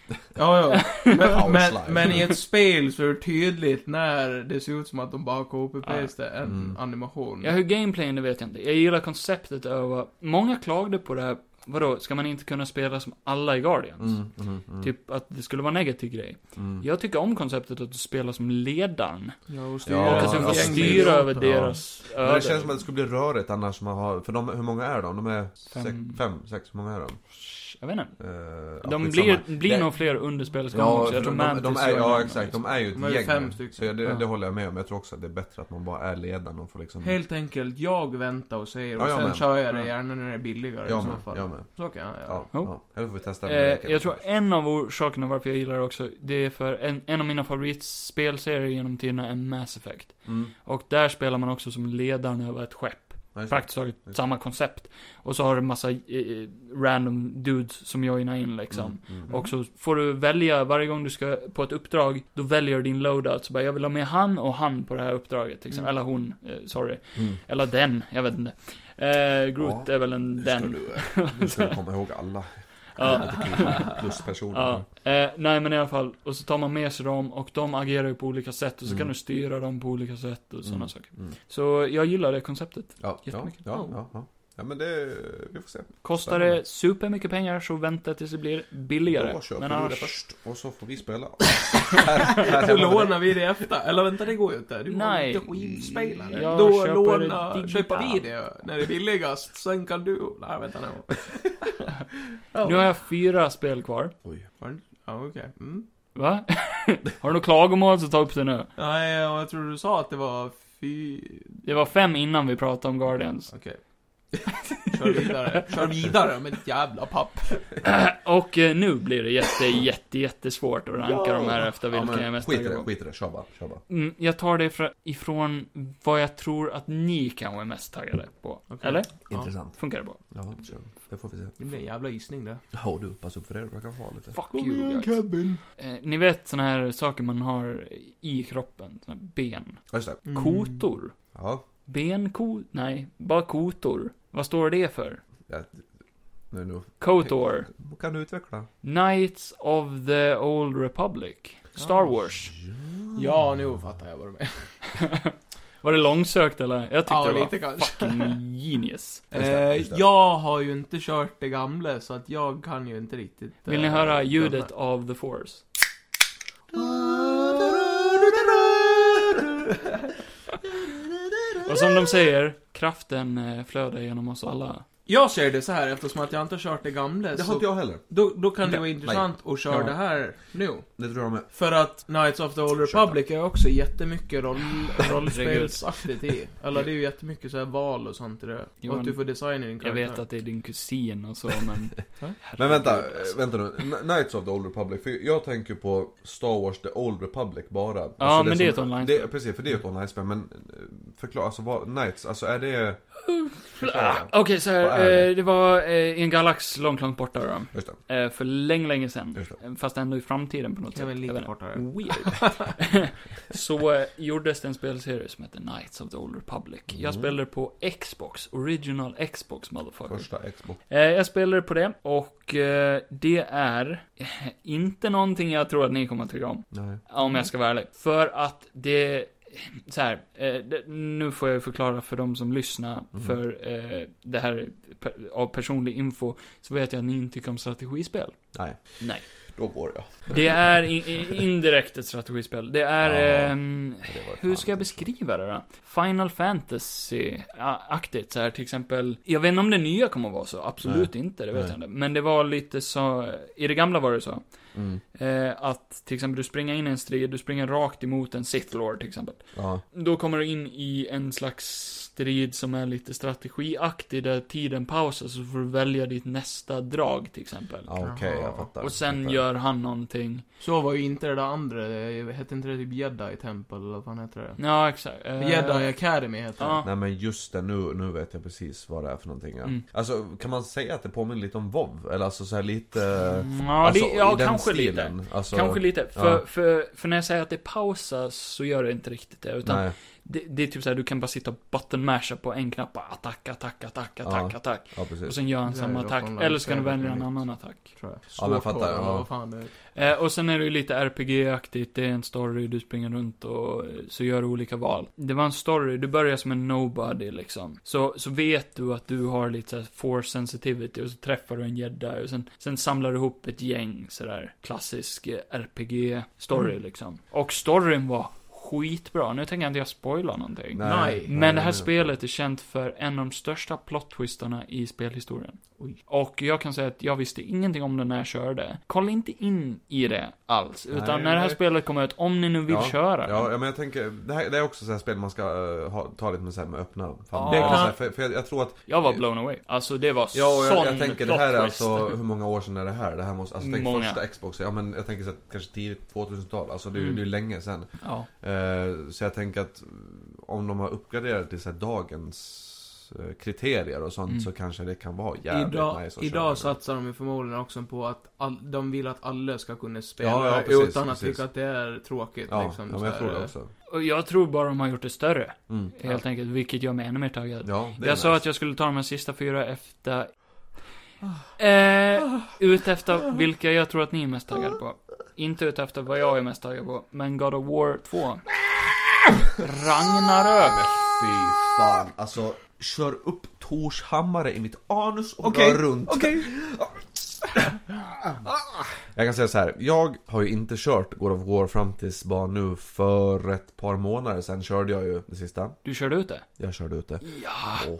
Speaker 2: Ja, ja. Men,
Speaker 3: House
Speaker 2: men,
Speaker 3: life.
Speaker 2: men i ett spel så är det tydligt när det ser ut som att de bara copy-pastar en
Speaker 3: Mm.
Speaker 2: animation.
Speaker 1: Ja, hur gameplayen det vet jag inte. Jag gillar konceptet över, många klagade på det här, vadå, ska man inte kunna spela som alla i Guardians?
Speaker 3: Mm, mm, mm,
Speaker 1: Typ att det skulle vara en negativ grej.
Speaker 3: mm.
Speaker 1: Jag tycker om konceptet att du spelar som ledaren.
Speaker 2: Ja, och
Speaker 3: Ja,
Speaker 1: och att du får
Speaker 3: alltså,
Speaker 1: styra över
Speaker 3: ja.
Speaker 1: deras
Speaker 3: Men
Speaker 1: öden.
Speaker 3: det känns som att det skulle bli rörigt annars man har, för de, hur många är de? De är
Speaker 1: Fem.
Speaker 3: sex, fem sex, hur många är de?
Speaker 1: Jag vet inte.
Speaker 3: Eh, ja,
Speaker 1: De
Speaker 3: skitsamma.
Speaker 1: blir, blir
Speaker 3: Det-
Speaker 1: nog fler under spelets gång
Speaker 3: Ja,
Speaker 1: också. Jag tror
Speaker 3: för de, de, de
Speaker 1: Mantis
Speaker 3: är,
Speaker 1: gör
Speaker 3: ja
Speaker 1: det.
Speaker 3: exakt, de är ju ett
Speaker 2: De är ju
Speaker 3: gäng.
Speaker 2: fem
Speaker 3: nu.
Speaker 2: stycken.
Speaker 3: Så jag, det,
Speaker 1: Ja.
Speaker 3: det håller jag med om. Jag tror också att det är bättre att man bara är ledaren och får liksom...
Speaker 2: Helt enkelt, jag väntar och säger och
Speaker 3: Ja, jag
Speaker 2: sen
Speaker 3: med.
Speaker 2: kör jag det
Speaker 1: Ja.
Speaker 2: gärna när det är billigare i
Speaker 3: jag
Speaker 2: så
Speaker 3: med,
Speaker 2: fall.
Speaker 3: jag med.
Speaker 2: Så kan jag göra.
Speaker 3: Ja,
Speaker 1: Jo.
Speaker 3: ja. Eller får vi testa den
Speaker 1: Eh,
Speaker 3: leken
Speaker 1: jag tror
Speaker 3: först.
Speaker 1: en av orsakerna varför jag gillar det också, det är för en, en av mina favoritspelserier genom tiderna är Mass Effect.
Speaker 3: Mm.
Speaker 1: Och där spelar man också som ledaren över ett skepp.
Speaker 3: Ja, just det.
Speaker 1: Praktiskt taget
Speaker 3: Just det.
Speaker 1: samma koncept. Och så har du en massa eh, random dudes som joinar in liksom.
Speaker 3: Mm, mm.
Speaker 1: Och så får du välja, varje gång du ska på ett uppdrag, då väljer du din loadout. Så bara, jag vill ha med han och han på det här uppdraget. Liksom.
Speaker 2: Mm.
Speaker 1: Eller hon, eh, sorry.
Speaker 3: Mm.
Speaker 1: Eller den, jag vet inte. Eh, Groot
Speaker 3: Ja,
Speaker 1: är väl en
Speaker 3: Nu ska
Speaker 1: den.
Speaker 3: du, nu ska du komma ihåg alla.
Speaker 1: Ja.
Speaker 3: Pluspersoner.
Speaker 1: Ja, eh, nej men i alla fall, och så tar man med sig dem och de agerar ju på olika sätt och så
Speaker 3: Mm.
Speaker 1: kan du styra dem på olika sätt och sådana
Speaker 3: Mm.
Speaker 1: saker.
Speaker 3: Mm.
Speaker 1: Så jag gillar det konceptet.
Speaker 3: Ja, ja,
Speaker 1: Jättemycket.
Speaker 3: ja, ja, ja. Ja men det, vi får se.
Speaker 1: Kostar
Speaker 3: Spännande.
Speaker 1: det supermycket pengar så vänta tills det blir billigare.
Speaker 3: Då köper
Speaker 1: men
Speaker 3: du det
Speaker 1: annars...
Speaker 3: först och så får vi spela.
Speaker 2: Då lånar vi det efter. Eller vänta, det går ju inte. Du har
Speaker 1: Nej.
Speaker 2: inte skivspelare.
Speaker 1: Jag
Speaker 2: Då
Speaker 1: köper
Speaker 2: låna,
Speaker 1: det
Speaker 2: köper vi
Speaker 1: digitalt.
Speaker 2: det när det är billigast. Sen kan du... Nej, vänta nu. Ja,
Speaker 1: Nu har jag fyra spel kvar.
Speaker 3: Oj.
Speaker 2: ja okej. Mm.
Speaker 1: Va? har du något klagomål så ta upp det nu.
Speaker 2: Nej, jag tror du sa att det var fy...
Speaker 1: Det var fem innan vi pratade om Guardians.
Speaker 2: Okej. Kör vidare. Kör vidare med ett jävla papp.
Speaker 1: och eh, nu blir det jätte, jätte, jättesvårt att ranka
Speaker 2: Ja.
Speaker 1: de här efter vilka jag är mest
Speaker 3: skit i
Speaker 1: taggad
Speaker 3: det,
Speaker 1: på.
Speaker 3: skit i det. Kör bara, kör bara.
Speaker 1: Mm, jag tar det ifrån, ifrån vad jag tror att ni kanske är mest taggade på.
Speaker 2: Okej.
Speaker 1: Eller?
Speaker 2: Ja.
Speaker 3: Intressant.
Speaker 1: Funkar det bra?
Speaker 3: Ja, kör. Det får vi se.
Speaker 2: Det blir en jävla gissning det.
Speaker 3: Ja du, pass upp för det. Det verkar vara lite...
Speaker 1: Fuck you guys.
Speaker 2: Kevin.
Speaker 1: Eh, ni vet såna här saker man har i kroppen, såna här ben.
Speaker 3: Ja, just det.
Speaker 2: Mm.
Speaker 1: Kotor.
Speaker 3: Ja.
Speaker 1: Benko... Nej, bara kotor. Vad står det för?
Speaker 3: ja. Nu, nu.
Speaker 1: Kotor.
Speaker 3: Kan du utveckla?
Speaker 1: Knights of the Old Republic. Star Wars.
Speaker 2: Ja, nu fattar jag vad du menar.
Speaker 1: Var det långsökt eller? Jag tyckte
Speaker 2: Ja,
Speaker 1: det var
Speaker 2: lite kanske.
Speaker 1: fucking genius.
Speaker 3: Just det, just det.
Speaker 2: Eh, jag har ju inte kört det gamla, så att jag kan ju inte riktigt... eh,
Speaker 1: Vill ni höra ljudet
Speaker 2: döma.
Speaker 1: av The Force? Och som de säger, kraften eh, flödar genom oss alla.
Speaker 2: Jag ser det så här, eftersom att jag inte har kört det gamla,
Speaker 3: Det har
Speaker 2: så
Speaker 3: inte jag heller.
Speaker 2: då, då kan det vara intressant att köra
Speaker 1: Ja.
Speaker 2: det här nu.
Speaker 3: Det tror jag med.
Speaker 2: För att Knights of the Old Republic är också jättemycket roll, rollspelsaktigt i. Eller det är ju jättemycket så här val och sånt i det. Och
Speaker 1: Johan,
Speaker 2: att du får designa din
Speaker 1: Jag
Speaker 2: karaktär.
Speaker 1: vet att det är din kusin och så, men...
Speaker 3: Men
Speaker 1: Herregud,
Speaker 3: vänta,
Speaker 1: alltså.
Speaker 3: eh, vänta nu. Kn- Knights of the Old Republic, för jag tänker på Star Wars The Old Republic bara. Ja,
Speaker 1: men det är ett online-spel.
Speaker 3: Precis, för det är ett online-spel, men eh, förklara, alltså vad, Knights, alltså är det...
Speaker 1: Ah,
Speaker 3: Förklara.
Speaker 1: Okej, så
Speaker 3: Vad
Speaker 1: här,
Speaker 3: är det?
Speaker 1: eh, det var eh, i en galax långt, långt borta då.
Speaker 3: Just det.
Speaker 1: Eh, för länge, länge sedan.
Speaker 3: Just
Speaker 1: Eh, Fast ändå i framtiden på något
Speaker 2: Kan
Speaker 1: sätt.
Speaker 2: väl
Speaker 1: Jag
Speaker 2: lite
Speaker 1: vet inte.
Speaker 2: kortare.
Speaker 1: Weird. så eh, gjordes det en spelserie som hette Knights of the Old Republic. Jag
Speaker 3: Mm.
Speaker 1: spelade på Xbox, Original Xbox motherfucker.
Speaker 3: Första Xbox.
Speaker 1: Eh, jag spelade på det och eh, det är eh, inte någonting jag tror att ni kommer att tycka om.
Speaker 3: Nej.
Speaker 1: Om jag ska vara ärlig. För att det... Så här, eh, det, nu får jag förklara för de som lyssnar,
Speaker 3: Mhm.
Speaker 1: för eh, det här är per, av personlig info, så vet jag att ni inte tycker om strategispel.
Speaker 3: Nej.
Speaker 1: Nej.
Speaker 3: Då går jag.
Speaker 1: Det är i, i, indirekt ett strategispel. Det är...
Speaker 3: Ja.
Speaker 1: ehm,
Speaker 3: Det var
Speaker 1: hur
Speaker 3: fan
Speaker 1: ska jag
Speaker 3: inte
Speaker 1: beskriva det då? Final Fantasy-aktigt så här till exempel. Jag vet inte om det nya kommer att vara så, absolut inte, det vet
Speaker 3: Nej.
Speaker 1: jag inte. Men det var lite så, i det gamla var det så.
Speaker 3: så. Mm.
Speaker 1: Eh, att till exempel du springer in i en strid, du springer rakt emot en Sith Lord till exempel.
Speaker 3: Ja.
Speaker 1: Då kommer du in i en slags strid som är lite strategiaktig där tiden pausas och så får du välja ditt nästa drag till exempel.
Speaker 3: Ja, okej, jag fattar.
Speaker 1: och sen
Speaker 3: Fattar.
Speaker 1: gör han någonting.
Speaker 2: Så var ju inte det där andra, eh, hette inte det typ Jedi Temple eller vad fan heter det?
Speaker 1: Ja, exakt. Eh,
Speaker 2: Jedi Academy heter det.
Speaker 1: Ja.
Speaker 3: Nej men just det, nu, nu vet jag precis vad det är för någonting ja.
Speaker 1: Mm.
Speaker 3: Alltså, kan man säga att det påminner lite om WoW Eller alltså så här lite...
Speaker 1: Mm, Ja,
Speaker 3: alltså,
Speaker 1: det,
Speaker 3: i
Speaker 1: ja
Speaker 3: den
Speaker 1: kanske lite.
Speaker 3: stilen. Alltså,
Speaker 1: Kanske lite.
Speaker 3: ja.
Speaker 1: För, för, för när jag säger att det pausas så gör det inte riktigt det. Utan
Speaker 3: Nej.
Speaker 1: det, det är typ såhär, du kan bara sitta och button masha på en knapp, bara attack, attack, attack, attack,
Speaker 3: Ja.
Speaker 1: attack.
Speaker 3: Ja,
Speaker 1: Och
Speaker 3: precis.
Speaker 1: sen gör han
Speaker 2: Det är
Speaker 1: samma
Speaker 2: ju
Speaker 1: attack,
Speaker 2: online
Speaker 1: eller så kan du välja en
Speaker 2: server.
Speaker 1: annan attack.
Speaker 2: tror jag.
Speaker 3: Ja, men jag fattar,
Speaker 2: Svårt
Speaker 3: ja.
Speaker 2: vad fan det är.
Speaker 1: Eh, och sen är det ju lite RPG-aktigt, det är en story, du springer runt och eh, så gör du olika val. Det var en story, du börjar som en nobody liksom. Så, så vet du att du har lite såhär force sensitivity och så träffar du en gädda och sen, sen samlar du ihop ett gäng sådär klassisk eh, RPG-story
Speaker 2: Mm.
Speaker 1: liksom. Och storyn var skitbra, nu tänker jag inte jag spoila någonting.
Speaker 2: Nej.
Speaker 1: Men det här
Speaker 3: nej.
Speaker 1: spelet är känt för en av de största plot-twistarna i spelhistorien.
Speaker 2: Oj.
Speaker 1: Och jag kan säga att jag visste ingenting om det när jag körde. Kolla inte in i det alls.
Speaker 3: Nej,
Speaker 1: Utan när det här
Speaker 3: nej.
Speaker 1: spelet kommer ut, om ni nu vill
Speaker 3: Ja,
Speaker 1: köra det.
Speaker 3: Ja, ja, men jag tänker, det, här, det är också så här spel man ska eh, ha, ta lite med, så här, med öppna famnar.
Speaker 1: Det
Speaker 3: Ja.
Speaker 1: kan-
Speaker 3: Så här, för, för jag, jag tror att,
Speaker 1: Jag var blown away. Alltså det var
Speaker 3: ja och jag,
Speaker 1: sån
Speaker 3: jag tänker det här är
Speaker 1: plot
Speaker 3: alltså,
Speaker 1: twist.
Speaker 3: hur många år sedan är det här? Det här måste, alltså tänk
Speaker 1: Många.
Speaker 3: första Xbox, ja men jag tänker så här, kanske tidigt 2000-tal, alltså det, är ju-
Speaker 1: Mm.
Speaker 3: det är ju länge sedan.
Speaker 1: Ja.
Speaker 3: Eh, så jag tänker att mm, om de har uppgraderat till så här, dagens eh, kriterier och sånt
Speaker 1: Mm.
Speaker 3: så kanske det kan vara jävligt
Speaker 2: Idag,
Speaker 3: nice att köra.
Speaker 2: idag satsar de ju förmodligen också på att all, de vill att alla ska kunna spela
Speaker 3: Ja, ja, precis,
Speaker 2: utan att
Speaker 3: precis.
Speaker 2: tycka att det är tråkigt.
Speaker 3: Ja,
Speaker 2: liksom,
Speaker 3: ja men
Speaker 2: så
Speaker 3: jag tror
Speaker 2: här,
Speaker 1: eh,
Speaker 3: det också.
Speaker 1: Och jag tror bara de har gjort det större.
Speaker 3: Mm.
Speaker 1: Helt enkelt, vilket gör mig ännu mer taggad.
Speaker 3: Ja, det är
Speaker 1: typ. jag sa
Speaker 3: nice.
Speaker 1: att jag skulle ta de här sista fyra efter... Eh, ut efter vilka jag tror att ni är mest taggade på. Inte ut efter vad jag är mest taggad på, men God of War 2. Ragnarök.
Speaker 3: Men fy fan, alltså kör upp Tors hammare i mitt anus och
Speaker 2: Okej,
Speaker 3: dra runt.
Speaker 2: Okej.
Speaker 3: Jag kan säga så här. jag har ju inte kört God of War fram tills bara nu för ett par månader sen körde jag ju det sista.
Speaker 1: Du körde ut det?
Speaker 3: Jag körde ut det.
Speaker 1: Ja.
Speaker 3: Åh,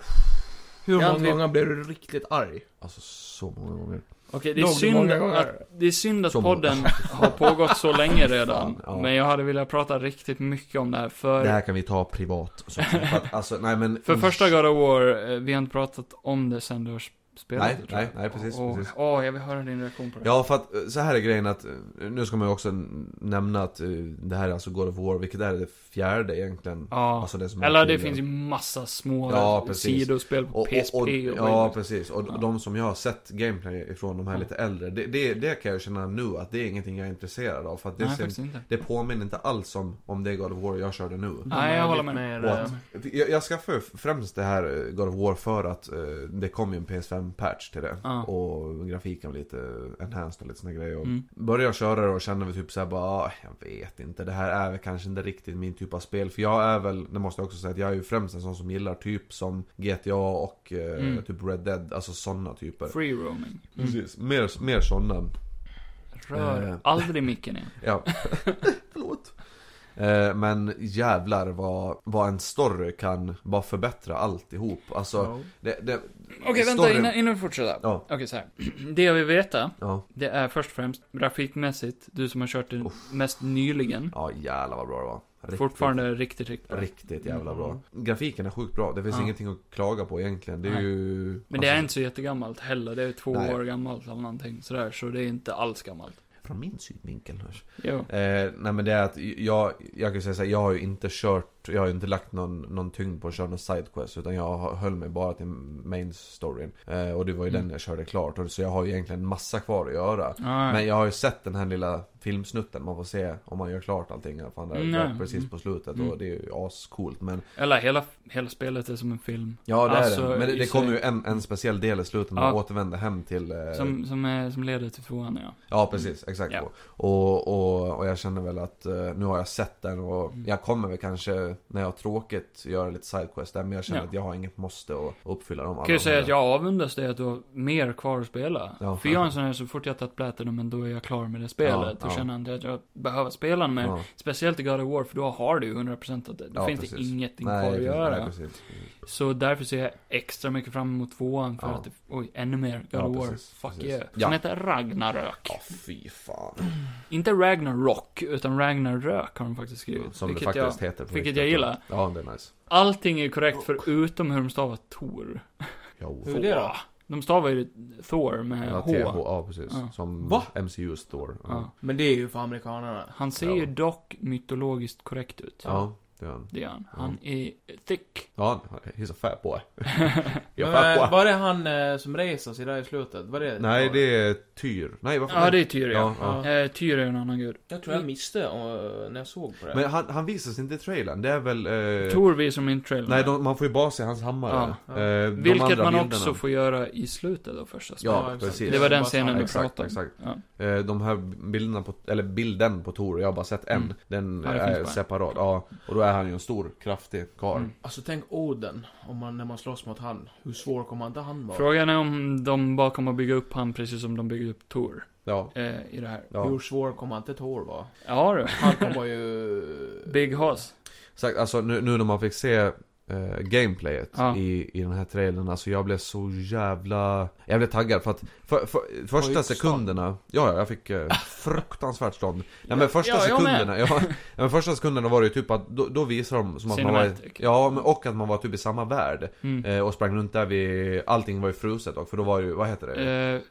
Speaker 2: Hur
Speaker 1: Jag
Speaker 2: många
Speaker 1: vet-
Speaker 2: gånger blev du riktigt arg?
Speaker 3: alltså så många gånger.
Speaker 1: Okej, det är
Speaker 2: Nog
Speaker 1: synd
Speaker 2: många gånger.
Speaker 1: att, det är synd att
Speaker 3: Så många.
Speaker 1: podden har pågått så länge redan.
Speaker 3: Fan, ja.
Speaker 1: Men jag hade velat prata riktigt mycket om det här, för...
Speaker 3: Det här kan vi ta privat. Och så. För att, alltså, nej men.
Speaker 1: För första God of War, eh, vi har inte pratat om det sen du har spelat
Speaker 3: Nej,
Speaker 1: det, tror jag.
Speaker 3: nej, nej, precis,
Speaker 1: och,
Speaker 3: precis.
Speaker 1: Åh, jag vill höra din reaktion på det.
Speaker 3: Ja, för att eh, så här är grejen att eh, nu ska man ju också nämna att eh, det här är alltså God of War, vilket är det fjärde egentligen.
Speaker 1: Ja.
Speaker 3: Alltså det som är
Speaker 1: Eller det
Speaker 3: tydligen.
Speaker 1: finns ju massa små
Speaker 3: Ja, precis.
Speaker 1: sidospel på PSP och,
Speaker 3: och, Ja, precis. Och
Speaker 1: Ja.
Speaker 3: de som jag har sett gameplay ifrån, de här
Speaker 1: Ja.
Speaker 3: lite äldre, det, det, det kan jag känna nu att det är ingenting jag är intresserad av. För att det,
Speaker 1: Nej,
Speaker 3: ser,
Speaker 1: faktiskt inte.
Speaker 3: det påminner inte alls om, om det God of War jag körde nu.
Speaker 2: De
Speaker 1: Nej, jag
Speaker 2: är
Speaker 1: håller
Speaker 2: lite
Speaker 1: med.
Speaker 2: mer,
Speaker 3: Och
Speaker 2: eh,
Speaker 3: att- Jag, jag skaffade ju främst det här eh, God of War för att eh, det kom ju en PS5-patch till det.
Speaker 1: Ja.
Speaker 3: Och grafiken var lite enhanced och lite såna grejer. Och
Speaker 1: Mm.
Speaker 3: Började jag köra det och kände väl typ såhär bara, "Ah, jag vet inte, det här är väl kanske inte riktigt min typ av spel. För jag är väl, det måste jag också säga, att jag är ju främst en sån som gillar typ som GTA och eh,
Speaker 1: Mm.
Speaker 3: typ Red Dead, alltså såna typer.
Speaker 1: Free roaming. Mm.
Speaker 3: Precis, mer, mer såna.
Speaker 1: Rör
Speaker 3: Eh.
Speaker 1: aldrig micken igen.
Speaker 3: Ja. Förlåt. Eh, Men jävlar vad, vad en story kan bara förbättra alltihop. Alltså,
Speaker 2: ja.
Speaker 3: det, det,
Speaker 1: Okej, vänta
Speaker 3: Storyn-
Speaker 1: innan, innan vi fortsätter.
Speaker 3: Ja.
Speaker 1: Okej, så här. Det jag vill veta,
Speaker 3: Ja,
Speaker 1: det är först och främst grafikmässigt, du som har kört det mest nyligen.
Speaker 3: ja jävlar vad bra det var. Riktigt,
Speaker 1: Fortfarande riktigt, riktigt bra.
Speaker 3: Riktigt jävla bra. Grafiken är sjukt bra. Det finns
Speaker 1: Ja.
Speaker 3: ingenting att klaga på egentligen. Det är
Speaker 1: Nej.
Speaker 3: ju...
Speaker 1: Men det är
Speaker 3: alltså,
Speaker 1: inte så jättegammalt heller, det är två
Speaker 3: Nej.
Speaker 1: år gammalt eller någonting sådär, så det är inte alls gammalt.
Speaker 3: Från min synvinkel hörs.
Speaker 1: Jo.
Speaker 3: Eh, nej men det är att jag, jag kan ju säga så här, jag har ju inte kört, jag har ju inte lagt någon, någon tyngd på att köra någon sidequest utan jag har- höll mig bara till main storyn. Eh, och det var ju
Speaker 1: Mm.
Speaker 3: den jag körde klart, och, så jag har ju egentligen massa kvar att göra.
Speaker 1: Ah,
Speaker 3: Men jag har ju sett den här lilla filmsnutten, man får se om man gör klart allting. Fan, det är
Speaker 1: Mm,
Speaker 3: där
Speaker 1: nej.
Speaker 3: precis på slutet
Speaker 1: Mm.
Speaker 3: och det är ju ascoolt. Men
Speaker 1: Eller hela, hela spelet är som en film.
Speaker 3: ja, det
Speaker 1: Alltså,
Speaker 3: är det. Men det,
Speaker 1: i
Speaker 3: det
Speaker 1: sig-
Speaker 3: kommer ju en, en speciell del i slutet när
Speaker 1: Ja.
Speaker 3: man återvänder hem till... Eh,
Speaker 1: Som, som, är, som leder till tvåan, ja.
Speaker 3: Ja, precis. Exakt.
Speaker 1: Ja.
Speaker 3: Och, och, och jag känner väl att eh, nu har jag sett den och
Speaker 1: Mm.
Speaker 3: jag kommer väl kanske när jag har tråkigt göra lite sidequest där. Men jag känner
Speaker 1: Ja.
Speaker 3: att jag har inget måste att uppfylla dem alla.
Speaker 1: kan ju säga
Speaker 3: heller.
Speaker 1: att jag avundas dig att du har mer kvar att spela.
Speaker 3: Ja.
Speaker 1: För jag är en sån här, så fort jag tagit platinum, men då är jag klar med det spelet.
Speaker 3: Ja,
Speaker 1: och
Speaker 3: ja.
Speaker 1: känner inte att jag behöver spela mer.
Speaker 3: Ja.
Speaker 1: Speciellt i God of War, för då har du ju 100% att det. Då
Speaker 3: Ja,
Speaker 1: finns
Speaker 3: precis.
Speaker 1: det ingenting
Speaker 3: Nej,
Speaker 1: kvar att
Speaker 3: precis.
Speaker 1: göra.
Speaker 3: Nej, precis. precis.
Speaker 1: Så därför ser jag extra mycket fram emot tvåan för
Speaker 3: Ja.
Speaker 1: att det, oj, ännu mer God
Speaker 3: Ja,
Speaker 1: of War.
Speaker 3: precis,
Speaker 1: Fuck
Speaker 3: precis.
Speaker 1: yeah.
Speaker 3: Ja.
Speaker 1: Han heter Ragnarök.
Speaker 3: Ja, fy fan.
Speaker 1: Inte Ragnarok, utan Ragnarök har de faktiskt skrivit.
Speaker 3: Som det
Speaker 1: vilket
Speaker 3: faktiskt
Speaker 1: jag,
Speaker 3: heter. på
Speaker 1: vilket
Speaker 3: riktigt.
Speaker 1: jag gillar.
Speaker 3: Ja, det är nice.
Speaker 1: allting är ju korrekt förutom hur de stavar Tor.
Speaker 3: Jo.
Speaker 2: Hur är det då?
Speaker 1: De stavar ju Thor med
Speaker 3: Ja,
Speaker 1: H.
Speaker 3: TH, ja precis.
Speaker 1: Ja.
Speaker 3: Som
Speaker 2: Va?
Speaker 3: MCU står. Ja.
Speaker 1: Ja.
Speaker 2: Men det är ju för amerikanerna.
Speaker 1: Han ser
Speaker 3: Ja.
Speaker 1: ju dock mytologiskt korrekt ut.
Speaker 3: Ja. det gör han.
Speaker 1: Det gör han. Han är thick.
Speaker 3: Ja, han- he's a fat boy. He's a
Speaker 2: Men,
Speaker 3: fat
Speaker 2: eh,
Speaker 3: boy.
Speaker 2: var det han eh, som reser sig där i slutet? Var det?
Speaker 3: Nej, det är Tyr. Nej, varför?
Speaker 1: Ja, det är Tyr ja.
Speaker 3: Ja,
Speaker 2: ja.
Speaker 1: Eh, Tyr är en annan gud.
Speaker 2: Jag tror jag miste eh, när jag såg på det.
Speaker 3: Men han, han visas inte i trailern. Det är väl... Eh,
Speaker 1: Tor visar min trailer.
Speaker 3: Nej, de, man får ju bara se hans hammare.
Speaker 2: Ja.
Speaker 3: Eh, de
Speaker 1: Vilket
Speaker 3: andra
Speaker 1: man
Speaker 3: bilderna.
Speaker 1: också får göra i slutet av första spelet.
Speaker 3: Ja,
Speaker 2: exakt.
Speaker 3: precis.
Speaker 1: Det var den
Speaker 2: Bara
Speaker 1: scenen
Speaker 2: samma.
Speaker 1: du
Speaker 3: Exakt,
Speaker 1: pratade om.
Speaker 3: exakt.
Speaker 1: Ja.
Speaker 3: Eh, de här bilderna på, eller bilden på Tor, jag har bara sett en.
Speaker 1: Mm.
Speaker 3: Den
Speaker 1: Ja, det finns
Speaker 3: är
Speaker 1: bara en.
Speaker 3: separat. Ja, och då är han ju en stor, kraftig karl.
Speaker 1: Mm.
Speaker 2: Alltså tänk Oden, om man, när man slåss mot han. Hur svår kommer inte han vara?
Speaker 1: Frågan är om de bara kommer att bygga upp han precis som de bygger upp Tor
Speaker 3: Ja.
Speaker 1: eh, i det här.
Speaker 3: Ja,
Speaker 2: Hur svår kommer inte Thor vara?
Speaker 1: Ja du.
Speaker 2: Han kommer ju...
Speaker 1: Big Hoss.
Speaker 3: exakt. Alltså nu, nu när man fick se eh, gameplayet
Speaker 1: Ja.
Speaker 3: i, i den här trailern, alltså jag blev så jävla... Jag blev taggad för att för, för, första
Speaker 2: Oj, stånd.
Speaker 3: sekunderna, ja ja, jag fick eh, fruktansvärt stånd. Nej men första
Speaker 1: Ja, jag med.
Speaker 3: sekunderna, ja, nej, men första sekunderna var det ju typ att, då, då visar de som att man var...
Speaker 1: Cinematic.
Speaker 3: Ja, men, och att man var typ i samma värld.
Speaker 1: Mm.
Speaker 3: Eh, och sprang runt där vid, allting var ju fruset dock, för då var ju, vad heter det?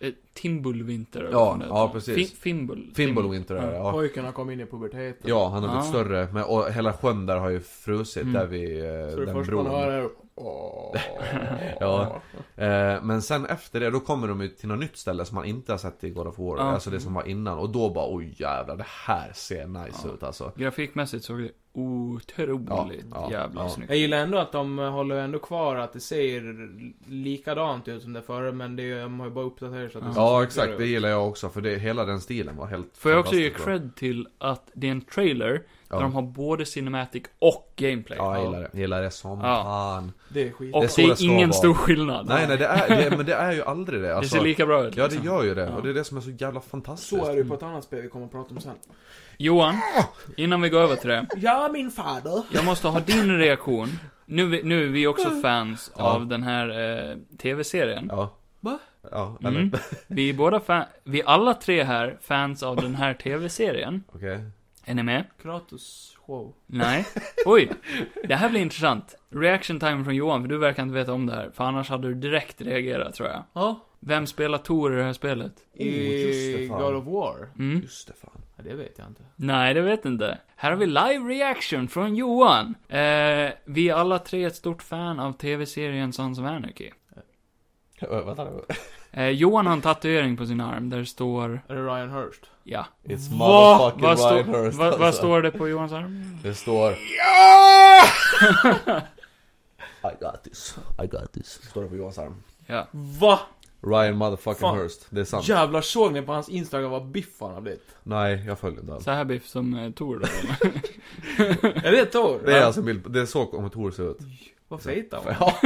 Speaker 1: Eh, eh, Timbulvinter. eller
Speaker 3: Ja,
Speaker 1: vad fan det heter.
Speaker 3: ja, precis.
Speaker 1: Fin- Fimbul.
Speaker 3: Fimbulwinter är det, ja.
Speaker 2: Pojken har kommit in i puberteten.
Speaker 3: Ja, han har blivit
Speaker 1: Ja.
Speaker 3: större. Men, och hela sjön där har ju frusit
Speaker 1: Mm.
Speaker 3: där vid eh,
Speaker 2: Så det
Speaker 3: den
Speaker 2: första man
Speaker 3: bron.
Speaker 2: hör är... Åh.
Speaker 3: Ja. Eh, men sen efter det, då kommer de ju till något nytt ställe som man inte har sett i God of War.
Speaker 1: Ja.
Speaker 3: Alltså det som var innan. Och då bara, oj jävlar, det här ser nice
Speaker 1: Ja.
Speaker 3: ut alltså.
Speaker 1: Grafikmässigt såg det otroligt
Speaker 3: Ja, ja,
Speaker 1: jävla
Speaker 3: ja.
Speaker 1: snyggt
Speaker 2: Jag gillar ändå att de håller ändå kvar att det ser likadant ut som det förra, men det är, ju- de har ju bara uppdaterat så att det
Speaker 1: Ja.
Speaker 2: ser
Speaker 3: Ja,
Speaker 2: snyggare
Speaker 3: exakt.
Speaker 2: ut.
Speaker 3: Det gillar jag också, för det, hela den stilen var helt
Speaker 1: Får jag också ge
Speaker 3: fantastisk bra.
Speaker 1: cred till att det är en trailer
Speaker 3: Ja.
Speaker 1: där de har både cinematic och gameplay.
Speaker 3: Ja, jag gillar det. Jag gillar det som
Speaker 1: Ja.
Speaker 3: fan.
Speaker 2: Det är skit.
Speaker 1: Och
Speaker 3: Det
Speaker 1: det
Speaker 3: är så
Speaker 1: är,
Speaker 3: det ska
Speaker 1: ingen
Speaker 3: vara.
Speaker 1: stor skillnad.
Speaker 3: Nej, nej, det är, det, men det är ju aldrig det. Alltså,
Speaker 1: det ser lika bra ut.
Speaker 3: ja, det
Speaker 1: liksom.
Speaker 3: gör ju det.
Speaker 1: Ja.
Speaker 3: Och det är det som är så jävla fantastiskt.
Speaker 2: Så är det ju på ett annat spel vi kommer att prata om sen.
Speaker 1: Johan,
Speaker 3: Ah!
Speaker 1: innan vi går över till det.
Speaker 2: Ja, min fader.
Speaker 1: Jag måste ha din reaktion. Nu, vi- nu är vi också fans
Speaker 3: Ja.
Speaker 1: av den här eh, TV-serien.
Speaker 3: Ja.
Speaker 2: Va?
Speaker 3: Ja, eller?
Speaker 1: Mm. Vi är båda fan, vi är alla tre här fans av den här TV-serien.
Speaker 3: Okej.
Speaker 1: Är ni med?
Speaker 2: Kratos show.
Speaker 1: Nej. Oj. Det här blir intressant. Reaction time från Johan, för du verkar inte veta om det här. För annars hade du direkt reagerat, tror jag.
Speaker 2: Ja.
Speaker 1: Vem spelar Tor i det här spelet?
Speaker 3: Oh, just
Speaker 2: I
Speaker 3: det, fan.
Speaker 2: God of War?
Speaker 1: Mm.
Speaker 3: Just det, fan.
Speaker 2: Ja, det vet jag inte.
Speaker 1: Nej, det vet inte. Här har vi live reaction från Johan. Eh, vi är alla tre ett stort fan av tv-serien Sons of Anarchy.
Speaker 3: Ö, Vänta
Speaker 1: Eh, Johan har en tatuering på sin arm där det står,
Speaker 2: Är det Ryan Hurst?
Speaker 1: ja.
Speaker 2: Va?
Speaker 3: It's motherfucking
Speaker 1: Vad stå-
Speaker 3: Ryan Hurst,
Speaker 1: vad- vad
Speaker 3: alltså.
Speaker 1: står det på Johans arm?
Speaker 3: Det står... I got this. I got this. Står det på Johans arm.
Speaker 1: Ja.
Speaker 2: Va?
Speaker 3: Ryan motherfucking
Speaker 2: Fan.
Speaker 3: Hurst. Det är sant.
Speaker 2: Jävlar, såg ni på hans Instagram vad biff han har blivit?
Speaker 3: Nej, jag följer inte alls.
Speaker 1: Så här biff som eh, Tor då.
Speaker 2: Är det ett år?
Speaker 3: Det är alltså en bild, på- det är så om Tor ser ut.
Speaker 2: Vad fet han var.
Speaker 3: Ja.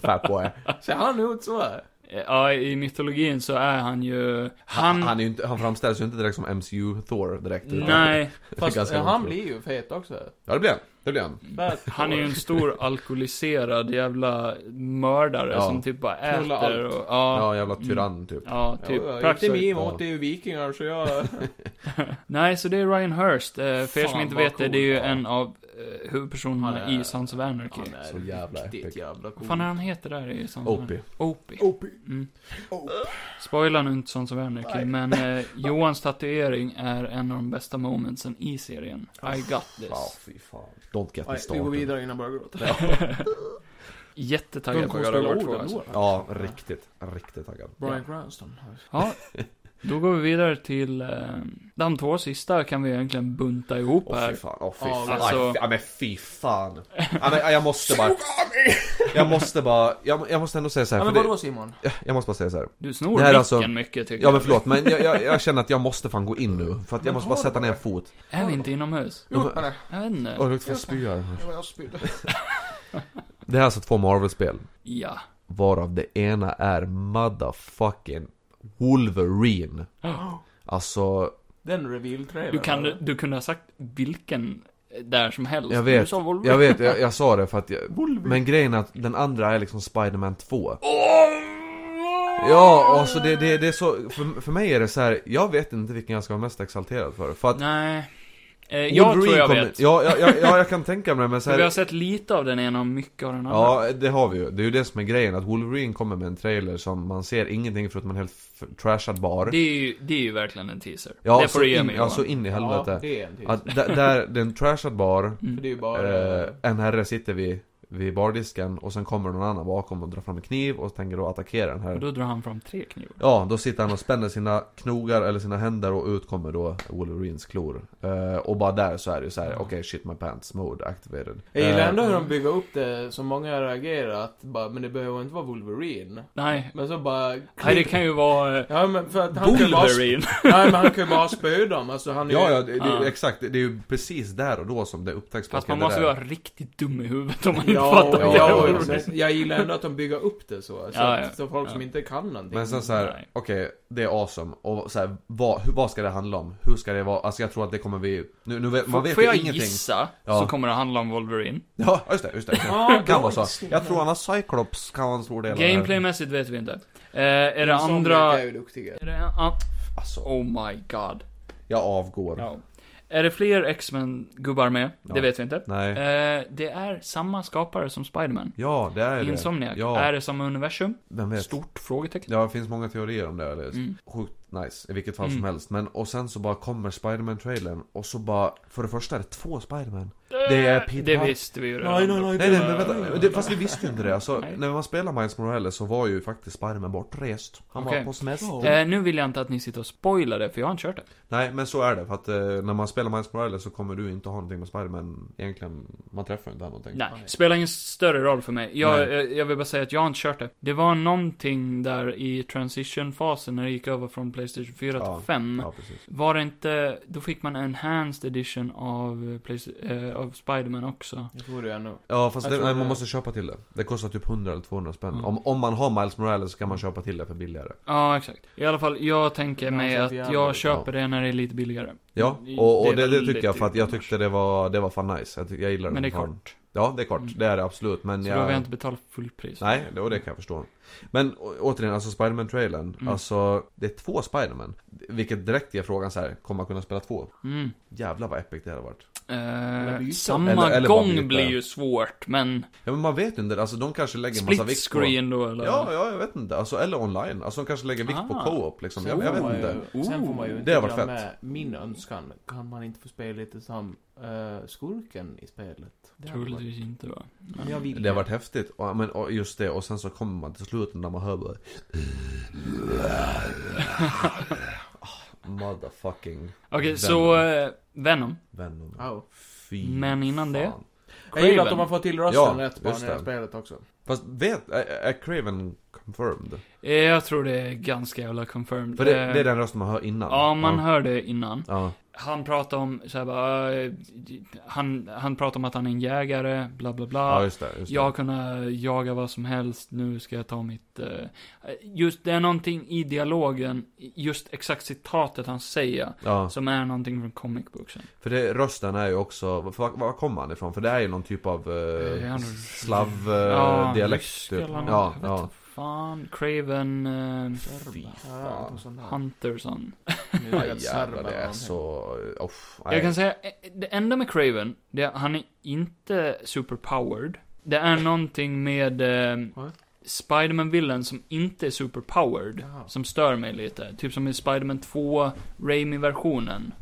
Speaker 3: Fatboy.
Speaker 2: Ser han ut så här?
Speaker 1: Eh, Ja, i mytologin så är han ju... Han...
Speaker 3: Han, han, är ju inte, han framställs ju inte direkt som MCU Thor direkt. utan-
Speaker 1: nej,
Speaker 3: Det är
Speaker 2: Fast
Speaker 3: ganska
Speaker 2: eh, han
Speaker 3: roligt.
Speaker 2: blir ju fet också.
Speaker 3: Ja, det blir han. Det blir han.
Speaker 2: Fat
Speaker 1: han är ju
Speaker 2: Thor.
Speaker 1: en stor alkoholiserad jävla mördare
Speaker 3: Ja.
Speaker 1: som typ bara
Speaker 2: Knulla
Speaker 1: äter
Speaker 2: allt.
Speaker 1: och...
Speaker 3: Ja,
Speaker 1: Ja, Mm.
Speaker 3: jävla tyrann typ.
Speaker 1: ja typ.
Speaker 2: Ja, ja,
Speaker 1: Praktiskt.
Speaker 2: inte mig emot,
Speaker 3: ja.
Speaker 2: det är ju vikingar så jag...
Speaker 1: Nej, så det är Ryan Hurst. Eh, för er som
Speaker 2: Fan,
Speaker 1: inte
Speaker 2: vad
Speaker 1: vet det, det är ju
Speaker 2: cool.
Speaker 1: en av eh, huvudpersonerna
Speaker 2: Han är-
Speaker 1: i Sons of Anarchy.
Speaker 2: Han är
Speaker 3: Så jävla
Speaker 2: riktigt
Speaker 3: epic.
Speaker 2: jävla cool.
Speaker 1: Vad fan är han heter där i
Speaker 2: Mm.
Speaker 1: Sons of Anarchy?
Speaker 3: Opie.
Speaker 1: Opie.
Speaker 2: Opie.
Speaker 1: Mm. Spoilar nu inte Sons of Anarchy, men eh, Johans tatuering är en av de bästa momentsen i serien. I got
Speaker 3: Ja,
Speaker 1: this.
Speaker 3: fy fan. Don't get me
Speaker 2: Nej, vi går
Speaker 3: started.
Speaker 2: vidare innan jag börjar gråta.
Speaker 1: Jättetaggad på att göra vår två. alltså.
Speaker 3: Ja, riktigt, riktigt taggad.
Speaker 2: Brian Cranston.
Speaker 1: Ja, då går vi vidare till... Eh, de två sista kan vi egentligen bunta ihop
Speaker 3: Åh
Speaker 1: här.
Speaker 3: fy fan, åh fy
Speaker 2: Ja,
Speaker 3: fan.
Speaker 1: alltså-
Speaker 3: Aj, fy- Ja men fy fan. Ja, men, jag måste bara... Jag måste bara, jag, jag måste ändå säga så här,
Speaker 2: Ja, men
Speaker 3: för det,
Speaker 2: vadå Simon?
Speaker 3: Jag måste bara säga så här.
Speaker 1: Du snor
Speaker 3: Det här
Speaker 1: micken
Speaker 3: är alltså-
Speaker 1: mycket tycker
Speaker 3: Ja men förlåt, men jag, jag, jag känner att jag måste fan gå in nu. För att jag
Speaker 2: Men
Speaker 3: måste bara
Speaker 2: ta
Speaker 3: sätta
Speaker 2: det.
Speaker 3: ner en fot.
Speaker 1: jag. Är vi inte inomhus?
Speaker 3: Jo,
Speaker 2: nej.
Speaker 1: Jag vet inte.
Speaker 3: Åh, det luktar spy här.
Speaker 2: Det var jag spydde.
Speaker 3: Det här är alltså två Marvel-spel.
Speaker 1: Ja.
Speaker 3: Varav det ena är motherfucking Wolverine. Alltså,
Speaker 2: Den reveal-trailern.
Speaker 1: Du, kan, du kunde ha sagt vilken där som helst.
Speaker 3: Jag vet.
Speaker 1: Du sa Wolverine.
Speaker 3: jag vet, jag, jag sa det för att jag, Men grejen är att den andra är liksom Spider-Man 2. Ja, alltså det, det, det är så, för, för mig är det så här. jag vet inte vilken jag ska vara mest exalterad för. För att
Speaker 1: Nej. Eh, jag tror jag
Speaker 3: kommer-
Speaker 1: vet.
Speaker 3: Ja, ja, ja, ja, jag kan tänka mig det, men så
Speaker 1: För vi har
Speaker 3: här,
Speaker 1: sett lite av den ena och mycket av den andra.
Speaker 3: Ja, det har vi ju. Det är ju det som är grejen, att Wolverine kommer med en trailer som man ser ingenting förutom en helt f- trashad bar.
Speaker 1: Det är ju, det är ju verkligen en teaser.
Speaker 3: ja,
Speaker 1: det
Speaker 3: så
Speaker 1: får du ge
Speaker 3: in,
Speaker 1: mig
Speaker 3: Ja,
Speaker 1: Johan.
Speaker 3: så in i
Speaker 2: Ja,
Speaker 3: helvete.
Speaker 2: det är en till.
Speaker 3: att där, där, det är en trashad bar,
Speaker 1: Mm.
Speaker 2: För det är ju bara...
Speaker 3: eh, en herre sitter vid, vid bardisken och sen kommer någon annan bakom och drar fram en kniv och tänker då attackera den
Speaker 1: Och
Speaker 3: här.
Speaker 1: då drar han fram tre knivar.
Speaker 3: Ja, då sitter han och spänner sina knogar eller sina händer och ut kommer då Wolverines klor. Eh, och bara där så är det ju så här, okej shit my pants mode activated.
Speaker 2: Jag gillar
Speaker 3: Eh,
Speaker 2: ändå hur de bygger upp det, som många reagerar att bara, men det behöver inte vara Wolverine.
Speaker 1: Nej.
Speaker 2: Men så bara...
Speaker 1: Nej, det kan ju vara... eh,
Speaker 2: Ja men för att han kan ju bara... sp-
Speaker 1: Wolverine.
Speaker 2: Nej men han kan ju bara spöa dem, alltså han är
Speaker 3: Ja,
Speaker 2: ju...
Speaker 3: ja, det, det,
Speaker 1: Ja.
Speaker 3: exakt. Det, det är ju precis där och då som det upptäcks.
Speaker 1: Fast
Speaker 3: okej,
Speaker 1: man
Speaker 3: det
Speaker 1: måste ju
Speaker 3: där-
Speaker 1: vara riktigt dum i huvudet om man inte
Speaker 2: Ja,
Speaker 1: fattar
Speaker 2: och,
Speaker 1: vad det
Speaker 2: ja,
Speaker 1: är.
Speaker 2: och, men jag gillar ändå att de bygger upp det så. Så,
Speaker 1: Ja,
Speaker 2: att-
Speaker 1: ja.
Speaker 2: så folk som
Speaker 1: Ja.
Speaker 2: inte kan någonting.
Speaker 3: Men sen så här,
Speaker 1: Nej.
Speaker 3: okej, det är awesome. Och så här, vad, hur, vad ska det handla om? Hur ska det vara? Alltså jag tror att det kommer vi... Nu, nu vet, man vet
Speaker 1: Får
Speaker 3: ju
Speaker 1: jag
Speaker 3: ingenting.
Speaker 1: gissa,
Speaker 3: Ja.
Speaker 1: så kommer det handla om Wolverine.
Speaker 3: Ja, just det, just det.
Speaker 2: Ja,
Speaker 3: kan vara så. Jag tror han har Cyclops, kan vara en stor del av det här.
Speaker 1: Gameplaymässigt vet vi inte. Eh, är det
Speaker 2: Som
Speaker 1: andra...
Speaker 2: är ju duktiga.
Speaker 1: Är det en... ah,
Speaker 3: Alltså,
Speaker 1: Oh my god.
Speaker 3: jag avgår.
Speaker 1: Ja. Är det fler X-Men-gubbar med?
Speaker 3: Ja.
Speaker 1: Det vet vi inte.
Speaker 3: Nej.
Speaker 1: Eh, det är samma skapare som Spiderman.
Speaker 3: Ja, det är det.
Speaker 1: Insomniac.
Speaker 3: Ja.
Speaker 1: Är det samma universum?
Speaker 3: Vem vet?
Speaker 1: Stort frågetecken.
Speaker 3: Ja, det finns många teorier om det. Eller?
Speaker 1: Mm.
Speaker 3: Sjukt nice, i vilket fall som
Speaker 1: Mm.
Speaker 3: helst. Men och sen så bara kommer Spiderman-trailern och så bara, för det första är det två Spiderman. Det är Peter
Speaker 1: Eh, Det
Speaker 3: Parker.
Speaker 1: visste vi ju redan.
Speaker 2: Nej, nej, nej.
Speaker 3: Nej, nej, men vänta. Det, fast vi visste ju inte det. Alltså,
Speaker 1: Nej.
Speaker 3: när man spelar Miles Morales så var ju faktiskt Spiderman bortrest. Han var
Speaker 1: Okej.
Speaker 3: på semester.
Speaker 1: Eh, nu vill jag inte att ni sitter och spoilar det, för jag har inte kört det.
Speaker 3: Nej, men så är det. För att eh, när man spelar Miles Morales så kommer du inte ha någonting med Spiderman egentligen. Man träffar inte han någonting.
Speaker 1: Nej, spelar ingen större roll för mig. Jag, eh,
Speaker 3: Nej.
Speaker 1: jag, jag vill bara säga att jag har inte kört det. Det var någonting där i transition-fasen när det gick över från Playstation 4
Speaker 3: Ja.
Speaker 1: till 5.
Speaker 3: Ja, precis.
Speaker 1: Var det inte, då fick man en enhanced edition av, eh, Playsta- eh, av Spiderman också.
Speaker 2: Jag tror det är nog.
Speaker 3: Ja, fast
Speaker 2: Jag
Speaker 3: det,
Speaker 2: tror
Speaker 3: nej, man
Speaker 2: det.
Speaker 3: måste köpa till det. Det kostar typ 100 eller 200 spänn.
Speaker 1: Mm.
Speaker 3: Om, om man har Miles Morales så kan man köpa till det för billigare.
Speaker 1: Ja, exakt. I alla fall, jag tänker
Speaker 2: Men
Speaker 1: mig
Speaker 2: alltså,
Speaker 1: att
Speaker 2: jävlar.
Speaker 1: jag köper det när det är lite billigare.
Speaker 3: Ja,
Speaker 1: Det-
Speaker 3: och,
Speaker 1: det
Speaker 3: och
Speaker 1: är
Speaker 3: det, det,
Speaker 1: väl
Speaker 3: tycker jag
Speaker 1: lite
Speaker 3: för att jag
Speaker 1: dyrt
Speaker 3: tyckte det var, det var fan nice. Jag, ty- jag gillar
Speaker 1: Men
Speaker 3: den
Speaker 1: det är
Speaker 3: formen.
Speaker 1: kort.
Speaker 3: Ja, det är kort.
Speaker 1: Mm.
Speaker 3: Det är det absolut. Men
Speaker 1: Så
Speaker 3: jag...
Speaker 1: då har jag inte betalat fullpris.
Speaker 3: Nej, det, och det kan jag förstå. Men å, återigen, alltså Spiderman-trailern.
Speaker 1: Mm.
Speaker 3: Alltså, det är två Spiderman. Vilket direkt ger frågan så här, kommer man kunna spela två?
Speaker 1: Mm.
Speaker 3: Jävlar vad epic det hade varit.
Speaker 2: Eller
Speaker 1: Eh,
Speaker 2: byta.
Speaker 1: samma
Speaker 3: Eller- eller bara byta.
Speaker 1: gång blir ju svårt, men
Speaker 3: Ja men man vet ju inte, alltså de kanske lägger massa
Speaker 1: split
Speaker 3: vikt på...
Speaker 1: screen då eller?
Speaker 3: Ja, ja, jag vet inte. Alltså, eller online. Alltså de kanske lägger vikt på
Speaker 1: Ah.
Speaker 3: co-op liksom.
Speaker 2: Sen
Speaker 3: Jag, jag
Speaker 2: får man
Speaker 3: vet inte.
Speaker 2: Ju, sen får man ju
Speaker 3: Ooh.
Speaker 2: inte
Speaker 3: Det var
Speaker 2: glömma
Speaker 3: fett.
Speaker 2: min önskan. Kan man inte få spela lite som eh, skurken i spelet? Det hade varit-
Speaker 1: Troligtvis inte va?
Speaker 2: Men jag vill
Speaker 3: Det har varit häftigt. Och, men, och just det, och sen så kommer man till slutet när man hör bara... Motherfucking
Speaker 1: Okej,
Speaker 3: Venom.
Speaker 1: så eh, Venom.
Speaker 3: Venom.
Speaker 2: Ja.
Speaker 3: Fy
Speaker 1: Men innan det?
Speaker 3: fan.
Speaker 2: Jag gillar att de
Speaker 1: Craven.
Speaker 2: har fått till rösten
Speaker 3: Ja,
Speaker 2: rätt bara i
Speaker 3: just
Speaker 2: det här
Speaker 3: det.
Speaker 2: spelet också.
Speaker 3: Fast vet, är, är Craven confirmed?
Speaker 1: Eh, Jag tror det är ganska jävla confirmed.
Speaker 3: För det,
Speaker 1: Eh,
Speaker 3: det är den rösten man hör innan.
Speaker 1: Ja, man hör det innan.
Speaker 3: Ja.
Speaker 1: Han pratar om så här, bara, eh, han, han pratar om att han är en jägare, bla bla bla.
Speaker 3: ja, just det. Just det.
Speaker 1: jag har kunnat jaga vad som helst, nu ska jag ta mitt... eh, Just, det är någonting i dialogen, just exakt citatet han säger,
Speaker 3: Ja, Eh,
Speaker 1: som är någonting från comic booksen.
Speaker 3: för det, rösten är ju också, var, var kommer han ifrån? För det är ju någon typ av
Speaker 1: Eh,
Speaker 3: eh,
Speaker 1: han-
Speaker 3: slav-dialekt
Speaker 1: rysk
Speaker 3: typ.
Speaker 1: eller något.
Speaker 3: Ja,
Speaker 1: Vet
Speaker 3: ja.
Speaker 1: du Fan, Craven... eh,
Speaker 3: Fy
Speaker 2: Ja,
Speaker 3: fan.
Speaker 2: och sån här.
Speaker 1: Hunterson.
Speaker 2: Nu är det ett serber
Speaker 3: Jävlar, det är
Speaker 2: någonting.
Speaker 3: så... Uff, nej.
Speaker 1: Jag kan säga, eh, det enda med Craven, det är, han är inte superpowered. Det är någonting med eh,
Speaker 2: Vad?
Speaker 1: Spiderman-villen som inte är superpowered.
Speaker 2: Jaha.
Speaker 1: Som stör mig lite. Typ som i Spiderman 2, Raimi-versionen.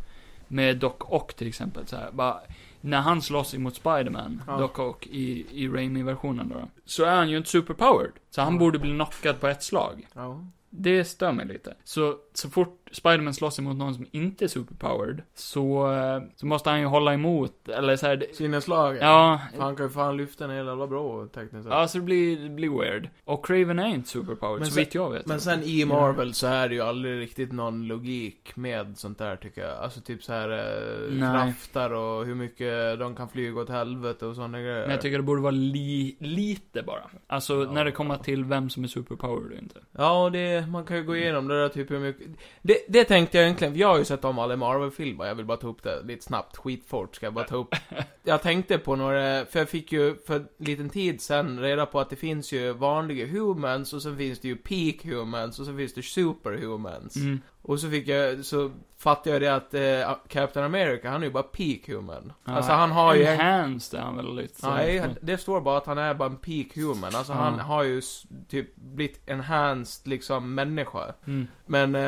Speaker 1: Med Doc Ock till exempel. Så här, bara, när han slåss emot Spiderman,
Speaker 2: Ja.
Speaker 1: Doc Ock, i, i Raimi-versionen då. Så är han ju inte superpowered. Så han
Speaker 2: Mm.
Speaker 1: borde bli knockad på ett slag.
Speaker 2: Ja.
Speaker 1: Det stör mig lite. Så, så fort Spiderman slåss emot någon som inte är superpowered, så, eh, så måste han ju hålla emot, eller så här, det,
Speaker 2: Sinneslagen.
Speaker 1: ja,
Speaker 2: För Han kan ju fan lyfta en hel jävla bro tekniskt sett.
Speaker 1: ja, så det blir, det blir weird. Och Craven är inte superpowered,
Speaker 2: Men
Speaker 1: så
Speaker 2: sen-
Speaker 1: vitt jag vet.
Speaker 2: Men sen i Marvel så är det ju aldrig riktigt någon logik med sånt där tycker jag. Alltså typ så här eh,
Speaker 1: Nej.
Speaker 2: kraftar och hur mycket de kan flyga åt helvete och sådana grejer.
Speaker 1: Men jag tycker det borde vara li, lite bara. Alltså,
Speaker 2: Ja.
Speaker 1: när det kommer till vem som är superpowered och inte.
Speaker 2: Ja, och det, man kan ju gå igenom det där typ hur mycket... Det, det tänkte jag egentligen, för jag har ju sett om alla Marvel-filmer, jag vill bara ta upp det lite snabbt, skitfort ska jag bara ta upp. Jag tänkte på några, för jag fick ju för en liten tid sen reda på att det finns ju vanliga humans och sen finns det ju peak humans och sen finns det superhumans.
Speaker 1: Mm.
Speaker 2: Och så fick jag, så fattade jag det att eh, Captain America, han är ju bara peak human. alltså
Speaker 1: Ja,
Speaker 2: han har ju...
Speaker 1: Enhanced är han väl lite så. liksom.
Speaker 2: Nej, det står bara att han är bara en peak human. Alltså
Speaker 1: Ja.
Speaker 2: han har ju s- typ blivit enhanced liksom människa.
Speaker 1: Mm.
Speaker 2: Men, eh,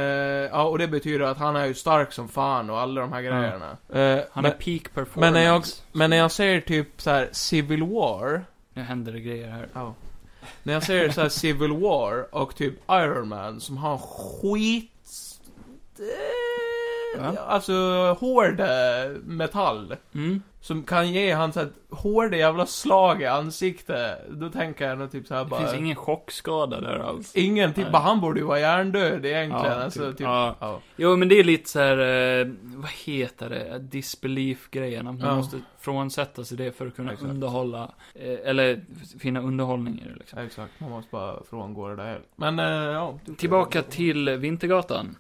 Speaker 2: ja och det betyder att han är ju stark som fan och alla de här
Speaker 1: Ja.
Speaker 2: grejerna. Eh,
Speaker 1: Han
Speaker 2: men,
Speaker 1: är peak performance.
Speaker 2: men när jag, men när jag säger typ så här Civil War.
Speaker 1: Nu händer det grejer här.
Speaker 2: Ja. När jag säger så här Civil War och typ Iron Man som har skit... Eh,
Speaker 1: Ja.
Speaker 2: Alltså hård eh, metall.
Speaker 1: Mm.
Speaker 2: Som kan ge han såhär hårda jävla slag i ansiktet. Då tänker jag nog typ såhär
Speaker 1: Det
Speaker 2: bara...
Speaker 1: finns ingen chockskada där alls.
Speaker 2: Ingen typ,
Speaker 1: Nej.
Speaker 2: bara han borde ju vara hjärndöd egentligen.
Speaker 1: Ja,
Speaker 2: alltså
Speaker 1: typ.
Speaker 2: typ...
Speaker 1: Ja.
Speaker 2: ja.
Speaker 1: Jo, men det är lite så här, eh, vad heter det? Disbelief-grejen. Att man
Speaker 2: Ja.
Speaker 1: måste frånsätta sig det för att kunna
Speaker 2: Exakt.
Speaker 1: underhålla, eh, eller f- finna underhållning i det liksom.
Speaker 2: Exakt, man måste bara frångå det där. Men eh, ja.
Speaker 1: Tillbaka till Vintergatan.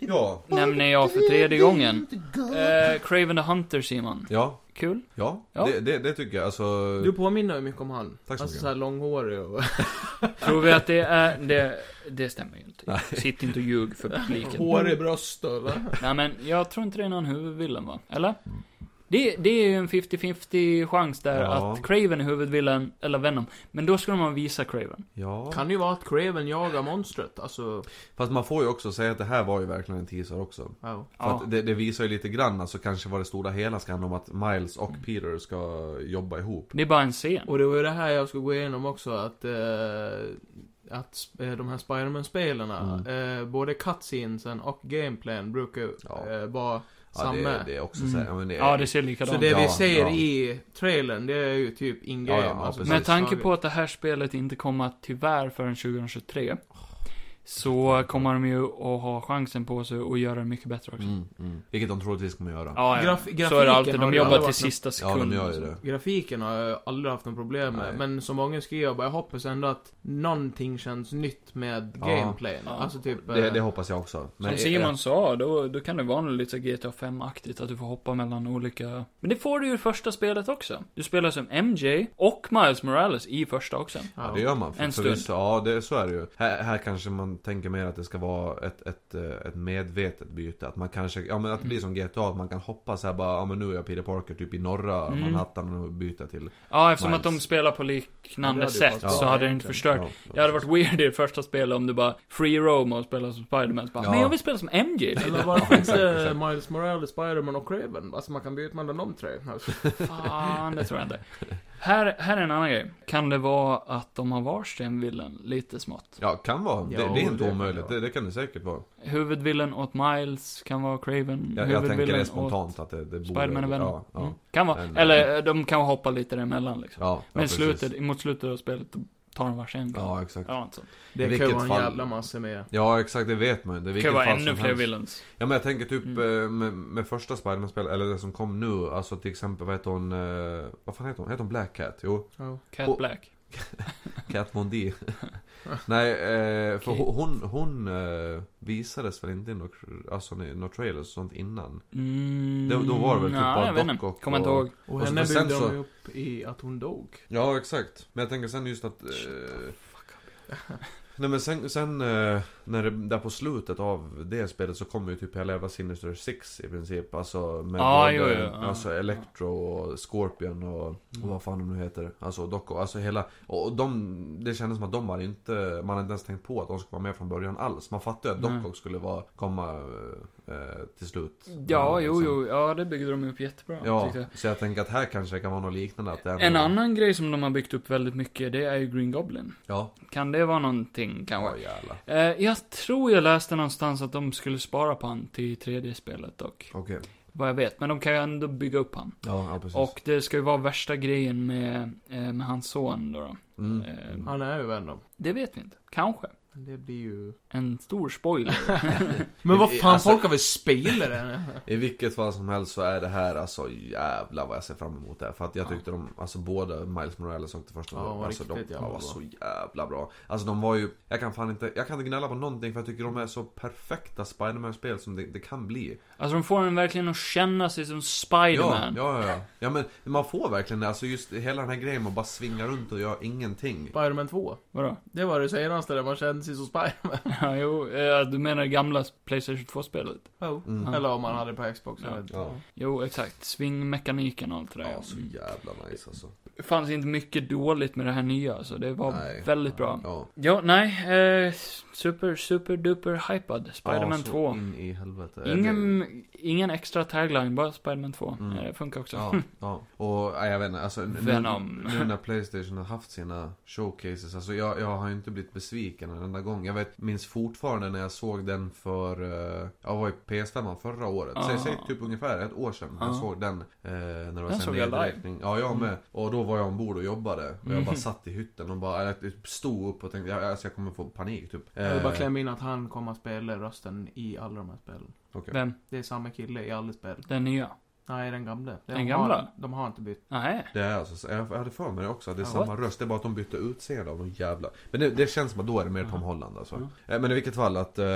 Speaker 3: Ja.
Speaker 1: Nämner jag för tredje gången. Eh, Craven the Hunter, Simon.
Speaker 3: Ja.
Speaker 1: Kul.
Speaker 3: Ja.
Speaker 1: Ja.
Speaker 3: Det, det, det tycker jag. Alltså...
Speaker 2: Du påminner ju mycket om han.
Speaker 3: Tack
Speaker 2: alltså
Speaker 3: så mycket.
Speaker 2: såhär långhårig och
Speaker 1: Tror vi att det är, det, det stämmer ju inte.
Speaker 3: Nej.
Speaker 1: Sitt inte och ljug för publiken.
Speaker 2: hårig bröst och eller?
Speaker 1: Nej men, jag tror inte det är någon huvudvillen va? Eller? Det, det är ju en 50-50 chans där
Speaker 3: Ja.
Speaker 1: att Craven är huvudvillen, eller Venom. Men då ska man visa Craven.
Speaker 3: Ja.
Speaker 2: Kan ju vara att Craven jagar monstret, alltså.
Speaker 3: Fast man får ju också säga att det här var ju verkligen en teaser också.
Speaker 2: Ja.
Speaker 3: För att det, det visar ju lite grann, alltså kanske vad det stora hela ska handla om att Miles och
Speaker 1: Mm.
Speaker 3: Peter ska jobba ihop.
Speaker 1: Det är bara en scen.
Speaker 2: Och det var ju det här jag skulle gå igenom också, att... Eh, att eh, de här Spiderman-spelen, eh, både cutscenesen och gameplayen brukar ju
Speaker 3: Mm. Ja.
Speaker 2: eh, vara
Speaker 3: Ja,
Speaker 2: samma.
Speaker 3: det, det är också så här, ja, men det,
Speaker 1: Mm. Ja, det ser
Speaker 2: Så
Speaker 1: likadant
Speaker 2: det
Speaker 1: ut.
Speaker 2: vi
Speaker 3: Ja,
Speaker 2: ser
Speaker 3: ja.
Speaker 2: i trailern, det är ju typ in-game.
Speaker 3: Ja, ja, ja, precis.
Speaker 1: Med tanke på att det här spelet inte kommer att tyvärr förrän 2023. Så kommer de ju att ha chansen på sig och göra det mycket bättre också.
Speaker 3: Mm, mm. Vilket de troligtvis kommer göra.
Speaker 1: Ja, ja.
Speaker 2: Graf-
Speaker 1: Så är
Speaker 2: grafiken
Speaker 1: det alltid.
Speaker 2: har
Speaker 1: De
Speaker 2: ju aldrig
Speaker 1: jobbar till
Speaker 2: varit någon-
Speaker 1: sista
Speaker 3: ja
Speaker 1: sekund.
Speaker 3: de gör ju det.
Speaker 2: Grafiken har jag aldrig haft något problem med,
Speaker 3: Nej.
Speaker 2: men som många skriver, bara, jag hoppas ändå att någonting känns nytt med
Speaker 3: Ja.
Speaker 2: gameplayen.
Speaker 1: Ja.
Speaker 2: Alltså typ...
Speaker 3: Det,
Speaker 2: eh,
Speaker 3: det hoppas jag också.
Speaker 1: Som Simon sa, då, då kan det vara något lite så GTA 5-aktigt, att du får hoppa mellan olika... Men det får du ju i första spelet också. Du spelar som MJ och Miles Morales i första också.
Speaker 3: Ja, det gör man. För,
Speaker 1: En
Speaker 3: för
Speaker 1: stund.
Speaker 3: visst, ja, det, så är det ju. Här, här kanske man tänker mer att det ska vara ett, ett, eh, ett medvetet byte. Att man kanske, ja men att det
Speaker 1: Mm.
Speaker 3: blir som GTA, att man kan hoppa så här bara, ja men nu är jag Peter Parker typ i norra
Speaker 1: Mm.
Speaker 3: Manhattan och byta till...
Speaker 1: Ja, eftersom
Speaker 3: Miles.
Speaker 1: att de spelar på liknande
Speaker 2: Ja, det hade ju
Speaker 1: sätt
Speaker 2: varit
Speaker 3: bra
Speaker 1: så hade det inte
Speaker 2: egentligen.
Speaker 1: förstört. Det hade varit weird i det första spelet om du bara free roam och spelar som Spiderman. Så Bara,
Speaker 3: Ja.
Speaker 1: Men jag vill spela som MJ.
Speaker 2: Eller varför inte Miles Morales, Spiderman och Craven? Alltså man kan byta mellan de tre. Alltså.
Speaker 1: Fan, det tror jag inte. Här, här är en annan grej. Kan det vara att de har varsin villen lite smått?
Speaker 3: Ja, kan vara. Det,
Speaker 2: Ja,
Speaker 3: det är inte
Speaker 2: det kan
Speaker 3: omöjligt.
Speaker 2: det
Speaker 3: Det,
Speaker 2: vara.
Speaker 3: det kan det säkert vara.
Speaker 1: Huvudvillen åt Miles kan vara Craven.
Speaker 3: Jag, jag tänker
Speaker 1: Huvudvillen
Speaker 3: det spontant att det, det borde...
Speaker 1: åt Spiderman och Venom.
Speaker 3: Ja, ja,
Speaker 1: Mm. Kan vara.
Speaker 3: Men-
Speaker 1: Eller eh, de kan hoppa lite däremellan liksom.
Speaker 3: ja, ja,
Speaker 1: Men
Speaker 3: precis.
Speaker 1: slutet, mot slutet av spelet då tar de varsin.
Speaker 3: Ja, exakt.
Speaker 1: ja något sånt.
Speaker 3: I
Speaker 2: Det kan
Speaker 3: vilket
Speaker 2: ju vara en
Speaker 3: fall-
Speaker 2: jävla massa med.
Speaker 3: Ja, exakt. Det vet man ju inte.
Speaker 1: Det
Speaker 3: Vilket
Speaker 1: kan vara
Speaker 3: fall som
Speaker 1: ännu fler
Speaker 3: helst.
Speaker 1: villains.
Speaker 3: Ja men jag tänker typ
Speaker 1: Mm.
Speaker 3: eh, med, med första Spiderman-spel, eller det som kom nu, alltså till exempel vad heter hon, eh, vad fan heter hon? Heter hon Black Cat? Jo,
Speaker 2: Ja.
Speaker 1: Cat
Speaker 3: Och-
Speaker 1: Black.
Speaker 3: Cat Von D. Nej, eh, för
Speaker 1: Okej.
Speaker 3: hon, hon, hon eh, visades väl inte i några alltså, i några trailers och sånt innan?
Speaker 1: Mm,
Speaker 3: Det- då var det väl typ
Speaker 1: nej,
Speaker 3: bara
Speaker 1: jag vet inte.
Speaker 3: dock och-
Speaker 1: Kommer inte
Speaker 3: och-
Speaker 1: ihåg.
Speaker 2: Och
Speaker 3: så-
Speaker 2: henne
Speaker 3: men sen
Speaker 2: byggde
Speaker 3: så-
Speaker 2: de ju upp i att hon dog.
Speaker 3: Ja, exakt. Men jag tänker sen just att... Eh, nej men sen, sen eh, när det, där på slutet av det spelet så kommer ju typ hela jävla Sinister Six i princip. Alltså med
Speaker 1: Ja,
Speaker 3: både,
Speaker 1: jo, Ah, jo, ja. Mm.
Speaker 3: alltså Electro och Scorpion och, och vad fan de nu heter. Alltså Doco. Alltså hela... Och och de, det kändes som att de hade inte... Man hade inte ens tänkt på att de skulle vara med från början alls. Man fattade ju
Speaker 1: Nej.
Speaker 3: att Doco skulle vara, komma eh, till slut.
Speaker 1: Ja,
Speaker 3: Men,
Speaker 1: jo,
Speaker 3: liksom,
Speaker 1: jo. Ja, det byggde de upp jättebra.
Speaker 3: Ja,
Speaker 1: tyckte jag.
Speaker 3: så jag tänker att här kanske det kan vara något liknande. Att det är
Speaker 1: En
Speaker 3: någon-
Speaker 1: annan grej som de har byggt upp väldigt mycket, det är ju Green Goblin.
Speaker 3: Ja.
Speaker 1: Kan det vara någonting
Speaker 3: Ja,
Speaker 1: kanske?
Speaker 3: jävlar.
Speaker 1: Eh, jag tror jag läste någonstans att de skulle spara på han till tredje spelet dock.
Speaker 3: Okej.
Speaker 1: Vad jag vet, men de kan ju ändå bygga upp han.
Speaker 3: Ja, ja, precis.
Speaker 1: Och det ska ju vara värsta grejen med, eh, med hans son då, då.
Speaker 3: Mm.
Speaker 1: Eh,
Speaker 2: Han är ju Venom.
Speaker 1: Det vet vi inte. Kanske.
Speaker 2: Det blir ju...
Speaker 1: En stor spoiler.
Speaker 2: Men vad fan,
Speaker 3: Alltså-
Speaker 2: folk har väl spelat den?
Speaker 3: I vilket fall som helst så är det här alltså jävla vad jag ser fram emot det här. För att jag
Speaker 2: Ja.
Speaker 3: tyckte de, alltså båda Miles Morales och det första
Speaker 2: Ja, var
Speaker 3: alltså, de
Speaker 2: riktigt jävla
Speaker 3: var
Speaker 2: bra.
Speaker 3: så jävla bra. Alltså de var ju, jag kan fan inte, jag kan inte gnälla på någonting för jag tycker de är så perfekta Spiderman-spel som det, det kan bli.
Speaker 1: alltså de får en verkligen att känna sig som
Speaker 3: Ja,
Speaker 1: Spiderman.
Speaker 3: ja, ja, ja. Ja men man får verkligen det, alltså just hela den här grejen med att bara svinga runt och göra ingenting.
Speaker 2: Spiderman 2.
Speaker 1: Vadå?
Speaker 2: Det var det senaste där man kände precis som Spiderman.
Speaker 1: Ja, jo, eh, du menar det gamla Playstation 2-spelet?
Speaker 2: Oh.
Speaker 3: Mm.
Speaker 2: Eller om man hade på Xbox. jag
Speaker 1: Ja.
Speaker 2: vet inte.
Speaker 3: Ja.
Speaker 1: Jo, exakt. Svingmekaniken och allt det där.
Speaker 3: Ja, så jävla nice alltså.
Speaker 1: Det fanns inte mycket dåligt med det här nya, så det var
Speaker 3: Nej.
Speaker 1: väldigt bra.
Speaker 3: Ja.
Speaker 1: Ja, nej. Eh, super, super duper hypad. Spiderman
Speaker 3: Ja, så
Speaker 1: 2.
Speaker 3: in i helvete.
Speaker 1: Ingen, ingen extra tagline, bara Spiderman 2.
Speaker 3: Mm.
Speaker 1: Eh, Det funkar också.
Speaker 3: Ja, ja. Och nej, jag vet inte, alltså, nu-
Speaker 1: Venom.
Speaker 3: Nu när Playstation har haft sina showcases, alltså jag, jag har ju inte blivit besviken en enda gång. Jag vet, minns fortfarande när jag såg den för, eh, jag var i PS5 förra året. Säg,
Speaker 1: Ah.
Speaker 3: säg typ ungefär ett år sedan jag
Speaker 1: Ah.
Speaker 3: såg den. Eh, när det var
Speaker 1: Den
Speaker 3: sån
Speaker 1: såg jag live. Mm.
Speaker 3: nedräkning. Ja, jag med. Och då var jag ombord och jobbade. Och jag
Speaker 1: Mhm.
Speaker 3: bara satt i hytten och bara, jag typ stod upp och tänkte, jag, alltså, jag kommer få panik typ.
Speaker 2: Jag vill bara
Speaker 3: Eh,
Speaker 2: klämma in att han kommer att spela rösten i alla de här spelen.
Speaker 3: okej.
Speaker 1: Vem?
Speaker 2: Det är samma kille i alla spel.
Speaker 1: Den nya?
Speaker 2: Nej, den gamle. De
Speaker 1: Den gamla?
Speaker 2: Har, de har inte bytt.
Speaker 1: Nej.
Speaker 3: Det är alltså, jag hade för mig det också, att det är
Speaker 1: Ja,
Speaker 3: samma röst, det är bara att de bytte utseende av de jävla Men det, det känns som att då är det mer Tom
Speaker 1: Ja.
Speaker 3: Holland alltså Eh, Men i vilket fall att eh,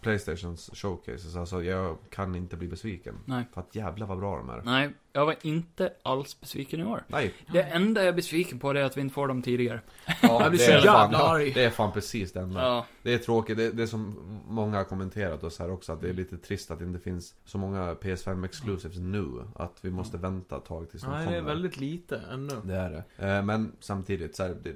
Speaker 3: Playstations showcases, alltså jag kan inte bli besviken
Speaker 1: Nej.
Speaker 3: För att jävla vad bra de är
Speaker 1: Nej, jag var inte alls besviken i år.
Speaker 3: Nej,
Speaker 1: Det enda jag är besviken på det är att vi inte får dem tidigare.
Speaker 3: ja,
Speaker 2: Jag blir
Speaker 3: det
Speaker 2: så
Speaker 3: är
Speaker 2: jävla
Speaker 3: fan-
Speaker 2: arg.
Speaker 3: Det är fan precis det enda
Speaker 1: Ja.
Speaker 3: Det är tråkigt, det, det är som många har kommenterat oss här också Att det är lite trist att det inte finns så många PS5 exclusives nu Att vi måste vänta ett tag tills de
Speaker 2: Nej,
Speaker 3: Liksom kommer
Speaker 2: det är väldigt lite ännu.
Speaker 3: Det är det. Eh, Men samtidigt så här, det,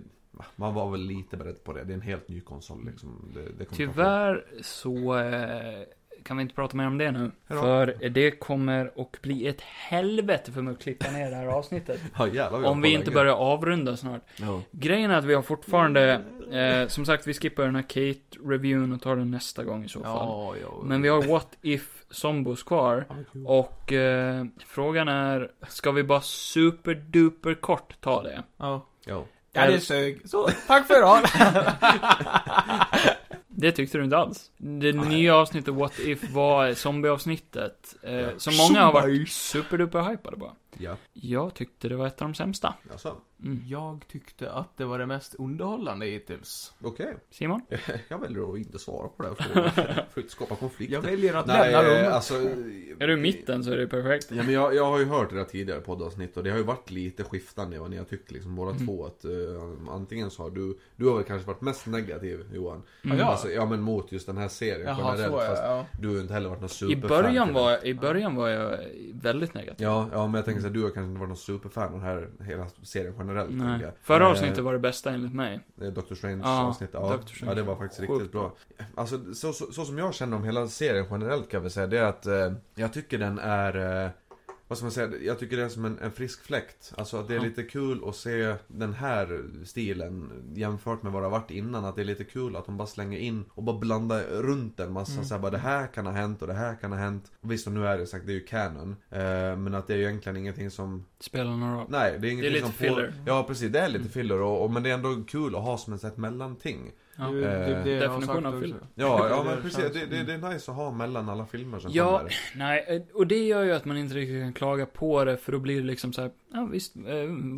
Speaker 3: man var väl lite beredd på det. Det är en helt ny konsol liksom. Det, det kommer ta tid.
Speaker 1: Tyvärr så eh, kan vi inte prata mer om det nu.
Speaker 3: Hejdå.
Speaker 1: För det kommer att bli ett helvete för mig att klippa ner det här avsnittet.
Speaker 3: Ja, jävlar, har
Speaker 1: om vi
Speaker 3: på
Speaker 1: inte
Speaker 3: länge.
Speaker 1: börjar avrunda snart.
Speaker 3: Ja.
Speaker 1: Grejen är att vi har fortfarande, eh, som sagt vi skippar den här Kate-reviewn och tar den nästa gång i så fall.
Speaker 2: Ja, ja.
Speaker 1: Men vi har What If Zombos kvar.
Speaker 3: Ja, men kul.
Speaker 1: Och eh, frågan är, ska vi bara superduper kort ta det?
Speaker 2: Ja.
Speaker 3: Ja.
Speaker 2: Ja, det sög. Så, tack för idag!
Speaker 1: Det tyckte du inte alls. Det nya avsnittet What If var zombieavsnittet. Eh,
Speaker 3: Ja.
Speaker 1: som många har varit
Speaker 2: Zombies.
Speaker 1: superduper-hypade på.
Speaker 3: Ja.
Speaker 1: Jag tyckte det var ett av de sämsta.
Speaker 3: Alltså,
Speaker 1: Mm.
Speaker 2: Jag tyckte att det var det mest underhållande hittills.
Speaker 3: okej.
Speaker 1: Simon?
Speaker 3: Jag väljer att inte svara på det här frågan. För att skapa konflikter.
Speaker 2: Jag väljer att
Speaker 3: Nej,
Speaker 2: lämna rummet.
Speaker 3: eh, alltså...
Speaker 1: Är du i mitten så är det perfekt.
Speaker 3: Ja, men jag, jag har ju hört era tidigare poddavsnitt och det har ju varit lite skiftande vad ni har tyckt liksom båda två. Att, eh, antingen så har du, du har väl kanske varit mest negativ Johan.
Speaker 1: Mm.
Speaker 2: Ja, ja.
Speaker 3: Alltså, ja men mot just den här serien
Speaker 2: Jaha, så
Speaker 3: generellt.
Speaker 2: är
Speaker 3: Fast
Speaker 2: jag.
Speaker 3: du har ju inte heller varit någon
Speaker 1: I
Speaker 3: superfan.
Speaker 1: början
Speaker 3: till
Speaker 1: var, jag- I början var jag väldigt negativ.
Speaker 3: Ja, ja men jag tänker såhär, du har kanske inte varit någon superfan av den här hela serien generellt. tänker
Speaker 1: Nej.
Speaker 3: jag.
Speaker 1: Förra
Speaker 3: Eh,
Speaker 1: avsnittet var det bästa enligt mig.
Speaker 3: eh, Dr. Strange
Speaker 1: Ja,
Speaker 3: avsnitt, ja,
Speaker 1: Dr. Strange.
Speaker 3: ja det var faktiskt
Speaker 1: Sjukt
Speaker 3: riktigt bra. Alltså så, så, så som jag känner om hela serien generellt kan jag väl säga, det är att eh, jag tycker den är eh, vad ska man säga? Jag tycker det är som en, en frisk fläkt. Alltså att det är
Speaker 1: Ja.
Speaker 3: lite kul att se den här stilen jämfört med vad det har varit innan. Att det är lite kul att de bara slänger in och bara blandar runt en massa
Speaker 2: Mm.
Speaker 3: så här, bara det här kan ha hänt och det här kan ha hänt. Och visst, och nu är det sagt, det är ju canon. Eh, men att det är ju egentligen ingenting som
Speaker 1: Spelar någon roll.
Speaker 3: Nej, det är
Speaker 1: Det är
Speaker 3: ingenting
Speaker 1: lite
Speaker 3: som
Speaker 1: filler.
Speaker 3: Får... Ja, precis. Det är lite filler, och, och, men det är ändå kul att ha som ett sätt mellanting.
Speaker 1: Ja.
Speaker 2: Det är typ det jag har
Speaker 1: Definition
Speaker 2: sagt
Speaker 1: av film.
Speaker 2: också.
Speaker 3: Ja,
Speaker 2: Det
Speaker 3: ja
Speaker 2: är
Speaker 3: men
Speaker 2: det
Speaker 3: precis. Det,
Speaker 2: känns.
Speaker 3: det, det är nice att ha mellan alla filmer som
Speaker 1: Ja.
Speaker 3: kommer.
Speaker 1: Nej, eh, och det gör ju att man inte riktigt kan klaga på det, för då blir det liksom så här, ja visst, eh,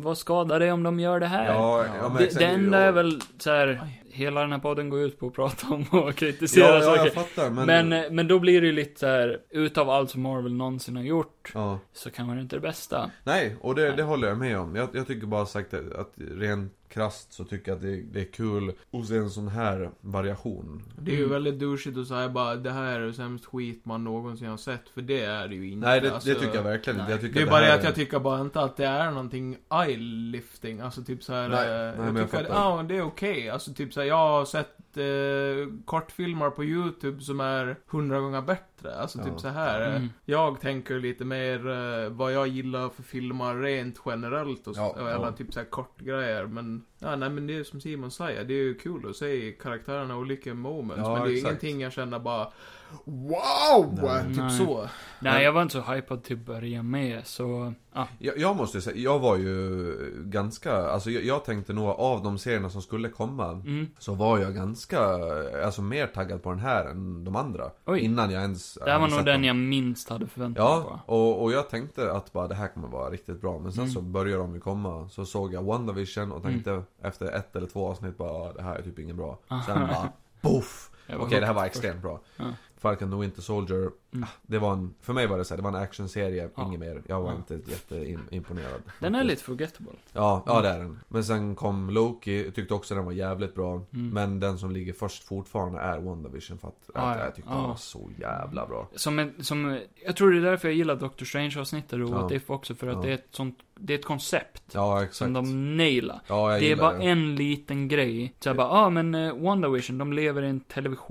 Speaker 1: vad skadar det om de gör det här?
Speaker 3: Ja,
Speaker 2: Ja.
Speaker 3: ja, men
Speaker 1: Det,
Speaker 3: exakt.
Speaker 1: det enda
Speaker 3: Ja.
Speaker 1: är väl så här,
Speaker 2: Aj.
Speaker 1: hela den här podden går ut på att prata om och kritisera
Speaker 3: Ja, ja,
Speaker 1: saker.
Speaker 3: jag fattar, men...
Speaker 1: men, eh, men då blir det ju lite så här, utav allt som Marvel någonsin har gjort,
Speaker 3: Ja.
Speaker 1: så kan man inte det bästa.
Speaker 3: Nej, och det,
Speaker 1: Nej.
Speaker 3: det håller jag med om. Jag, jag tycker bara sagt att, att rent krasst så tycker jag att det, det är kul att se en sån här variation.
Speaker 2: Det är ju väldigt douchigt att säga bara det här är det sämst skit man någonsin har sett, för det är det ju inte.
Speaker 3: Nej, det,
Speaker 2: alltså.
Speaker 3: det tycker jag verkligen inte.
Speaker 1: nej.
Speaker 3: Jag tycker
Speaker 2: Det är bara
Speaker 3: här
Speaker 2: det att jag tycker bara inte att det är någonting eye-lifting, alltså typ såhär...
Speaker 3: Nej, nej,
Speaker 2: jag
Speaker 3: men jag
Speaker 2: tycker att,
Speaker 3: fattar.
Speaker 2: ja, det är okej. Alltså typ såhär, jag har sett eh, kortfilmer på YouTube som är hundra gånger bättre. Alltså
Speaker 3: Ja.
Speaker 2: typ så här. eh,
Speaker 1: Mm.
Speaker 2: Jag tänker lite mer eh, vad jag gillar för filmer rent generellt och,
Speaker 3: Ja,
Speaker 2: ja, eller
Speaker 3: ja.
Speaker 2: typ såhär kortgrejer. Men, ja nej men det är som Simon säger, det är ju kul att se karaktärerna och olika moments.
Speaker 3: Ja,
Speaker 2: men det är
Speaker 3: exakt.
Speaker 2: ingenting jag känner bara Wow!
Speaker 3: Nej.
Speaker 2: Typ
Speaker 1: Nej.
Speaker 2: så.
Speaker 1: Nej, jag var inte så hypad till att börja med, så, ja.
Speaker 3: Jag, jag måste ju säga, jag var ju ganska, alltså jag, jag tänkte nog av de serierna som skulle komma
Speaker 1: Mm.
Speaker 3: Så var jag ganska, alltså mer taggad på den här än de andra.
Speaker 1: Oj.
Speaker 3: Innan jag ens
Speaker 1: Det här var
Speaker 3: hade
Speaker 1: nog
Speaker 3: sett
Speaker 1: den
Speaker 3: dem.
Speaker 1: jag minst hade förväntat mig på. Mm.
Speaker 3: Ja, och, och jag tänkte att bara det här kommer vara riktigt bra. Men sen så började de ju komma. Så såg jag "Ah, WandaVision och tänkte efter ett eller två avsnitt bara, "Ah, det här är typ inget bra. Sen bara, poff!
Speaker 1: Jag Ah. var
Speaker 3: Okej, det här var
Speaker 1: hooked först.
Speaker 3: extremt bra.
Speaker 1: Ja.
Speaker 3: Falcon the Winter Soldier,
Speaker 1: Mm.
Speaker 3: ah, det var en, för mig var det så här, det var en actionserie,
Speaker 1: Ja.
Speaker 3: inget mer. Jag var
Speaker 1: Ja.
Speaker 3: inte jätteimponerad.
Speaker 1: Den är Mm. lite forgettable.
Speaker 3: Ja, ja det är den. Men sen kom Loki, tyckte också den var jävligt bra.
Speaker 1: Mm.
Speaker 3: Men den som ligger först fortfarande är WandaVision för att,
Speaker 1: Ja,
Speaker 3: att
Speaker 1: ja.
Speaker 3: jag tyckte
Speaker 1: Ja.
Speaker 3: den var så jävla bra.
Speaker 1: Som, en, som, jag tror det är därför jag gillar Doctor Strange-avsnittet och
Speaker 3: Ja.
Speaker 1: What If också, för att
Speaker 3: Ja.
Speaker 1: det är ett sånt, det är ett koncept
Speaker 3: Ja, exakt.
Speaker 1: Typ. som de nailar.
Speaker 3: Ja, jag
Speaker 1: Det är
Speaker 3: gillar
Speaker 1: bara
Speaker 3: det.
Speaker 1: en liten grej. Så jag bara, ah men eh, WandaVision, de lever i en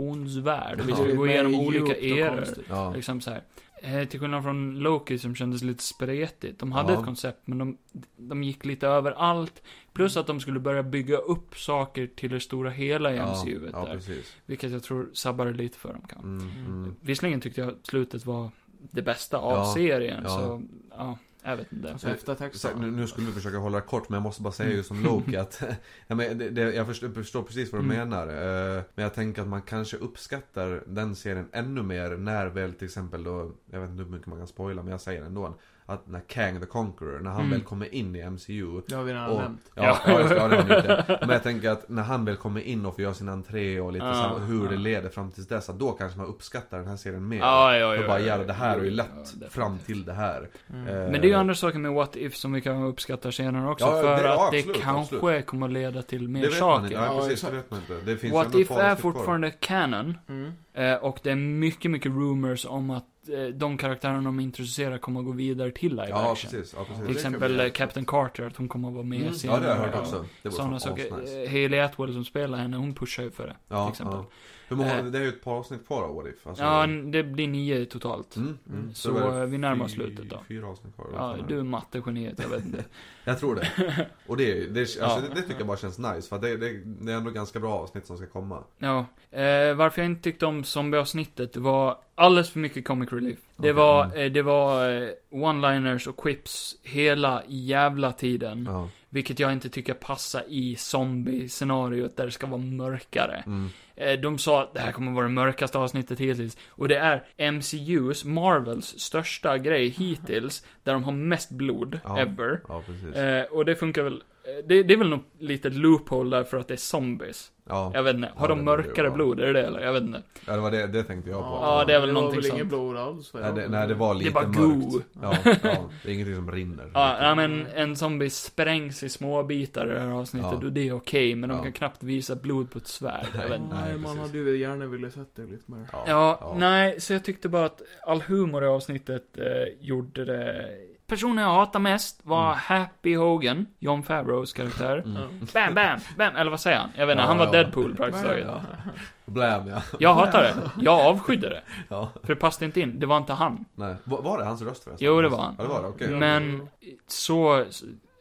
Speaker 1: televisionsvärld. Vi ska
Speaker 3: Ja.
Speaker 1: gå igenom olika eror.
Speaker 2: eror.
Speaker 3: Ja.
Speaker 1: Liksom så här. Eh, till skillnad från Loki som kändes lite spretigt. De hade
Speaker 3: Ja.
Speaker 1: ett koncept, men de, de gick lite överallt. Plus att de skulle börja bygga upp saker till det stora hela i
Speaker 3: Ja,
Speaker 1: MCU.
Speaker 3: ja,
Speaker 1: där,
Speaker 3: precis.
Speaker 1: vilket jag tror sabbade lite för dem kanske.
Speaker 3: Mm, mm.
Speaker 1: Visserligen tyckte jag att slutet var det bästa av
Speaker 3: Ja,
Speaker 1: serien,
Speaker 3: ja. Alltså,
Speaker 1: så ja, jag vet inte.
Speaker 2: Så efter text.
Speaker 3: Exakt, nu, nu skulle vi försöka hålla det kort men jag måste bara säga just som Loki att nej, men det, det, Jag förstår, förstår precis vad du
Speaker 1: Mm.
Speaker 3: menar eh, Men jag tänker att man kanske uppskattar den serien ännu mer när väl till exempel då Jag vet inte hur mycket man kan spoila men jag säger det ändå Att när Kang the Conqueror, när han
Speaker 1: Mm.
Speaker 3: väl kommer in i MCU
Speaker 2: Det har vi redan
Speaker 3: och,
Speaker 2: nämnt.
Speaker 3: Ja, ja just det, ja, det har ni inte. Men jag tänker att när han väl kommer in och får göra sin entré och lite
Speaker 1: Ja,
Speaker 3: så här, hur det
Speaker 1: ja.
Speaker 3: leder fram till dess att Då kanske man uppskattar den här serien mer
Speaker 1: Ja, ja,
Speaker 3: Då
Speaker 1: ja,
Speaker 3: bara
Speaker 1: ja, ja,
Speaker 3: jävlar det här är ju
Speaker 1: ja,
Speaker 3: lätt
Speaker 1: definitivt.
Speaker 3: fram till det här
Speaker 2: Mm.
Speaker 1: Men det är ju andra saker med What If som vi kan uppskatta senare också.
Speaker 3: Ja,
Speaker 1: för
Speaker 3: det- ja,
Speaker 1: att det
Speaker 3: absolut,
Speaker 1: kanske
Speaker 3: absolut.
Speaker 1: kommer leda till mer
Speaker 3: det vet man inte.
Speaker 1: saker.
Speaker 3: Ja,
Speaker 2: Ja,
Speaker 3: precis,
Speaker 2: exakt.
Speaker 3: det vet man inte. Det finns ju
Speaker 1: What
Speaker 3: ändå
Speaker 1: If
Speaker 3: kvar
Speaker 1: är
Speaker 3: stycken kvar.
Speaker 1: fortfarande canon.
Speaker 2: Mm.
Speaker 1: eh, Och det är mycket, mycket rumors om att eh, de karaktärerna de introducerar kommer att gå vidare till live
Speaker 3: Ja,
Speaker 1: action.
Speaker 3: precis. Ja, precis.
Speaker 1: Till exempel eh, Captain Carter, att hon kommer att vara med
Speaker 2: Mm.
Speaker 3: Ja,
Speaker 1: senare.
Speaker 3: det har jag hört
Speaker 1: och
Speaker 3: också. Det vore
Speaker 1: Sådana
Speaker 3: fan
Speaker 1: saker.
Speaker 3: asnice.
Speaker 1: Eh, Hailey Atwell som spelar henne, hon pushar ju för det.
Speaker 3: Ja,
Speaker 1: till exempel.
Speaker 3: ja. Hur många,
Speaker 1: Eh.
Speaker 3: det är ju ett par avsnitt kvar av What If. Alltså,
Speaker 1: Ja, det blir nio totalt.
Speaker 3: mm, mm.
Speaker 1: Så
Speaker 3: det är
Speaker 1: eh, vi närmar oss
Speaker 3: fy-
Speaker 1: slutet då.
Speaker 3: Fyra avsnitt kvar.
Speaker 1: Ja, du är mattegeniet, jag vet inte.
Speaker 3: Jag tror det. Och det, är- det, är- alltså,
Speaker 1: Ja.
Speaker 3: det, det tycker jag bara känns nice. För att det, det, det är ändå ganska bra avsnitt som ska komma.
Speaker 1: Ja, eh, varför jag inte tyckte om zombieavsnittet var alldeles för mycket comic relief. Det
Speaker 3: Okej,
Speaker 1: var,
Speaker 3: mm.
Speaker 1: eh, det var eh, one-liners och quips hela jävla tiden.
Speaker 3: Ja.
Speaker 1: Vilket jag inte tycker passar i zombie-scenariot där det ska vara mörkare.
Speaker 3: Mm.
Speaker 1: Eh, de sa att det här kommer vara det mörkaste avsnittet hittills. Och det är MCUs, Marvels, största grej hittills. Där de har mest blod,
Speaker 3: Ja.
Speaker 1: ever.
Speaker 3: ja, precis.
Speaker 1: Eh, och det funkar väl, eh, det, det är väl något litet loophole där för att det är zombies.
Speaker 3: Ja.
Speaker 1: Jag vet inte, har
Speaker 3: Ja,
Speaker 1: de
Speaker 3: det borde det
Speaker 1: mörkare
Speaker 3: vara.
Speaker 1: blod? Är det det eller? Jag vet inte.
Speaker 3: ja, det var det, det tänkte jag på.
Speaker 1: Ja, det är väl
Speaker 2: var
Speaker 1: någonting
Speaker 2: väl
Speaker 1: sånt.
Speaker 2: inget blod alls? va?
Speaker 3: Nej, det, nej, det var lite
Speaker 1: är bara
Speaker 3: mörkt.
Speaker 1: goo.
Speaker 3: Ja, ja, det är ingenting som rinner.
Speaker 1: Ja, ja, men en zombie sprängs i små bitar i det här avsnittet
Speaker 3: Ja.
Speaker 1: och det är okej, men de
Speaker 3: Ja.
Speaker 1: kan knappt visa blod på ett svärd. Jag vet inte.
Speaker 3: Nej,
Speaker 2: Nej, man
Speaker 3: precis.
Speaker 2: hade ju gärna velat sett det lite mer.
Speaker 1: Ja, nej, så jag tyckte bara att all humor i avsnittet eh, gjorde det... Personen jag hatar mest var
Speaker 3: Mm.
Speaker 1: Happy Hogan, John Favreaus karaktär.
Speaker 3: Mm.
Speaker 1: Bam, bam, bam, eller vad säger han? Jag vet inte,
Speaker 3: Ja,
Speaker 1: han var
Speaker 3: ja.
Speaker 1: Deadpool praktiskt taget.
Speaker 2: Ja.
Speaker 3: Blam, ja.
Speaker 1: Jag hatar det. Jag avskydde det.
Speaker 3: ja.
Speaker 1: För det passade inte in. Det var inte han.
Speaker 3: Nej. Var, var det hans röst förresten?
Speaker 1: Jo, det var han.
Speaker 3: Ja, det var det. Okej.
Speaker 2: Ja.
Speaker 1: Men så...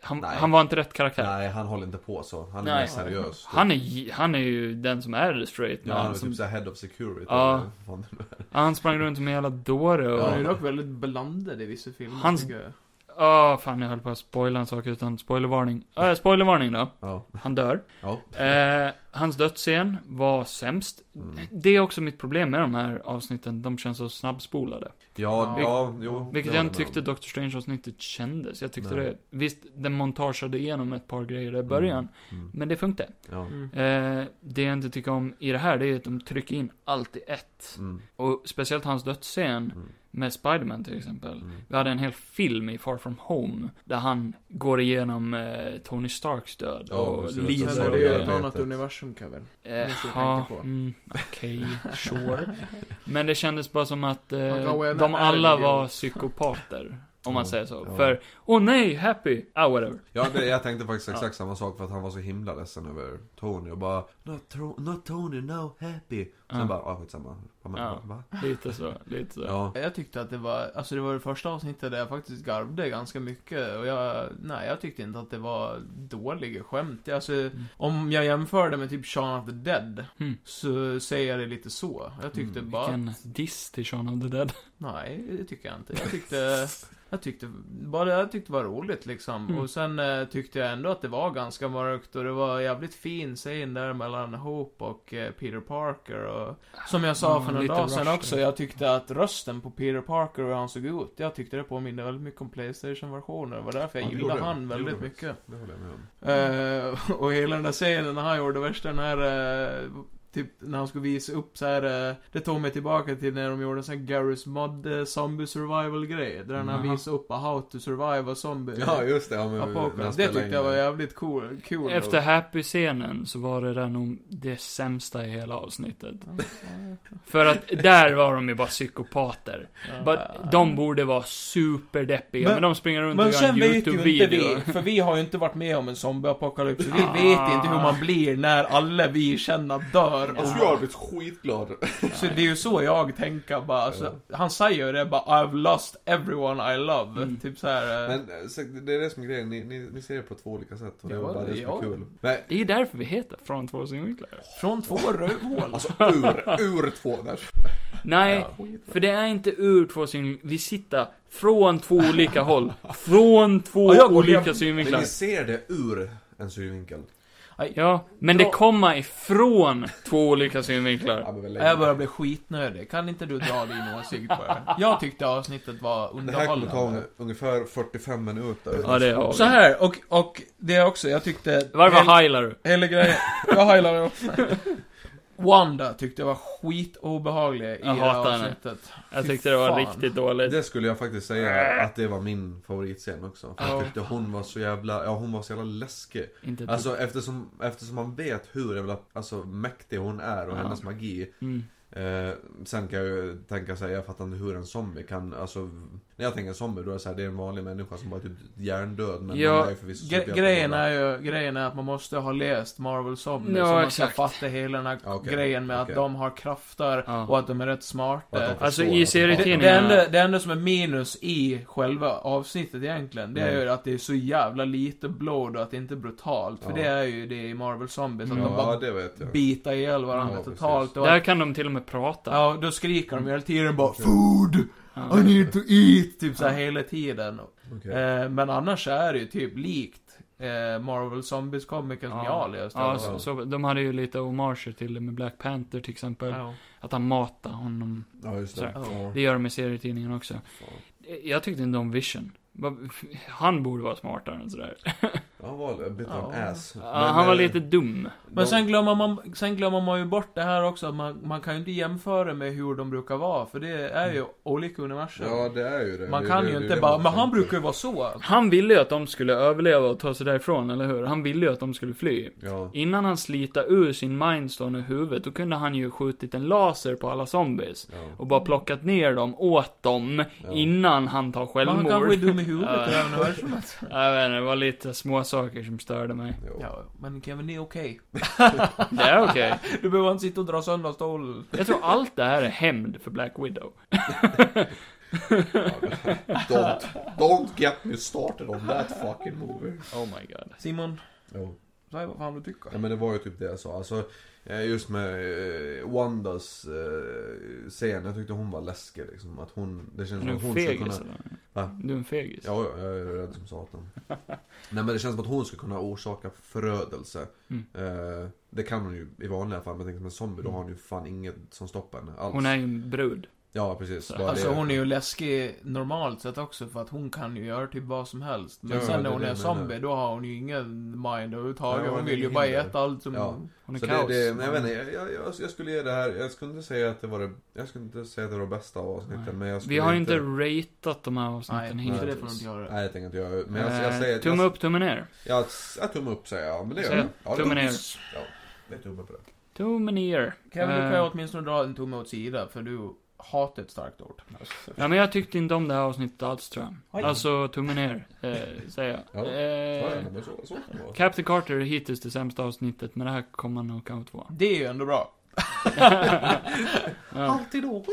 Speaker 1: Han,
Speaker 3: Nej.
Speaker 1: han var inte rätt karaktär.
Speaker 3: Nej, han håller inte på så. Han är
Speaker 1: Nej.
Speaker 3: mer seriös.
Speaker 1: Han är, ju- han är ju den som är straight
Speaker 3: Ja,
Speaker 1: man.
Speaker 3: han är
Speaker 1: som,
Speaker 3: typ såhär head of security.
Speaker 1: Ja.
Speaker 3: eller vad fan det nu är.
Speaker 1: Han sprang runt som en jävla dåre och...
Speaker 2: De är ju
Speaker 1: Ja,
Speaker 2: dock väldigt blandade i vissa filmer,
Speaker 1: Hans-
Speaker 2: tycker jag.
Speaker 1: fan jag höll på att spoila en sak utan spoilervarning. Äh, spoilervarning då.
Speaker 3: Ja.
Speaker 1: Han dör.
Speaker 3: Ja.
Speaker 1: Eh, hans dödsscen var sämst.
Speaker 3: Mm.
Speaker 1: Det är också mitt problem med de här avsnitten. De känns så snabbspolade.
Speaker 3: Ja,
Speaker 2: Vil-
Speaker 3: ja, jo.
Speaker 1: Vilket
Speaker 3: det
Speaker 1: jag
Speaker 3: håller
Speaker 1: inte
Speaker 3: med om.
Speaker 1: tyckte Doctor Strange-avsnittet kändes. Jag tyckte
Speaker 3: Nej.
Speaker 1: det... Visst, den montageade igenom ett par grejer där i början.
Speaker 3: Mm.
Speaker 1: Men det funkade.
Speaker 3: Ja.
Speaker 2: Mm.
Speaker 1: Eh, det jag inte tycker om i det här, det är att de trycker in allt i ett.
Speaker 3: Mm.
Speaker 1: Och speciellt hans dödsscen
Speaker 3: Mm.
Speaker 1: med Spiderman till exempel.
Speaker 3: Mm.
Speaker 1: Vi hade en hel film i Far From Home, där han går igenom eh, Tony Starks död
Speaker 3: Ja,
Speaker 1: och
Speaker 3: precis.
Speaker 2: Sen
Speaker 1: lider.
Speaker 2: är
Speaker 1: och
Speaker 2: det ju ett
Speaker 1: grejer.
Speaker 3: jag
Speaker 2: annat
Speaker 3: vet.
Speaker 2: universum, Kevin.
Speaker 1: Eh,
Speaker 2: måste jag
Speaker 1: ja,
Speaker 2: tänka på.
Speaker 1: mm, okej, sure. Men det kändes bara som att
Speaker 2: Han
Speaker 1: eh,
Speaker 2: gav en
Speaker 1: de
Speaker 2: ärlig
Speaker 1: alla
Speaker 2: bild.
Speaker 1: var psykopater. Om man
Speaker 3: Ja,
Speaker 1: säger så.
Speaker 3: ja.
Speaker 1: För, åh oh, nej, happy, ah whatever.
Speaker 3: Ja, det, jag tänkte faktiskt exakt samma sak för att han var så himla ledsen över Tony och bara Not, tro, not Tony, no happy. Sen
Speaker 1: Ja.
Speaker 3: bara, ah skitsamma. Ja, men,
Speaker 1: Ja.
Speaker 3: Va?
Speaker 1: Lite så, lite så.
Speaker 3: Ja.
Speaker 2: Jag tyckte att det var, alltså det var det första avsnittet där jag faktiskt garvde ganska mycket och jag, nej jag tyckte inte att det var dåliga skämt. Alltså,
Speaker 3: Mm.
Speaker 2: om jag jämför det med typ Shaun of the Dead,
Speaker 1: Mm.
Speaker 2: så säger jag det lite så. Jag tyckte
Speaker 3: Mm,
Speaker 2: bara,
Speaker 1: Vilken diss till Shaun of the Dead.
Speaker 2: nej det tycker jag inte. Jag tyckte, jag tyckte, bara det jag tyckte var roligt liksom.
Speaker 1: Mm.
Speaker 2: Och sen eh, tyckte jag ändå att det var ganska mörkt och det var jävligt fin scen där mellan Hope och eh, Peter Parker och som jag sa
Speaker 1: Ja,
Speaker 2: för några
Speaker 1: lite
Speaker 2: dagar sedan
Speaker 1: rush
Speaker 2: också,
Speaker 1: där.
Speaker 2: jag tyckte att rösten på Peter Parker och hur han såg ut, jag tyckte det påminde väldigt mycket om Playstation-versioner. Det var därför jag
Speaker 3: Ja, det
Speaker 2: gillade
Speaker 3: gjorde det.
Speaker 2: han
Speaker 3: Det
Speaker 2: väldigt
Speaker 3: gjorde det.
Speaker 2: mycket.
Speaker 3: Det håller jag med om.
Speaker 2: Eh, och hela den där scenen när han gjorde, värsta den här eh, typ när han skulle visa upp så här. eh, Det tog mig tillbaka till när de gjorde en sån här Garry's Mod eh, Zombie Survival grej. Där han
Speaker 1: Jaha.
Speaker 2: visade upp How to Survive a Zombie.
Speaker 3: Ja, just det. Ja, men, när han
Speaker 2: Apocalypse. Det
Speaker 3: spelar
Speaker 2: tyckte
Speaker 3: in
Speaker 2: jag var
Speaker 3: det.
Speaker 2: jävligt cool. cool
Speaker 1: Efter Happy-scenen så var det där nog det sämsta i hela avsnittet. För att där var de ju bara psykopater. But de borde vara superdeppiga, men,
Speaker 2: Men-
Speaker 1: de springer runt
Speaker 2: Men
Speaker 1: och gör en
Speaker 2: sen vet ju inte
Speaker 1: YouTube-video.
Speaker 2: vi, för vi har ju inte varit med om en zombieapokalyps. så Vi
Speaker 1: Ah.
Speaker 2: vet inte hur man blir när alla vi känner dör.
Speaker 1: Ja.
Speaker 3: Alltså, jag har blivit skitglad.
Speaker 2: Så det är ju så jag tänker bara. Alltså, han säger ju det bara, I've lost everyone I love.
Speaker 1: Mm.
Speaker 2: Typ så här. eh,
Speaker 3: Men eh, så det är det som är grejen, ni, ni, ni ser det på två olika sätt och det
Speaker 2: Ja,
Speaker 3: var bara det som
Speaker 2: ja.
Speaker 3: är kul. Nej,
Speaker 1: Det är ju därför vi heter Från två synvinklar.
Speaker 2: Från två rövhål.
Speaker 3: alltså ur, ur två där.
Speaker 1: Nej, för det är inte ur två synvinklar. Vi sitter från två olika håll. Från två
Speaker 2: Ja, jag går
Speaker 1: olika
Speaker 2: hem.
Speaker 3: Men
Speaker 1: synvinklar.
Speaker 3: ni ser det ur en synvinkel.
Speaker 1: Ja, men det
Speaker 2: Dra-
Speaker 1: kommer ifrån två olika synvinklar.
Speaker 3: Ja, men väl länge.
Speaker 2: Jag börjar bli skitnödig. Kan inte du dra din åsikt på det? Jag tyckte avsnittet var
Speaker 3: Det här kommer ta
Speaker 2: underhållande.
Speaker 3: un- ungefär 45 minuter.
Speaker 1: Ja, det har
Speaker 2: Så
Speaker 1: vi.
Speaker 2: här, och, och det är också, jag tyckte...
Speaker 1: Varför heilar du?
Speaker 2: Hela grejen. Jag hajlade också. Wanda tyckte jag var skitobehaglig i
Speaker 1: Jag
Speaker 2: det
Speaker 1: hatar
Speaker 2: här
Speaker 1: henne.
Speaker 2: avsnittet.
Speaker 1: Jag
Speaker 2: Fy
Speaker 1: tyckte det var
Speaker 2: fan.
Speaker 1: riktigt dåligt.
Speaker 3: Det skulle jag faktiskt säga att det var min favoritscen också. För
Speaker 2: Äh. Ja. typ-
Speaker 3: jag tyckte hon var så jävla, ja hon var så jävla läskig.
Speaker 1: Inte typ. ett
Speaker 3: Alltså eftersom, eftersom man vet hur jävla, alltså, mäktig hon är och
Speaker 1: Ja.
Speaker 3: hennes magi.
Speaker 1: Mm.
Speaker 3: Eh, sen kan jag ju tänka sig, jag fattar inte hur en zombie kan, alltså När jag tänker zombie då är det så här, det är en vanlig människa som bara är typ hjärndöd men
Speaker 1: Ja,
Speaker 3: hon är ju förvisso
Speaker 2: Gre-
Speaker 3: superhjälte.
Speaker 2: grejen är ju, grejen är att man måste ha läst Marvel Zombie
Speaker 1: Ja,
Speaker 2: så man
Speaker 1: exakt.
Speaker 2: ska fatta hela den här
Speaker 3: Ja, okej.
Speaker 2: grejen med
Speaker 3: Okej.
Speaker 2: att de har krafter
Speaker 1: Ja.
Speaker 2: och att de är rätt
Speaker 3: Och att de
Speaker 2: smarta.
Speaker 3: förstår
Speaker 1: Alltså, i
Speaker 3: att de
Speaker 2: Det,
Speaker 1: serietidningen-
Speaker 3: pratar.
Speaker 2: det, enda, det enda som är minus i själva avsnittet egentligen, det är
Speaker 3: Mm.
Speaker 2: ju att det är så jävla lite blod och att det inte är brutalt. För
Speaker 3: Ja.
Speaker 2: det är ju det i Marvel Zombies, att
Speaker 1: Mm.
Speaker 2: de
Speaker 3: Ja,
Speaker 2: bara
Speaker 3: det vet jag.
Speaker 2: bitar ihjäl varandra
Speaker 3: Ja, precis.
Speaker 2: totalt. Och
Speaker 1: Där kan de till och med prata.
Speaker 2: Ja, då skriker de hela tiden bara
Speaker 3: Okej.
Speaker 2: Food!
Speaker 1: Ja.
Speaker 2: I need to eat! Typ såhär hela tiden.
Speaker 3: Okej.
Speaker 2: Eh, men annars är det ju typ likt eh, Marvel zombies komiker som
Speaker 1: Ja.
Speaker 2: jag har läst.
Speaker 1: Ja,
Speaker 2: Alltså.
Speaker 1: så, så, de hade ju lite homager till det med Black Panther till exempel.
Speaker 2: Ja.
Speaker 1: Att han matar honom.
Speaker 3: Ja just det.
Speaker 2: Så-
Speaker 3: Ja.
Speaker 1: Det gör de i serietidningen också. Jag tyckte inte om Vision. Vad- Han borde vära smartare än sådär.
Speaker 3: Ja, Han var lite
Speaker 2: Ja.
Speaker 3: en ass.
Speaker 1: Ja, han var
Speaker 3: eh,
Speaker 1: lite dum.
Speaker 2: Men
Speaker 3: de-
Speaker 2: sen glömmer, man, sen glömmer man ju bort det här också, att man, man kan ju inte jämföra med hur de brukar vara, för det är ju olika universum.
Speaker 3: Mm. Ja det är ju det.
Speaker 2: man
Speaker 3: det,
Speaker 2: kan
Speaker 3: det,
Speaker 2: ju
Speaker 3: det,
Speaker 2: inte
Speaker 3: det
Speaker 2: bara,
Speaker 3: man
Speaker 2: men han
Speaker 3: tänker.
Speaker 2: brukar ju vara så.
Speaker 1: Han ville ju att de skulle överleva och ta sig därifrån, eller hur? Han ville ju att de skulle fly.
Speaker 3: Ja.
Speaker 1: Innan han slita ur sin mindstone ur huvudet, då kunde han ju skjutit en laser på alla zombies.
Speaker 3: Ja.
Speaker 1: Och bara plockat ner dem åt dem,
Speaker 3: Ja.
Speaker 1: innan han tar
Speaker 2: Men han
Speaker 1: självmord.
Speaker 2: kanske är dum i huvudet
Speaker 1: Ja.
Speaker 2: i det här universumet.
Speaker 1: Jag vet inte, det var lite små saker som störde mig.
Speaker 3: Jo.
Speaker 2: Ja, men Kevin, det är okej.
Speaker 1: Det är okej.
Speaker 2: Du behöver inte sitta och dra sönder stolen.
Speaker 1: Jag tror allt det här är hämnd för Black Widow.
Speaker 3: Don't, don't get me started on that fucking movie.
Speaker 1: Oh my god.
Speaker 2: Simon,
Speaker 3: Jo.
Speaker 2: säg vad fan du tycker.
Speaker 3: Ja men det var ju typ det jag sa. Alltså, eh, just med eh, Wandas eh, scen, jag tyckte hon var läskig liksom. Att hon, det känns
Speaker 1: Är liksom. du
Speaker 3: som
Speaker 1: en
Speaker 3: att hon skulle
Speaker 1: fegis
Speaker 3: kunna...
Speaker 1: eller?
Speaker 3: Va?
Speaker 1: Du är en fegis.
Speaker 3: Ja, ja, jag är rädd som satan. Nej men det känns som att hon skulle kunna orsaka förödelse.
Speaker 1: Mm.
Speaker 3: Eh, det kan hon ju i vanliga fall, men tänk som en zombie, då har hon ju fan inget som stoppar henne alls.
Speaker 1: Hon är ju en brud.
Speaker 3: Ja precis.
Speaker 1: Så-
Speaker 3: Bara
Speaker 2: Alltså
Speaker 3: det-
Speaker 2: hon är ju läskig normalt sett också för att hon kan ju göra typ vad som helst. Men
Speaker 3: Ja,
Speaker 2: sen
Speaker 3: det
Speaker 2: när
Speaker 3: är
Speaker 2: hon
Speaker 3: det
Speaker 2: är
Speaker 3: jag
Speaker 2: zombie då har hon ju ingen mind överhuvudtaget.
Speaker 3: Ja,
Speaker 2: hon
Speaker 3: hon
Speaker 2: vill ju
Speaker 3: är
Speaker 2: bara
Speaker 3: hinder.
Speaker 2: äta allt som...
Speaker 3: Ja.
Speaker 1: Hon är
Speaker 3: Så det,
Speaker 1: kaos.
Speaker 3: det, nej, jag, vet inte, jag, jag, jag, jag skulle ge det här, jag skulle inte säga att det var det, jag skulle inte säga att det var det bästa av
Speaker 1: Nej.
Speaker 3: avsnitten men jag skulle
Speaker 1: Vi har inte ratat de här
Speaker 2: Nej,
Speaker 1: avsnitten
Speaker 2: nej, så det får hon
Speaker 1: hittills.
Speaker 2: inte göra.
Speaker 3: Nej det tänker inte jag, men jag, jag
Speaker 1: Eh,
Speaker 3: säger att
Speaker 1: Tumme
Speaker 3: jag,
Speaker 1: upp, tumme ner.
Speaker 3: Jag, jag tummar upp säger jag, men det gör jag.
Speaker 1: Så,
Speaker 3: Ja,
Speaker 1: tummen ner.
Speaker 3: Det är tumme på det.
Speaker 1: Tumme ner.
Speaker 2: Kevin, du
Speaker 1: Eh,
Speaker 2: kan ju åtminstone dra en tumme åt sidan för du hatar ett starkt ord.
Speaker 3: Alltså.
Speaker 1: Ja, men jag tyckte inte om det här avsnittet alls tror jag.
Speaker 2: Oj.
Speaker 1: Alltså, tumme ner, eh, säger jag.
Speaker 3: Ja, Ja,
Speaker 1: Eh,
Speaker 3: ja, men så, så kan det vara.
Speaker 1: Captain Carter är hittills det sämsta avsnittet, men det här kommer nog kanske vara.
Speaker 2: Det är ju ändå bra.
Speaker 1: ja.
Speaker 2: Alltid något.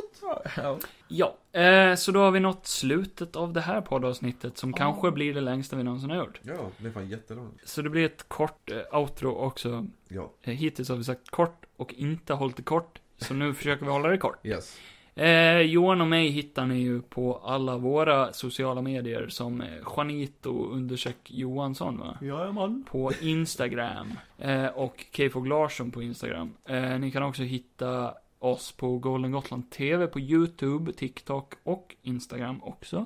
Speaker 2: Ja.
Speaker 1: ja, eh, så då har vi nått slutet av det här poddavsnittet som
Speaker 2: Ja.
Speaker 1: kanske blir det längsta vi någonsin har gjort.
Speaker 3: Ja, det är fan jättelångt.
Speaker 1: Så det blir ett kort eh, outro också.
Speaker 3: Ja.
Speaker 1: Eh, hittills har vi sagt kort och inte hållit det kort, så nu försöker vi hålla det kort.
Speaker 3: Yes.
Speaker 1: Eh, Johan och mig hittar ni ju på alla våra sociala medier som eh, Juanito undersök Johansson va?
Speaker 2: Jajamän.
Speaker 1: På Instagram. Eh, och Kfog Larsson på Instagram. Eh, ni kan också hitta oss på Golden Gotland TV på YouTube, TikTok och Instagram också.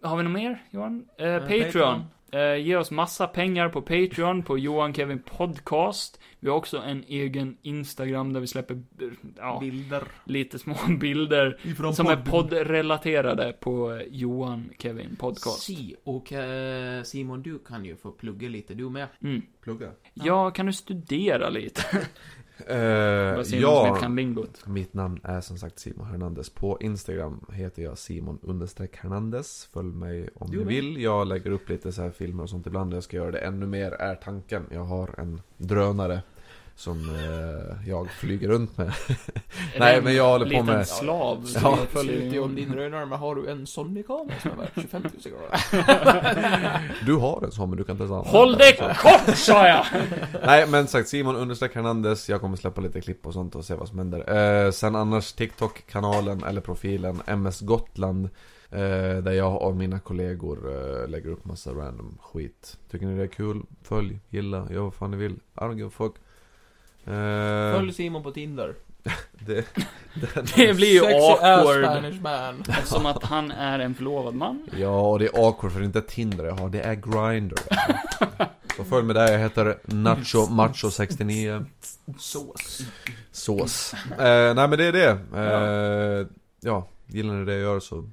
Speaker 1: Har vi något mer Johan? Eh,
Speaker 2: Eh,
Speaker 1: Patreon.
Speaker 2: Patreon.
Speaker 1: Eh, ge oss massa pengar på Patreon, på Johan Kevin Podcast. Vi har också en egen Instagram där vi släpper eh, ja,
Speaker 2: Bilder.
Speaker 1: lite små bilder
Speaker 3: Ifrån
Speaker 1: som är poddrelaterade på eh, Johan Kevin Podcast.
Speaker 2: Si, och eh, Simon, du kan ju få plugga lite du med.
Speaker 1: Mm.
Speaker 3: Plugga.
Speaker 1: Ja, kan du studera lite? Vad
Speaker 3: Eh,
Speaker 1: säger du som inte
Speaker 3: ja.
Speaker 1: kan lingot?
Speaker 3: Mitt namn är som sagt Simon Hernandez. På Instagram heter jag Simon understreck Hernandez. Följ mig om
Speaker 2: Jo,
Speaker 3: ni
Speaker 2: men.
Speaker 3: vill. Jag lägger upp lite så här filmer och sånt ibland. Jag ska göra det ännu mer är tanken. Jag har en drönare som eh, jag flyger runt med. Nej,
Speaker 1: En
Speaker 3: men jag håller på
Speaker 1: liten
Speaker 3: med-
Speaker 1: slav. som
Speaker 3: Ja.
Speaker 1: jag följer
Speaker 2: Slut i om din
Speaker 1: i-
Speaker 2: röda men har du en Sony-kamera som är värd 25 000 kronor?
Speaker 3: Du har en sån men du kan inte ens använda
Speaker 1: Håll
Speaker 3: den.
Speaker 1: dig
Speaker 3: Så-
Speaker 1: kort, sa jag!
Speaker 3: Nej men sagt Simon understreck Hernandez, jag kommer släppa lite klipp och sånt och se vad som händer. Eh, sen annars TikTok-kanalen eller profilen MS Gotland. Eh, där jag och mina kollegor eh, lägger upp massa random skit. Tycker ni det är kul? Följ, gilla, gör vad fan ni vill. I don't give a fuck. Eh,
Speaker 2: Följ Simon på Tinder.
Speaker 3: det, den,
Speaker 1: Det blir ju
Speaker 2: Sexy ass
Speaker 1: awkward.
Speaker 2: Spanish man.
Speaker 1: Eftersom att han är en förlovad man.
Speaker 3: ja och det är awkward för det är inte Tinder jag har, det är Grindr. Så följ med där, jag heter Nacho Macho 69.
Speaker 2: Sås.
Speaker 3: Sås. Eh, nej men det är det. Eh, ja, gillar ni det jag gör så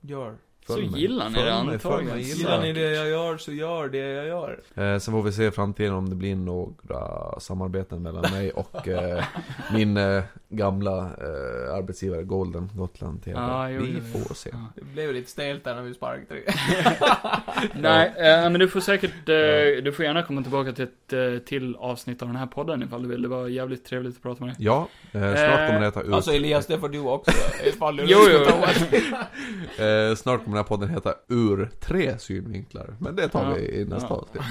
Speaker 2: Gör.
Speaker 3: följ
Speaker 1: Så
Speaker 3: mig.
Speaker 1: gillar ni
Speaker 3: Följ
Speaker 1: det
Speaker 3: mig, följ mig,
Speaker 1: antagligen.
Speaker 3: gilla.
Speaker 2: Gillar ni det jag gör så gör det jag gör.
Speaker 3: Eh, sen får vi se i framtiden om det blir några samarbeten mellan mig och eh, min eh, gamla eh, arbetsgivare Golden, Gotland TV.
Speaker 1: Ah, jo,
Speaker 3: vi
Speaker 1: jo, jo.
Speaker 3: får se.
Speaker 1: Ja.
Speaker 2: Det blev lite stelt där när vi sparkade dig.
Speaker 1: Nej, eh, men du får säkert, eh, du får gärna komma tillbaka till ett eh, till avsnitt av den här podden ifall du vill. Det var jävligt trevligt att prata med dig.
Speaker 3: Ja, eh, snart kommer det heta ut.
Speaker 2: Alltså Elias, det får du också. Ifall du
Speaker 1: Jo, jo.
Speaker 3: Eh, snart kommer den här podden heta Ur tre synvinklar. Men det tar
Speaker 1: Ja.
Speaker 3: vi i nästa
Speaker 1: Ja.
Speaker 3: avsnitt.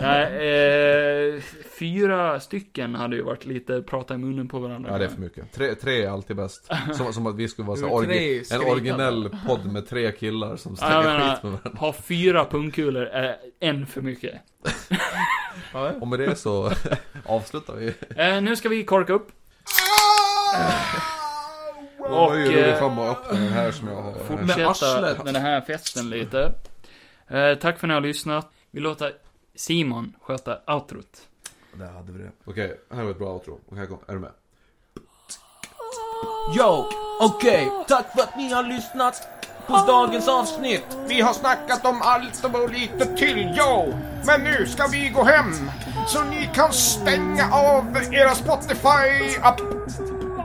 Speaker 1: Nej, eh, fyra stycken hade ju varit lite prata i munnen på varandra.
Speaker 3: Ja, det är för mycket. Tre, tre är alltid bäst. Som, som att vi skulle vara så
Speaker 2: Ur
Speaker 3: orgi-
Speaker 2: tre
Speaker 3: en
Speaker 2: skrikande.
Speaker 3: originell podd med tre killar som
Speaker 1: Ja, jag
Speaker 3: snackar
Speaker 1: menar-
Speaker 3: skit med varandra.
Speaker 1: Ha fyra pungkulor är en för mycket.
Speaker 2: Ja,
Speaker 3: Och med det så avslutar vi.
Speaker 1: Eh, nu ska vi korka upp.
Speaker 3: Och,
Speaker 1: Och,
Speaker 3: nu är
Speaker 1: eh,
Speaker 3: det fan bara att öppna den här som jag har.
Speaker 2: Med
Speaker 1: fortsätta
Speaker 2: arslet.
Speaker 1: den här festen lite. Eh, tack för att ni har lyssnat. Vi låter Simon sköta outrot.
Speaker 3: Där hade vi det. Okej, här var ett bra outro. Okej, kom. Är du med?
Speaker 2: Yo, okej, tack för att ni har lyssnat på dagens avsnitt.
Speaker 4: Vi har snackat om allt och lite till, jo! Men nu ska vi gå hem! Så ni kan stänga av era Spotify-app!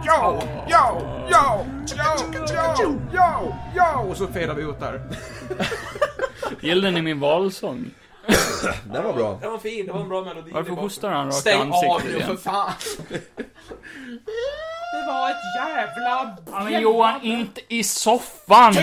Speaker 4: Jo, jo, jo, jo, jo, jo, jo!
Speaker 2: Och så fedar vi ut där.
Speaker 1: Gillar ni min valsång?
Speaker 3: Det var bra.
Speaker 2: Det var fin, det var en bra melodi.
Speaker 1: Varför hostar han rakt i
Speaker 2: Stäng av
Speaker 1: ansiktet
Speaker 2: nu för
Speaker 1: igen?
Speaker 2: fan! Det var ett jävla...
Speaker 1: Ja, men Johan, inte i soffan!